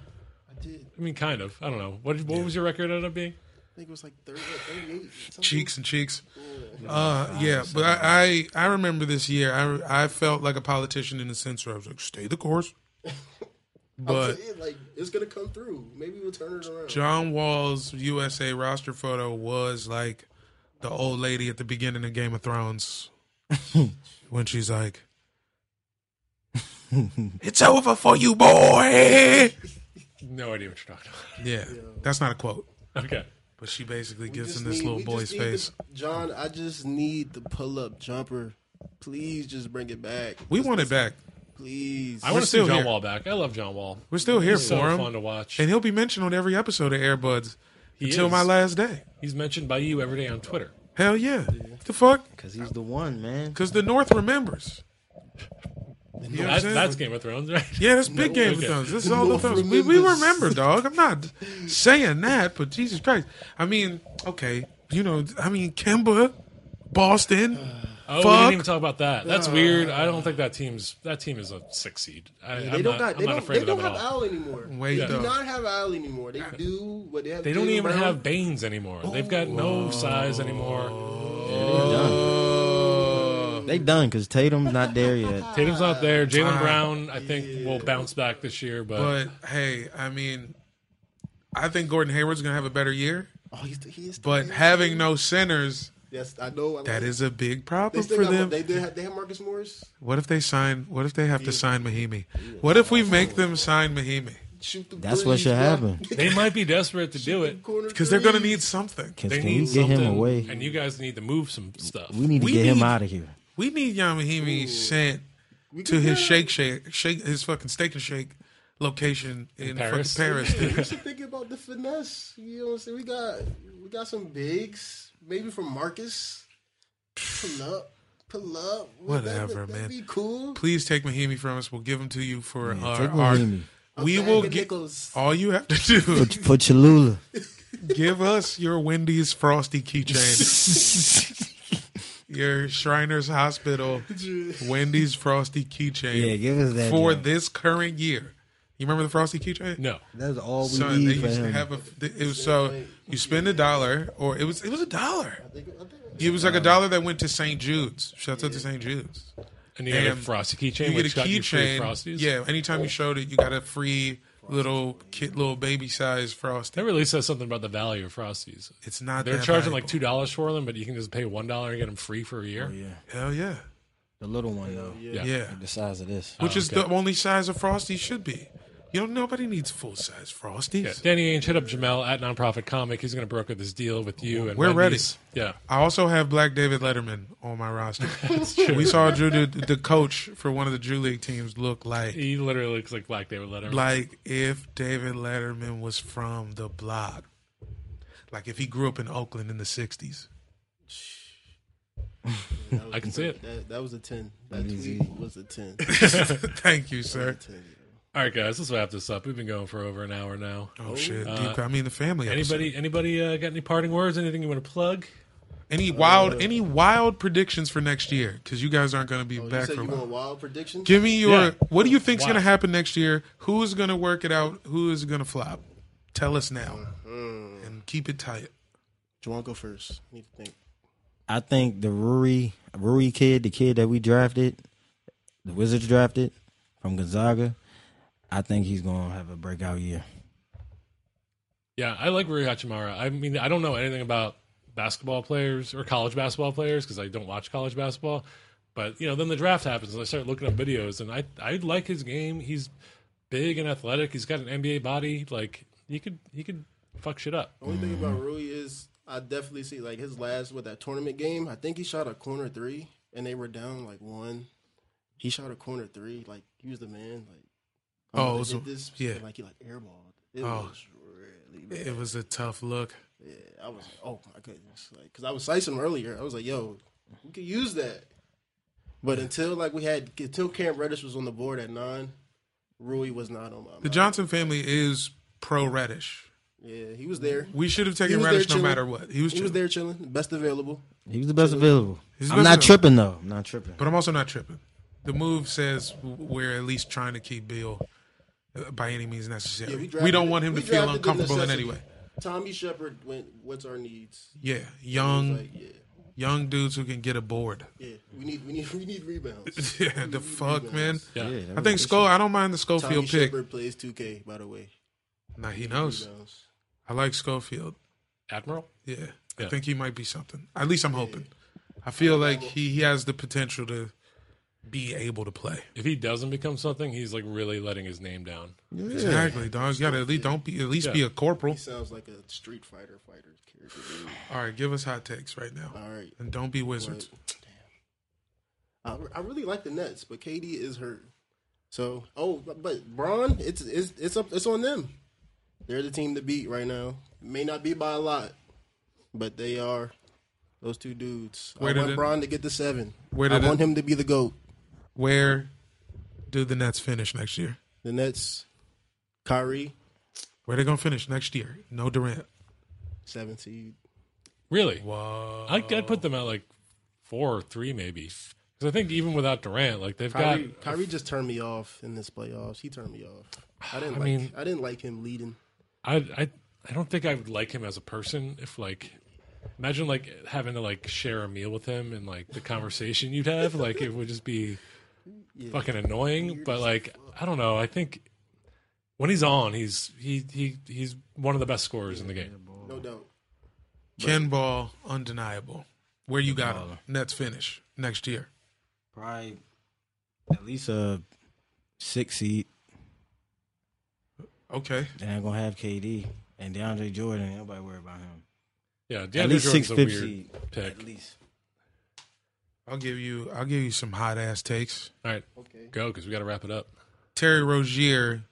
[SPEAKER 3] I did.
[SPEAKER 1] I mean, kind of. I don't know. What what was your record end up being?
[SPEAKER 3] I think it was like 30, or 38. something.
[SPEAKER 2] Cheeks and cheeks. Uh, yeah, but I, I I remember this year. I I felt like a politician in the sense where I was like, stay the course.
[SPEAKER 3] I'm
[SPEAKER 2] But
[SPEAKER 3] saying, like it's gonna come through. Maybe we'll turn it around.
[SPEAKER 2] John Wall's USA roster photo was like the old lady at the beginning of Game of Thrones when she's like, "It's over for you, boy."
[SPEAKER 1] No idea what you're talking
[SPEAKER 2] Yeah, that's not a quote.
[SPEAKER 1] about. Okay.
[SPEAKER 2] But she basically
[SPEAKER 3] We
[SPEAKER 2] gets
[SPEAKER 3] just
[SPEAKER 2] in this
[SPEAKER 3] need- we
[SPEAKER 2] little
[SPEAKER 3] just
[SPEAKER 2] boy's
[SPEAKER 3] need the-
[SPEAKER 2] face.
[SPEAKER 3] John, I just need the pull up jumper. Please just bring it back.
[SPEAKER 2] we want it back.
[SPEAKER 3] Please.
[SPEAKER 1] I want to see
[SPEAKER 2] still
[SPEAKER 1] John
[SPEAKER 2] here.
[SPEAKER 1] Wall back. I love John Wall.
[SPEAKER 2] We're still here
[SPEAKER 1] He's so
[SPEAKER 2] for him.
[SPEAKER 1] fun to watch.
[SPEAKER 2] And he'll be mentioned on every episode of Airbuds
[SPEAKER 1] He
[SPEAKER 2] until
[SPEAKER 1] is.
[SPEAKER 2] my last day.
[SPEAKER 1] He's mentioned by you every day on Twitter.
[SPEAKER 2] Hell yeah. The fuck?
[SPEAKER 4] Cause he's the one, man.
[SPEAKER 2] Because the North remembers. You know what I'm
[SPEAKER 1] That's,
[SPEAKER 2] saying?
[SPEAKER 1] that's Game of Thrones, right?
[SPEAKER 2] Yeah, that's big Game of
[SPEAKER 1] okay.
[SPEAKER 2] Thrones. This is all the Thrones. We, we remember, dog. I'm not saying that, but Jesus Christ. I mean, okay, you know, I mean, Kimba, Boston.
[SPEAKER 1] Oh, we
[SPEAKER 2] Fuck. Uh,
[SPEAKER 1] didn't even talk about that. That's weird. I don't think that team's that team is a six seed. I,
[SPEAKER 3] They
[SPEAKER 1] I'm
[SPEAKER 3] don't
[SPEAKER 1] not,
[SPEAKER 3] got. They
[SPEAKER 1] I'm not
[SPEAKER 3] don't.
[SPEAKER 1] afraid
[SPEAKER 3] They
[SPEAKER 1] of
[SPEAKER 3] don't
[SPEAKER 1] them
[SPEAKER 3] have
[SPEAKER 1] at all.
[SPEAKER 3] Al anymore.
[SPEAKER 2] Wait,
[SPEAKER 3] they do
[SPEAKER 2] though.
[SPEAKER 3] not have Al anymore. They do what they have.
[SPEAKER 1] They don't
[SPEAKER 3] Jalen
[SPEAKER 1] even
[SPEAKER 3] Brown.
[SPEAKER 1] have Baines anymore. They've got no size anymore. Uh,
[SPEAKER 4] They done because Tatum's not there yet.
[SPEAKER 1] Tatum's not there. Jalen Brown, I think, will bounce back this year, but,
[SPEAKER 2] But hey, I mean, I think Gordon Hayward's gonna have a better year.
[SPEAKER 3] Oh, he's, he is.
[SPEAKER 2] But having no centers,
[SPEAKER 3] yes, I know. I like
[SPEAKER 2] that is a big
[SPEAKER 3] They
[SPEAKER 2] problem
[SPEAKER 3] still
[SPEAKER 2] for
[SPEAKER 3] got,
[SPEAKER 2] them.
[SPEAKER 3] They did. Have, they have Marcus Morris.
[SPEAKER 2] What if they sign? What if they have to sign Mahimi? What if we make them sign Mahimi?
[SPEAKER 3] Shoot the.
[SPEAKER 4] That's what
[SPEAKER 3] threes,
[SPEAKER 4] should
[SPEAKER 3] block
[SPEAKER 4] happen.
[SPEAKER 1] they might be desperate to do it.
[SPEAKER 3] corner
[SPEAKER 2] Because they're gonna
[SPEAKER 3] threes.
[SPEAKER 2] need something.
[SPEAKER 4] Can,
[SPEAKER 1] They
[SPEAKER 4] can
[SPEAKER 1] need
[SPEAKER 4] we get
[SPEAKER 1] something,
[SPEAKER 4] him away?
[SPEAKER 1] and you guys need to move some stuff.
[SPEAKER 4] we need to
[SPEAKER 2] we
[SPEAKER 4] get him
[SPEAKER 2] need-
[SPEAKER 4] out of here.
[SPEAKER 2] We need Yamahimi sent to his shake shake shake his fucking steak and shake location in,
[SPEAKER 1] Paris.
[SPEAKER 2] fucking Paris. dude.
[SPEAKER 3] We should think about the finesse. You know what I'm saying? We got we got some bigs. Maybe from Marcus. Pull up. Pull up. Would that-
[SPEAKER 2] Whatever,
[SPEAKER 3] that'd
[SPEAKER 2] man.
[SPEAKER 3] Be cool.
[SPEAKER 2] Please take Mahimi from us. We'll give him to you for our,
[SPEAKER 4] take
[SPEAKER 2] our
[SPEAKER 4] Mahimi.
[SPEAKER 2] we
[SPEAKER 3] Bag
[SPEAKER 2] will
[SPEAKER 3] of
[SPEAKER 2] get
[SPEAKER 3] nickels.
[SPEAKER 2] all you have to do
[SPEAKER 4] For Cholula.
[SPEAKER 2] give us your Wendy's frosty keychain. your Shriners Hospital Wendy's frosty keychain.
[SPEAKER 4] Yeah, give us that,
[SPEAKER 2] for
[SPEAKER 4] yeah.
[SPEAKER 2] this current year. You remember the frosty keychain?
[SPEAKER 1] no,
[SPEAKER 4] That's all we
[SPEAKER 2] Son, they
[SPEAKER 4] need for
[SPEAKER 2] used to
[SPEAKER 4] him.
[SPEAKER 2] have a. th- It was so you spend a dollar, or it was it was a dollar. It was like a dollar that went to St. Jude's. Shouts out to St. Jude's.
[SPEAKER 1] and you get a
[SPEAKER 2] And
[SPEAKER 1] frosty
[SPEAKER 2] You
[SPEAKER 1] keychain.
[SPEAKER 2] get a
[SPEAKER 1] which got you free
[SPEAKER 2] keychain.
[SPEAKER 1] Frosties.
[SPEAKER 2] Yeah, anytime you showed it, you got a free little kid, little baby size frosty.
[SPEAKER 1] that really says something about the value of frosties.
[SPEAKER 2] It's not.
[SPEAKER 1] They're
[SPEAKER 2] that
[SPEAKER 1] charging like two
[SPEAKER 2] valuable.
[SPEAKER 1] dollars for them, but you can just pay one dollar and get them free for a year.
[SPEAKER 2] Hell yeah,
[SPEAKER 4] The little one, though.
[SPEAKER 2] yeah.
[SPEAKER 4] The size of this.
[SPEAKER 2] Which is
[SPEAKER 1] Oh, okay.
[SPEAKER 2] the only size a frosty should be. You know, nobody needs full size frosties.
[SPEAKER 1] Yeah, Danny Ainge hit up Jamel at Nonprofit Comic. He's going to broker this deal with you. And
[SPEAKER 2] We're ready.
[SPEAKER 1] Wendy's. Yeah,
[SPEAKER 2] I also have Black David Letterman on my roster. We saw Drew, the, the coach for one of the Drew League teams, look like
[SPEAKER 1] he literally looks like Black David Letterman.
[SPEAKER 2] like if David Letterman was from the block, like if he grew up in Oakland in the '60s.
[SPEAKER 1] I can see it.
[SPEAKER 3] That, that was a ten. That tweet was a ten.
[SPEAKER 2] Thank you, sir.
[SPEAKER 1] All right, guys, let's wrap this up. We've been going for over an hour now.
[SPEAKER 2] Oh shit! Deep, I mean, the family. episode.
[SPEAKER 1] Uh, Anybody, anybody uh, got any parting words? Anything you want to plug?
[SPEAKER 2] Any
[SPEAKER 3] Uh,
[SPEAKER 2] wild? any wild predictions for next year? Because you guys aren't going to be
[SPEAKER 3] Oh, You
[SPEAKER 2] back
[SPEAKER 3] said
[SPEAKER 2] for.
[SPEAKER 3] you
[SPEAKER 2] a
[SPEAKER 3] want
[SPEAKER 2] while.
[SPEAKER 3] wild predictions?
[SPEAKER 2] Give me your.
[SPEAKER 1] Yeah.
[SPEAKER 2] What do you think's going to
[SPEAKER 1] Wow.
[SPEAKER 2] happen next year? Who is going to work it out? Who is going to flop? Tell us now,
[SPEAKER 3] Mm-hmm.
[SPEAKER 2] and keep it tight.
[SPEAKER 3] Juwan go first. I need to think.
[SPEAKER 4] I think the Ruri Ruri kid, the kid that we drafted, the Wizards drafted from Gonzaga, I think he's gonna have a breakout year.
[SPEAKER 1] Yeah, I like Rui Hachimura. I mean, I don't know anything about basketball players or college basketball players because I don't watch college basketball. But you know, then the draft happens, and I start looking up videos, and I I like his game. He's big and athletic. He's got an NBA body. Like he could he could fuck shit up.
[SPEAKER 3] Only thing
[SPEAKER 2] Mm-hmm.
[SPEAKER 3] about Rui is I definitely see like his last with that tournament game. I think he shot a corner three, and they were down like one. He shot a corner three. Like he was the man. Like I'm
[SPEAKER 2] Oh,
[SPEAKER 3] gonna
[SPEAKER 2] it was
[SPEAKER 3] hit
[SPEAKER 2] a-
[SPEAKER 3] this,
[SPEAKER 2] yeah.
[SPEAKER 3] and, Like he like airballed. It
[SPEAKER 2] Oh.
[SPEAKER 3] was really bad.
[SPEAKER 2] It was a tough look.
[SPEAKER 3] I was like, oh my goodness, like because I was slicing him earlier. I was like, yo, we could use that. But until like we had until Cam Reddish was on the board at nine, Rui was not on my.
[SPEAKER 2] The
[SPEAKER 3] mind.
[SPEAKER 2] Johnson family is pro Reddish.
[SPEAKER 3] yeah, he was there.
[SPEAKER 2] We should have taken
[SPEAKER 3] was
[SPEAKER 2] Reddish
[SPEAKER 3] there
[SPEAKER 2] no
[SPEAKER 3] chilling.
[SPEAKER 2] matter what. He was,
[SPEAKER 3] He was
[SPEAKER 2] there,
[SPEAKER 3] there chilling, best available.
[SPEAKER 4] He was the best available.
[SPEAKER 2] He's the best
[SPEAKER 4] I'm not
[SPEAKER 2] available.
[SPEAKER 4] tripping though. I'm not tripping.
[SPEAKER 2] but I'm also not tripping. The move says we're at least trying to keep Bill uh, by any means necessary.
[SPEAKER 3] Yeah,
[SPEAKER 2] we,
[SPEAKER 3] drafted-
[SPEAKER 2] don't want him to
[SPEAKER 3] we
[SPEAKER 2] feel
[SPEAKER 3] drafted the
[SPEAKER 2] uncomfortable in any way.
[SPEAKER 3] necessity. Tommy Shepard went. What's our needs?
[SPEAKER 2] Yeah, young
[SPEAKER 3] Like, yeah,
[SPEAKER 2] young dudes who can get aboard.
[SPEAKER 3] yeah, we need, we need, we need rebounds.
[SPEAKER 2] Yeah, the fuck, man.
[SPEAKER 1] Yeah,
[SPEAKER 2] I think Skull. I don't mind the
[SPEAKER 3] Tommy
[SPEAKER 2] Schofield pick.
[SPEAKER 3] Shepard plays 2K, by the way.
[SPEAKER 2] Nah, he knows.
[SPEAKER 3] Rebounds.
[SPEAKER 2] I like Schofield.
[SPEAKER 1] Admiral.
[SPEAKER 2] Yeah. I
[SPEAKER 1] Yeah.
[SPEAKER 2] think he might be something. At least I'm hoping. I feel like he, he has the potential to be able to play.
[SPEAKER 1] If he doesn't become something, he's like really letting his name down.
[SPEAKER 2] Exactly, dog. You gotta at least don't be at least be a corporal.
[SPEAKER 3] He sounds like a Street Fighter fighter character. dude.
[SPEAKER 2] All right, give us hot takes right now.
[SPEAKER 3] All right.
[SPEAKER 2] And don't be wizards.
[SPEAKER 3] I, I really like the Nets, but KD is hurt. So, oh, but- but Braun, it's it's it's up, it's on them. They're the team to beat right now. May not be by a lot, but they are. Those two dudes.
[SPEAKER 2] Where
[SPEAKER 3] I
[SPEAKER 2] did
[SPEAKER 3] want
[SPEAKER 2] it-
[SPEAKER 3] Braun to get the seven.
[SPEAKER 2] where
[SPEAKER 3] I
[SPEAKER 2] did it-
[SPEAKER 3] want him to be the goat.
[SPEAKER 2] Where do the Nets finish next year?
[SPEAKER 3] The Nets, Kyrie,
[SPEAKER 2] Where they gonna finish next year? No Durant.
[SPEAKER 3] seven seed.
[SPEAKER 1] Really?
[SPEAKER 2] Whoa.
[SPEAKER 1] I, I'd put them at like four or three, maybe. Because I think even without Durant, like they've
[SPEAKER 3] Kyrie,
[SPEAKER 1] got.
[SPEAKER 3] Kyrie just turned me off in this playoffs. He turned me off. I didn't
[SPEAKER 1] I
[SPEAKER 3] like.
[SPEAKER 1] mean-
[SPEAKER 3] I didn't like him leading.
[SPEAKER 1] I, I I don't think I would like him as a person if like. Imagine like having to like share a meal with him and like the conversation you'd have. Like it would just be fucking annoying. But like I don't know. I think when he's on, he's he he he's one of the best scorers in the game.
[SPEAKER 3] No doubt.
[SPEAKER 2] Ken Ball, undeniable. Where you got them? Nets finish next year.
[SPEAKER 4] Probably at least a six seed.
[SPEAKER 2] Okay.
[SPEAKER 4] They're not gonna have KD and DeAndre Jordan. Ain't Nobody worry about him.
[SPEAKER 1] Yeah,
[SPEAKER 4] at
[SPEAKER 1] DeAndre
[SPEAKER 4] least six
[SPEAKER 1] Jordan's a weird
[SPEAKER 4] fifth seed.
[SPEAKER 1] pick.
[SPEAKER 4] At least.
[SPEAKER 2] I'll give you I'll give you some hot ass takes.
[SPEAKER 1] All right,
[SPEAKER 3] Okay.
[SPEAKER 1] go because we got to wrap it up.
[SPEAKER 2] Terry Rozier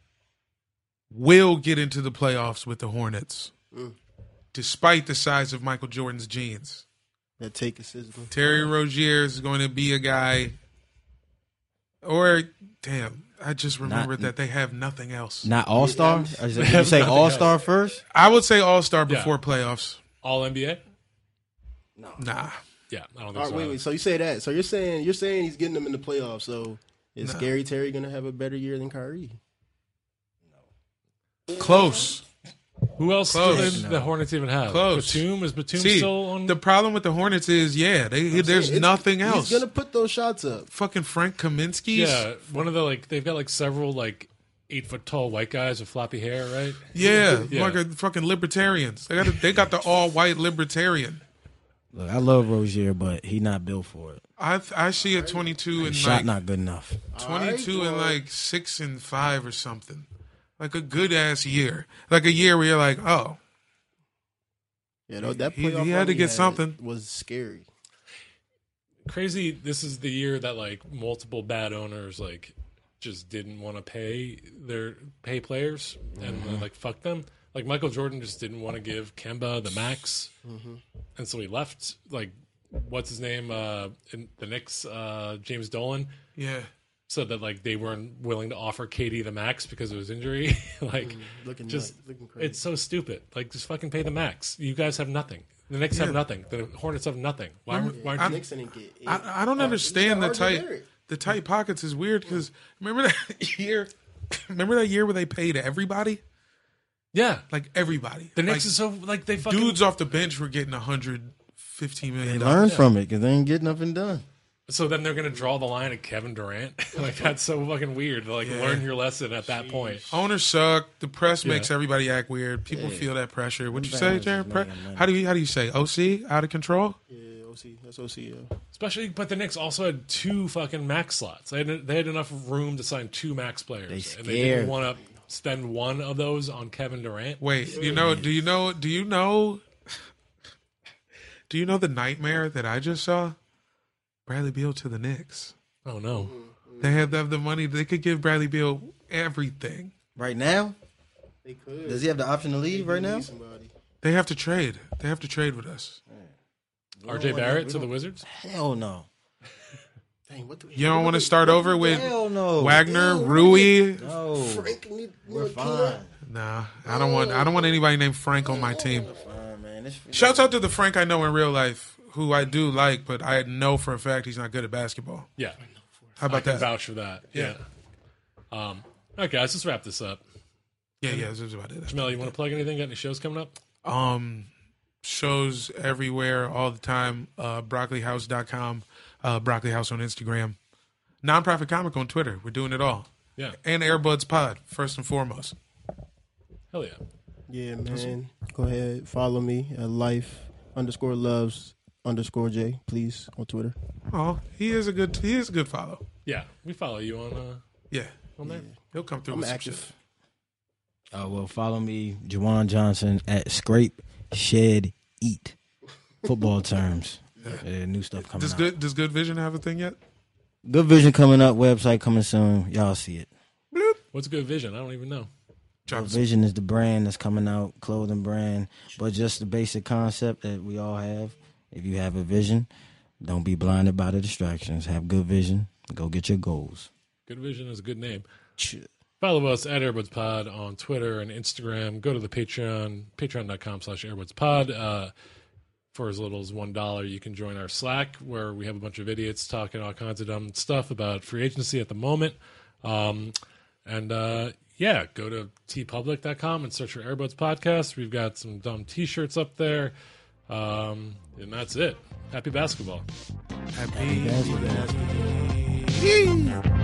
[SPEAKER 2] will get into the playoffs with the Hornets.
[SPEAKER 3] Mm.
[SPEAKER 2] Despite the size of Michael Jordan's jeans.
[SPEAKER 3] That take is sizzling.
[SPEAKER 2] Terry Rozier is going to be a guy or damn, I just remembered that they have nothing else.
[SPEAKER 4] Not all star.
[SPEAKER 3] Yeah,
[SPEAKER 4] You say all star first.
[SPEAKER 2] I would say all-star
[SPEAKER 1] Yeah.
[SPEAKER 2] before playoffs.
[SPEAKER 1] All NBA.
[SPEAKER 2] Nah.
[SPEAKER 1] Yeah, I don't think
[SPEAKER 3] All right,
[SPEAKER 1] so.
[SPEAKER 3] wait, wait. So you say that? So you're saying you're saying he's getting them in the playoffs? So is Gary Terry gonna have a better year than Kyrie?
[SPEAKER 2] Close.
[SPEAKER 1] Who else
[SPEAKER 2] Close.
[SPEAKER 1] do they, the Hornets even have?
[SPEAKER 2] Close.
[SPEAKER 1] Batum is Batum
[SPEAKER 2] See,
[SPEAKER 1] still on?
[SPEAKER 2] the problem with the Hornets is, yeah, they, there's
[SPEAKER 3] It's-
[SPEAKER 2] nothing else.
[SPEAKER 3] He's gonna put those shots up.
[SPEAKER 2] Fucking Frank Kaminsky.
[SPEAKER 1] yeah, one of the like they've got like several like eight foot tall white guys with floppy hair, right?
[SPEAKER 2] Yeah,
[SPEAKER 1] Yeah.
[SPEAKER 2] like a fucking libertarians. They got a, they got the all white libertarian.
[SPEAKER 4] Look, I love Rozier, but he not built for it.
[SPEAKER 2] I I see a twenty two and
[SPEAKER 4] Shot
[SPEAKER 2] like
[SPEAKER 4] not good enough.
[SPEAKER 2] twenty two
[SPEAKER 3] All right,
[SPEAKER 2] and
[SPEAKER 3] well-
[SPEAKER 2] like six and five or something, like a good ass year, like a year where you're like, oh,
[SPEAKER 3] Yeah, that, that
[SPEAKER 2] He- he
[SPEAKER 3] playoff
[SPEAKER 2] had
[SPEAKER 3] run
[SPEAKER 2] to get something.
[SPEAKER 3] Was scary.
[SPEAKER 1] Crazy. This is the year that like multiple bad owners like just didn't want to pay their pay players and
[SPEAKER 2] Mm-hmm.
[SPEAKER 1] like fuck them. Like Michael Jordan just didn't want to give Kemba the max,
[SPEAKER 2] Mm-hmm.
[SPEAKER 1] and so he left. Like what's his name? Uh, in the Knicks, uh, James Dolan.
[SPEAKER 2] yeah,
[SPEAKER 1] said that like they weren't willing to offer Katie the max because of his injury. like
[SPEAKER 3] Mm, Looking
[SPEAKER 1] just
[SPEAKER 3] nuts, looking crazy.
[SPEAKER 1] it's so stupid. Like just fucking pay the max. You guys have nothing. The Knicks have nothing. The Hornets have nothing. Why, aren't- why aren't you?
[SPEAKER 3] Nixon didn't get. Eight.
[SPEAKER 2] I, I don't understand the tight the tight pockets is weird because remember that year, remember that year where they paid everybody
[SPEAKER 1] Yeah,
[SPEAKER 2] like everybody.
[SPEAKER 1] the Knicks
[SPEAKER 2] Like,
[SPEAKER 1] is so like they fucking
[SPEAKER 2] dudes off the bench were getting hundred fifteen million.
[SPEAKER 4] They
[SPEAKER 2] dollars.
[SPEAKER 4] learn from it because they ain't get nothing done.
[SPEAKER 1] So then they're gonna draw the line at Kevin Durant. like that's so fucking weird. Like learn your lesson at that point.
[SPEAKER 2] Owners suck. The press makes
[SPEAKER 1] Yeah.
[SPEAKER 2] everybody act weird. People feel that pressure. What'd you say,
[SPEAKER 4] Everybody
[SPEAKER 2] Jared?
[SPEAKER 4] is
[SPEAKER 2] Pre-
[SPEAKER 4] making money.
[SPEAKER 2] how do you how do you say OC out of control?
[SPEAKER 3] Yeah, OC. That's OC. Yeah.
[SPEAKER 1] Especially, but the Knicks also had two fucking max slots. They had, they had enough room to sign two max players,
[SPEAKER 4] They
[SPEAKER 1] and they didn't
[SPEAKER 4] scared.
[SPEAKER 1] want to spend one of those on Kevin Durant.
[SPEAKER 2] Wait, you know? Do you know? Do you know? Do you know the nightmare that I just saw? Bradley Beal to the Knicks.
[SPEAKER 1] Oh no.
[SPEAKER 3] Mm-hmm.
[SPEAKER 2] They have, they have the money. They could give Bradley Beal everything.
[SPEAKER 4] Right now,
[SPEAKER 3] They could.
[SPEAKER 4] does he have the option to leave right now?
[SPEAKER 3] Somebody.
[SPEAKER 2] They have to trade. They have to trade with us.
[SPEAKER 1] RJ Barrett to the Wizards?
[SPEAKER 4] Hell no.
[SPEAKER 3] Dang, what the?
[SPEAKER 2] You don't want to start over with
[SPEAKER 4] Hell no.
[SPEAKER 2] Wagner, Rui.
[SPEAKER 4] No,
[SPEAKER 3] Frank Ni-
[SPEAKER 4] we're
[SPEAKER 3] Ntilikina?
[SPEAKER 4] fine.
[SPEAKER 2] Nah, I don't want. I don't want anybody named Frank on my team.
[SPEAKER 4] Fine, man. It's-
[SPEAKER 2] Shouts out to the Frank I know in real life, who I do like, but I know for a fact he's not good at basketball.
[SPEAKER 1] Yeah.
[SPEAKER 2] How
[SPEAKER 1] I
[SPEAKER 2] about
[SPEAKER 1] can
[SPEAKER 2] that?
[SPEAKER 1] vouch for that. Yeah. Um, all right, guys, let's wrap this up.
[SPEAKER 2] yeah, yeah, this is about it.
[SPEAKER 1] Mel, you want to plug anything? Got any shows coming up?
[SPEAKER 2] Um, shows everywhere all the time. Uh, broccolihouse.com, uh, Broccoli House on Instagram, Nonprofit Comic on Twitter. We're doing it all.
[SPEAKER 1] Yeah.
[SPEAKER 2] And Airbuds Pod, first and foremost.
[SPEAKER 1] Hell yeah.
[SPEAKER 3] Yeah, man. Go ahead. Follow me at life underscore loves underscore J, please, on Twitter.
[SPEAKER 2] Oh, he is a good he is a good follow.
[SPEAKER 1] Yeah. We follow you on uh,
[SPEAKER 2] Yeah.
[SPEAKER 1] on there.
[SPEAKER 2] He'll come through
[SPEAKER 3] I'm
[SPEAKER 2] with some
[SPEAKER 3] active.
[SPEAKER 4] Uh, well, follow me, Jawan Johnson at Scrape Shed Eat. Football terms. Yeah, new stuff
[SPEAKER 2] shit.
[SPEAKER 4] coming
[SPEAKER 2] Does
[SPEAKER 4] out.
[SPEAKER 2] good does Good Vision have a thing yet?
[SPEAKER 4] Good Vision coming up. Website coming soon. Y'all see it.
[SPEAKER 1] What's good vision? I don't even know.
[SPEAKER 2] Drop some-
[SPEAKER 4] Vision is the brand that's coming out, clothing brand, but just the basic concept that we all have. If you have a vision, don't be blinded by the distractions. Have good vision. Go get your goals.
[SPEAKER 1] Good Vision is a good name. Follow us at AirbudsPod on Twitter and Instagram. Go to the Patreon, patreon.com slash AirbudsPod. Uh, for as little as $1, you can join our Slack where we have a bunch of idiots talking all kinds of dumb stuff about free agency at the moment. Um, and uh, yeah, go to tpublic.com and search for Airbuds Podcast. We've got some dumb t shirts up there. Um, and that's it. Happy basketball.
[SPEAKER 2] Happy.
[SPEAKER 3] Yee.